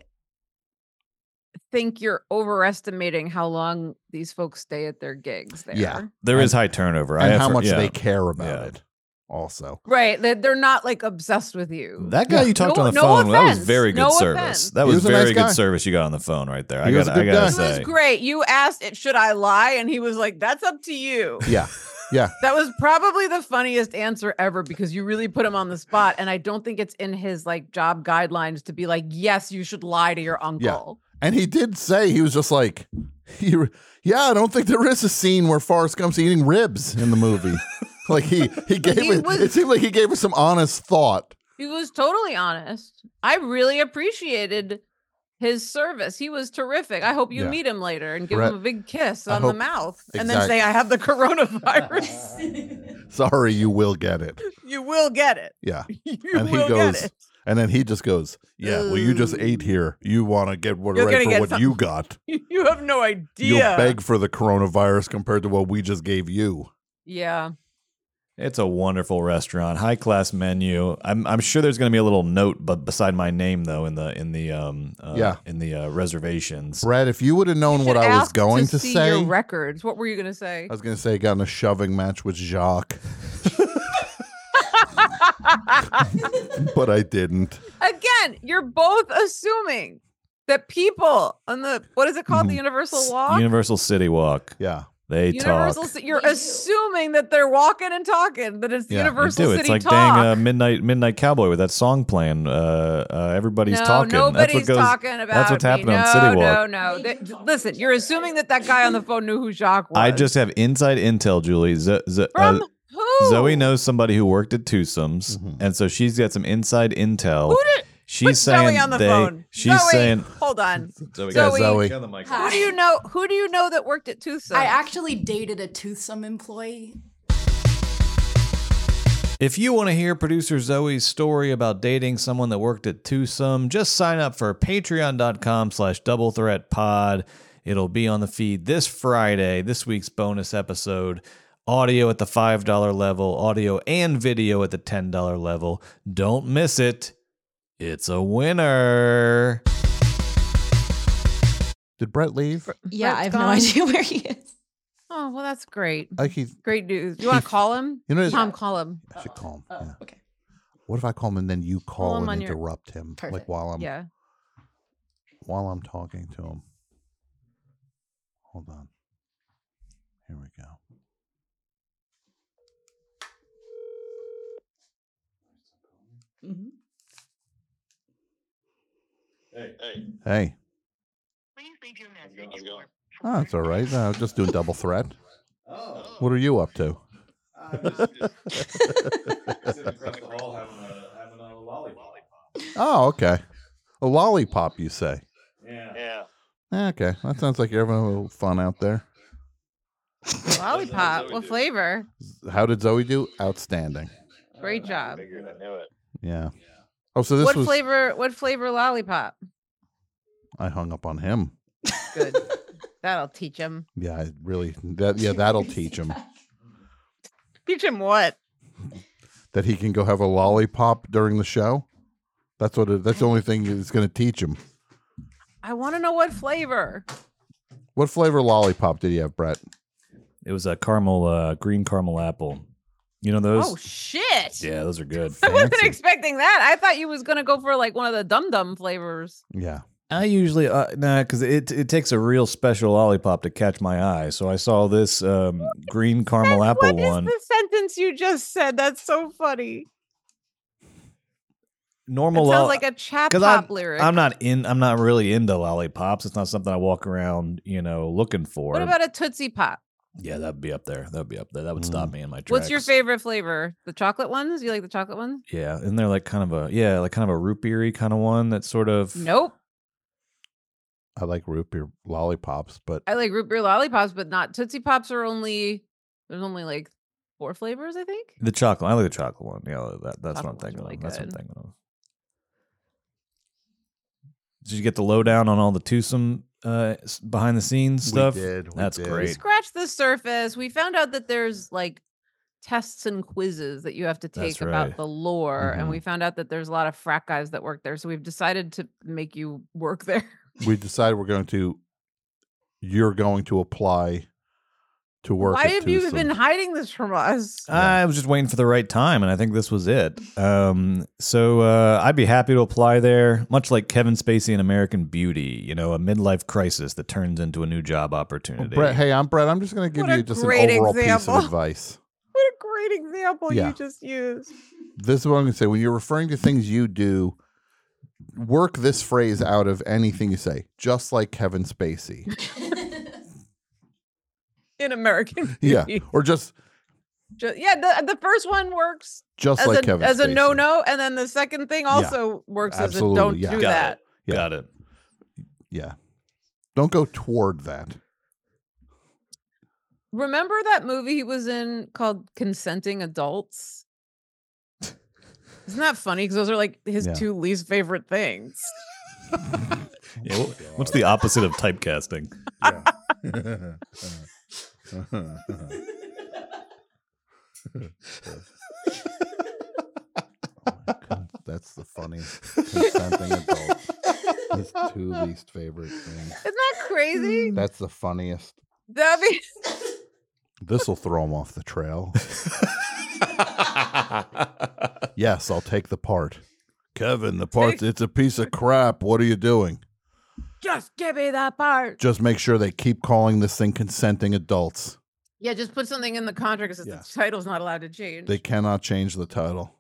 S2: think you're overestimating how long these folks stay at their gigs there.
S3: Yeah.
S4: There is
S3: And-
S4: high turnover. I
S3: and
S4: have
S3: how
S4: heard-
S3: much
S4: yeah.
S3: they care about it, also.
S2: Right. That they're not like obsessed with you.
S4: That guy you talked
S2: No-
S4: on the
S2: no
S4: phone, that was
S2: offense,
S4: very good
S2: no
S4: service.
S2: offense.
S4: That
S3: He
S4: was,
S3: was a nice
S4: very
S3: guy.
S4: good service you got on the phone right there.
S3: He
S4: I
S3: was
S4: got
S3: a
S4: I
S3: good
S4: got to
S3: guy. He
S4: say.
S2: It was great. You asked it, should I lie? And he was like, that's up to you.
S3: Yeah. Yeah.
S2: That was probably the funniest answer ever because you really put him on the spot. And I don't think it's in his like job guidelines to be like, yes, you should lie to your
S3: Yeah.
S2: uncle.
S3: And he did say he was just like, he, yeah, I don't think there is a scene where Forrest Gump's eating ribs in the movie. like he he gave
S2: He
S3: it.
S2: was-
S3: it seemed like he gave us some honest thought.
S2: He was totally honest. I really appreciated his service. He was terrific. I hope you
S3: Yeah.
S2: meet him later and give
S3: Brett,
S2: him a big kiss
S3: I
S2: on
S3: hope-
S2: the mouth and then
S3: Exact-
S2: say, I have the coronavirus.
S3: Sorry, you will get it.
S2: you will get it.
S3: Yeah.
S2: You
S3: and he
S2: will
S3: goes,
S2: get it.
S3: and then he just goes, "Yeah, well, you
S4: Um,
S3: just ate here. You want to get what
S2: You're
S3: right
S2: gonna
S3: for
S2: get
S3: what
S2: some-
S3: you got.
S2: You have no idea.
S3: You'll beg for the coronavirus compared to what we just gave you."
S2: Yeah.
S4: It's a wonderful restaurant, high class menu. I'm I'm sure there's going to be a little note, but beside my name though, in the in the um uh,
S3: Yeah.
S4: in the uh, reservations.
S3: Brad, if you would have known what I was
S2: Ask
S3: going to,
S2: see
S3: say,
S2: your records. What were you going to say?
S3: I was going to say, he got in a shoving match with Jacques, but I didn't.
S2: Again, you're both assuming. that people on the what is it called? The Universal Walk.
S4: Mm-hmm. Universal City Walk.
S3: Yeah.
S4: They
S2: Universal.
S4: talk.
S2: Ci- You're assuming that they're walking and talking. That it's the
S4: Yeah, they
S2: Universal
S4: do.
S2: City
S4: It's like
S2: talk.
S4: dang uh, midnight midnight cowboy with that song playing. Uh, uh, everybody's
S2: no,
S4: talking. that's
S2: nobody's
S4: what goes,
S2: talking about.
S4: That's what's
S2: me.
S4: happening
S2: no,
S4: on City Walk.
S2: No, no, They- listen, you're assuming that that guy on the phone knew who Jacques was.
S4: I just have inside intel, Julie. Zo- zo- uh,
S2: From who?
S4: Zoe knows somebody who worked at Twosomes, and so she's got some inside intel.
S2: Who did?
S4: She's
S2: put
S4: saying
S2: Zoe on the
S4: they.
S2: phone.
S4: She's
S2: Zoe,
S4: saying
S2: hold on.
S4: Zoe,
S2: Zoe,
S4: Get on the mic.
S2: who do you know? Who do you know that worked at Toothsome?
S8: I actually dated a toothsome employee.
S4: If you want to hear producer Zoe's story about dating someone that worked at Twosome, just sign up for patreon.com slash double threat pod. It'll be on the feed this Friday, this week's bonus episode. Audio at the $5 level, audio and video at the $10 level. Don't miss it. It's a winner.
S3: Did Brett leave?
S8: Yeah, I have no
S2: gone.
S8: idea where he is.
S2: Oh well, that's great.
S3: Like he's.
S2: Great news. You want to call him?
S3: You know-
S2: Tom, call him.
S3: I should call him.
S8: Oh,
S3: yeah. Okay. What if I call him and then you call,
S2: him on
S3: and
S2: your-
S3: interrupt him, like
S2: Perfect.
S3: while
S4: Um,
S3: I'm
S2: Yeah.
S3: while I'm talking to him? Hold on. Here we go.
S22: Hey, hey.
S3: Hey. Oh, that's all right. I was just doing double threat.
S4: Oh.
S3: What are you up to? oh, okay. A lollipop, you say?
S4: Yeah.
S22: Yeah.
S3: Yeah, Okay, that sounds like you're having a little fun out there.
S2: Lollipop. What flavor?
S3: How did Zoe do? Outstanding.
S2: Great job.
S3: Yeah. Oh, so this
S2: what
S3: was.
S2: flavor? What flavor lollipop?
S3: I hung up on him.
S2: Good. That'll teach him.
S3: Yeah, I really. That yeah, that'll teach him
S2: Teach him what?
S3: that he can go have a lollipop during the show. That's what. It, that's the only thing that's going to teach him.
S2: I want to know what flavor.
S3: What flavor lollipop did you have, Brett?
S4: It was a caramel, uh, green caramel apple. You know those?
S2: Oh shit!
S4: yeah, those are good.
S2: I wasn't
S4: Fancy.
S2: expecting that. I thought you was gonna go for like one of the dum dum flavors.
S3: Yeah.
S4: I usually uh, nah, because it it takes a real special lollipop to catch my eye. So I saw this um, green caramel apple one.
S2: The sentence you just said. That's so funny.
S4: Normal
S2: It sounds
S4: lo-
S2: like a chap
S4: 'cause I'm-
S2: pop lyric.
S4: I'm not in. I'm not really into lollipops. It's not something I walk around, you know, looking for.
S2: What about a tootsie pop?
S4: yeah, that'd be up there. That'd be up there. That would stop me in my tracks.
S2: What's your favorite flavor? The chocolate ones? You like the chocolate ones?
S4: Yeah, isn't there like kind of a yeah, like kind of a root beery kind of one that's sort of
S2: Nope.
S3: I like root beer lollipops, but
S2: I like root beer lollipops, but not Tootsie Pops are only there's only like four flavors, I think.
S4: the chocolate. I like the chocolate one. Yeah, that, that's what I'm
S2: Chocolate one's
S4: thinking
S2: really
S4: of. That's what I'm
S2: good.
S4: thinking of. Did you get the lowdown on all the twosome uh, s- behind the scenes
S3: We
S4: stuff?
S3: did, we
S4: that's
S3: did.
S2: We
S4: great.
S2: scratched the surface. We found out that there's like tests and quizzes that you have to
S4: That's
S2: take about
S4: right.
S2: the lore. And
S4: Mhm.
S2: we
S3: Mm-hmm.
S2: found out that there's a lot of frat guys that work there. So we've decided to make you work there.
S3: we decided we're going to. You're going to apply to work.
S2: Why
S3: at
S2: have you
S3: Tucson.
S2: been hiding this from us?
S3: Uh
S4: I was just waiting for the right time, and I think this was it.
S2: Mm.
S4: Um, so uh, I'd be happy to apply there, much like Kevin Spacey in American Beauty. You know, a midlife crisis that turns into a new job opportunity.
S3: Oh, Brett, hey, I'm Brett. I'm just going to give
S2: What a
S3: you just an
S2: great
S3: overall
S2: example.
S3: piece of advice.
S2: What a great example
S3: Yeah.
S2: you just used.
S3: This is what I'm going to say. When you're referring to things you do, work this phrase out of anything you say, just like Kevin Spacey.
S2: In American
S3: yeah.
S2: Beauty.
S3: Or just
S2: Ju- yeah, the, the first one works
S3: just
S2: as
S3: like
S2: a,
S3: Kevin
S2: as a
S3: Spacey.
S2: no no, and then the second thing also works
S3: Absolutely.
S2: as a don't
S3: yeah.
S2: do that.
S3: Yeah.
S4: Got it.
S3: Yeah. Don't go toward that.
S2: Remember that movie he was in called Consenting Adults? Isn't that funny? Because those are like his
S4: Yeah.
S2: two least favorite things.
S4: Yeah, wh- what's the opposite of typecasting?
S3: That's the funniest consenting adult. His two least favorite things.
S2: Isn't that crazy?
S3: That's the funniest.
S2: That'd be
S3: This will throw him off the trail. yes, I'll take the part. Kevin, the part, it's a piece of crap. What are you doing?
S2: Just give me that part.
S3: Just make sure they keep calling this thing consenting adults.
S2: Yeah, just put something in the contract that says the title's not allowed to change.
S3: They cannot change the title.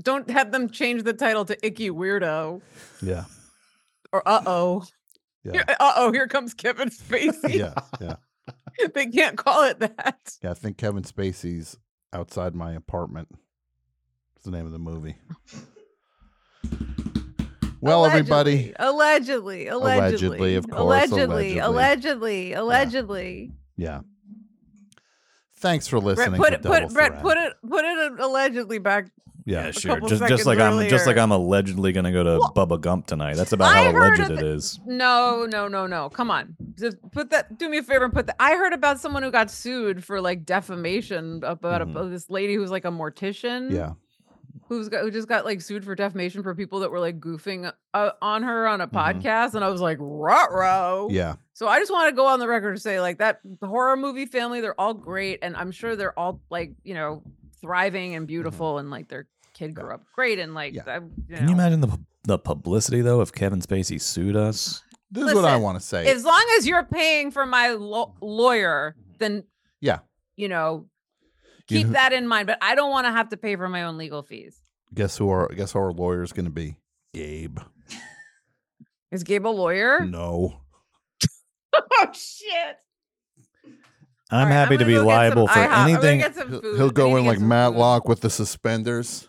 S2: Don't have them change the title to Icky Weirdo
S3: Yeah.
S2: or Uh Oh.
S3: Yeah.
S2: Uh oh, here comes Kevin Spacey.
S3: Yeah. Yeah.
S2: they can't call it that.
S3: Yeah. I think Kevin Spacey's outside my apartment. It's the name of the movie. Well, everybody.
S2: Allegedly, allegedly,
S3: Allegedly, of course,
S2: allegedly,
S3: allegedly.
S2: allegedly, allegedly.
S3: Yeah. Thanks for
S2: Brett,
S3: listening.
S2: put
S3: to
S2: it, put
S3: Double
S2: Brett,
S3: Threat.
S2: put it, put it in allegedly back.
S4: Yeah,
S2: a
S4: sure.
S2: couple
S4: Just, just like
S2: seconds
S4: I'm, just like
S2: earlier.
S4: I'm allegedly gonna go to Bubba Gump tonight. That's about
S2: I
S4: how
S2: heard
S4: alleged
S2: of
S4: it is.
S2: No, no, no, no. Come on, just put that. Do me a favor and put that. I heard about someone who got sued for like defamation about a- this lady who's like a mortician.
S3: Mm-hmm. Yeah.
S2: Who's got who just got like sued for defamation for people that were like goofing uh, on her on a podcast, and I was like, rut row.
S3: Mm-hmm. Yeah.
S2: So I just want to go on the record and say, like that horror movie family, they're all great, and I'm sure they're all like, you know, thriving
S3: Mm-hmm.
S2: and beautiful, and like their kid grew up great, and like, I, you
S4: Can
S2: know.
S4: you imagine the the publicity though if Kevin Spacey sued us?
S3: This
S2: is what I Listen,
S3: want to say.
S2: as long as you're paying for my law lawyer, then
S3: Mm-hmm. yeah.
S2: you know,
S3: You
S2: keep
S3: know-
S2: that in mind. But I don't want to have to pay for my own legal fees.
S3: Guess who our guess who our lawyer is going to be? Gabe.
S2: Is Gabe a lawyer?
S3: No.
S2: oh shit!
S4: I'm happy to be liable for anything.
S3: He'll go in like Matlock with the suspenders.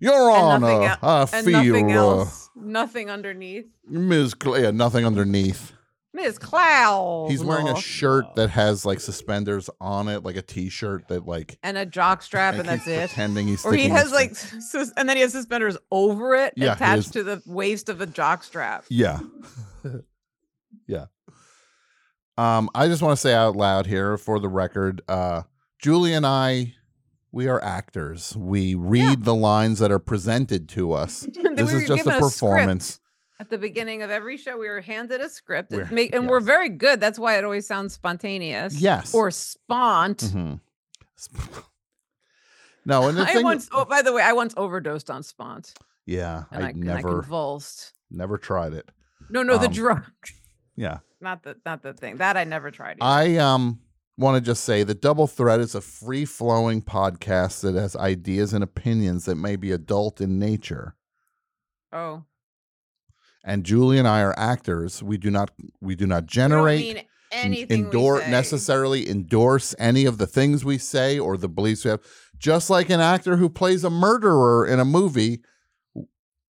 S3: Your Honor, I
S2: and nothing
S3: feel uh,
S2: else, nothing underneath.
S3: Ms. Claire, nothing underneath.
S2: Miss Clow.
S3: He's wearing a
S2: law.
S3: shirt that has like suspenders on it, like a t-shirt that like
S2: and a jock strap, and
S3: he's
S2: that's it.
S3: pretending he's
S2: or he
S3: sticking his
S2: has like, sus- and then he has suspenders over it,
S3: Yeah, he is-
S2: attached to the waist of a jock strap.
S3: Yeah. yeah. Um, I just want to say out loud here for the record, uh, Julie and I, we are actors. We read the lines that are presented to us.
S2: That
S3: this is
S2: we were
S3: just
S2: given
S3: a
S2: a script.
S3: performance.
S2: At the beginning of every show, we were handed a script,
S3: We're-
S2: and, make, and we're very good. That's why it always sounds spontaneous.
S3: Yes.
S2: or spont.
S3: Mhm. No, and the
S2: I
S3: thing,
S2: once, oh, by the way, I once overdosed on spont,
S3: yeah,
S2: and I,
S3: I
S2: and I
S3: never,
S2: convulsed.
S3: never tried it.
S2: No, no, the
S3: Um,
S2: drug,
S3: Yeah.
S2: not the not the thing that I never tried.
S3: I
S2: either.
S3: um want to just say that Double Threat is a free flowing podcast that has ideas and opinions that may be adult in nature.
S2: oh,
S3: And Julie and I are actors. We do not we do not generate
S2: mean
S3: n-
S2: anything we
S3: endorse
S2: say.
S3: necessarily endorse any of the things we say or the beliefs we have. Just like an actor who plays a murderer in a movie,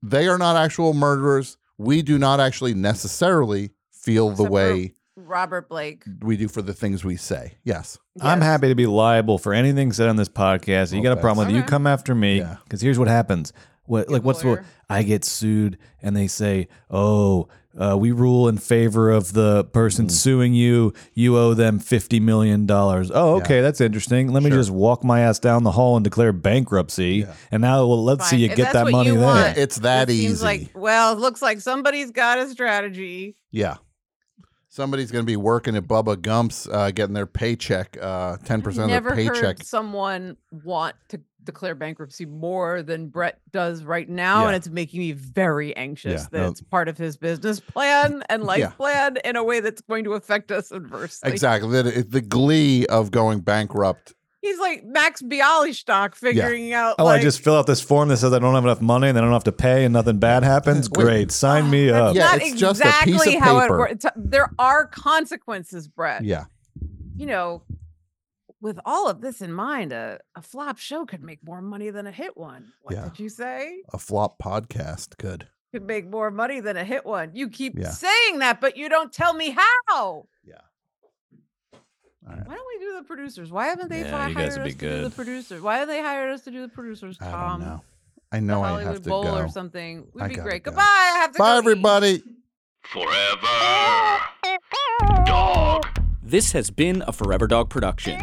S3: they are not actual murderers. We do not actually necessarily feel the way
S2: Robert Blake.
S3: we do for the things we say. Yes.
S4: I'm happy to be liable for anything said on this podcast. You got a problem with it, you
S3: Okay.
S4: come after me because here's what happens. What like what's what I get sued and they say, oh, uh, we rule in favor of the person suing you. You owe them fifty million dollars. Oh, okay, that's interesting. Let me just walk my ass down the hall and declare bankruptcy. And now well, let's see
S2: Fine.
S4: you
S2: If
S4: get
S2: that's
S4: that
S2: what
S4: money
S2: you
S4: there.
S2: want,
S3: It's that
S2: it
S3: easy.
S2: Seems like well, it looks like somebody's got a strategy.
S3: Yeah. Somebody's going to be working at Bubba Gump's, uh, getting their paycheck, uh, 10% of
S2: Never
S3: their paycheck.
S2: heard someone want to declare bankruptcy more than Brett does right now, and
S3: Yeah.
S2: it's making me very anxious
S3: Yeah,
S2: that
S3: no.
S2: it's part of his business plan and life
S3: Yeah.
S2: plan in a way that's going to affect us adversely.
S3: Exactly. The, it- the glee of going bankrupt.
S2: He's like Max Bialystock figuring out.
S4: Oh,
S2: like,
S4: I just fill out this form that says I don't have enough money and then I don't have to pay and nothing bad happens. Great, sign me up.
S2: Not exactly how it works. There are consequences, Brett.
S4: Yeah.
S2: You know, with all of this in mind, a, a flop show could make more money than a hit one. What
S3: Yeah.
S2: did you say?
S3: A flop podcast could.
S2: Could make more money than a hit one. You keep
S3: Yeah.
S2: saying that, but you don't tell me how.
S3: Yeah.
S2: Why don't we do the producers? Why haven't they
S3: Yeah,
S2: fi-
S3: you
S2: hired
S3: guys
S2: us
S3: would be
S2: to do the
S3: good.
S2: producers? Why have they hired us to do the producers,
S3: I
S2: Tom?
S3: don't know. I know I have
S2: Um, Hollywood
S3: to
S2: Bowl
S3: go.
S2: or something. oh, We'd
S3: I
S2: be
S3: gotta
S2: great.
S3: go.
S2: Goodbye. I have to
S3: Bye,
S2: go eat.
S3: everybody.
S9: This has been a Forever Dog production,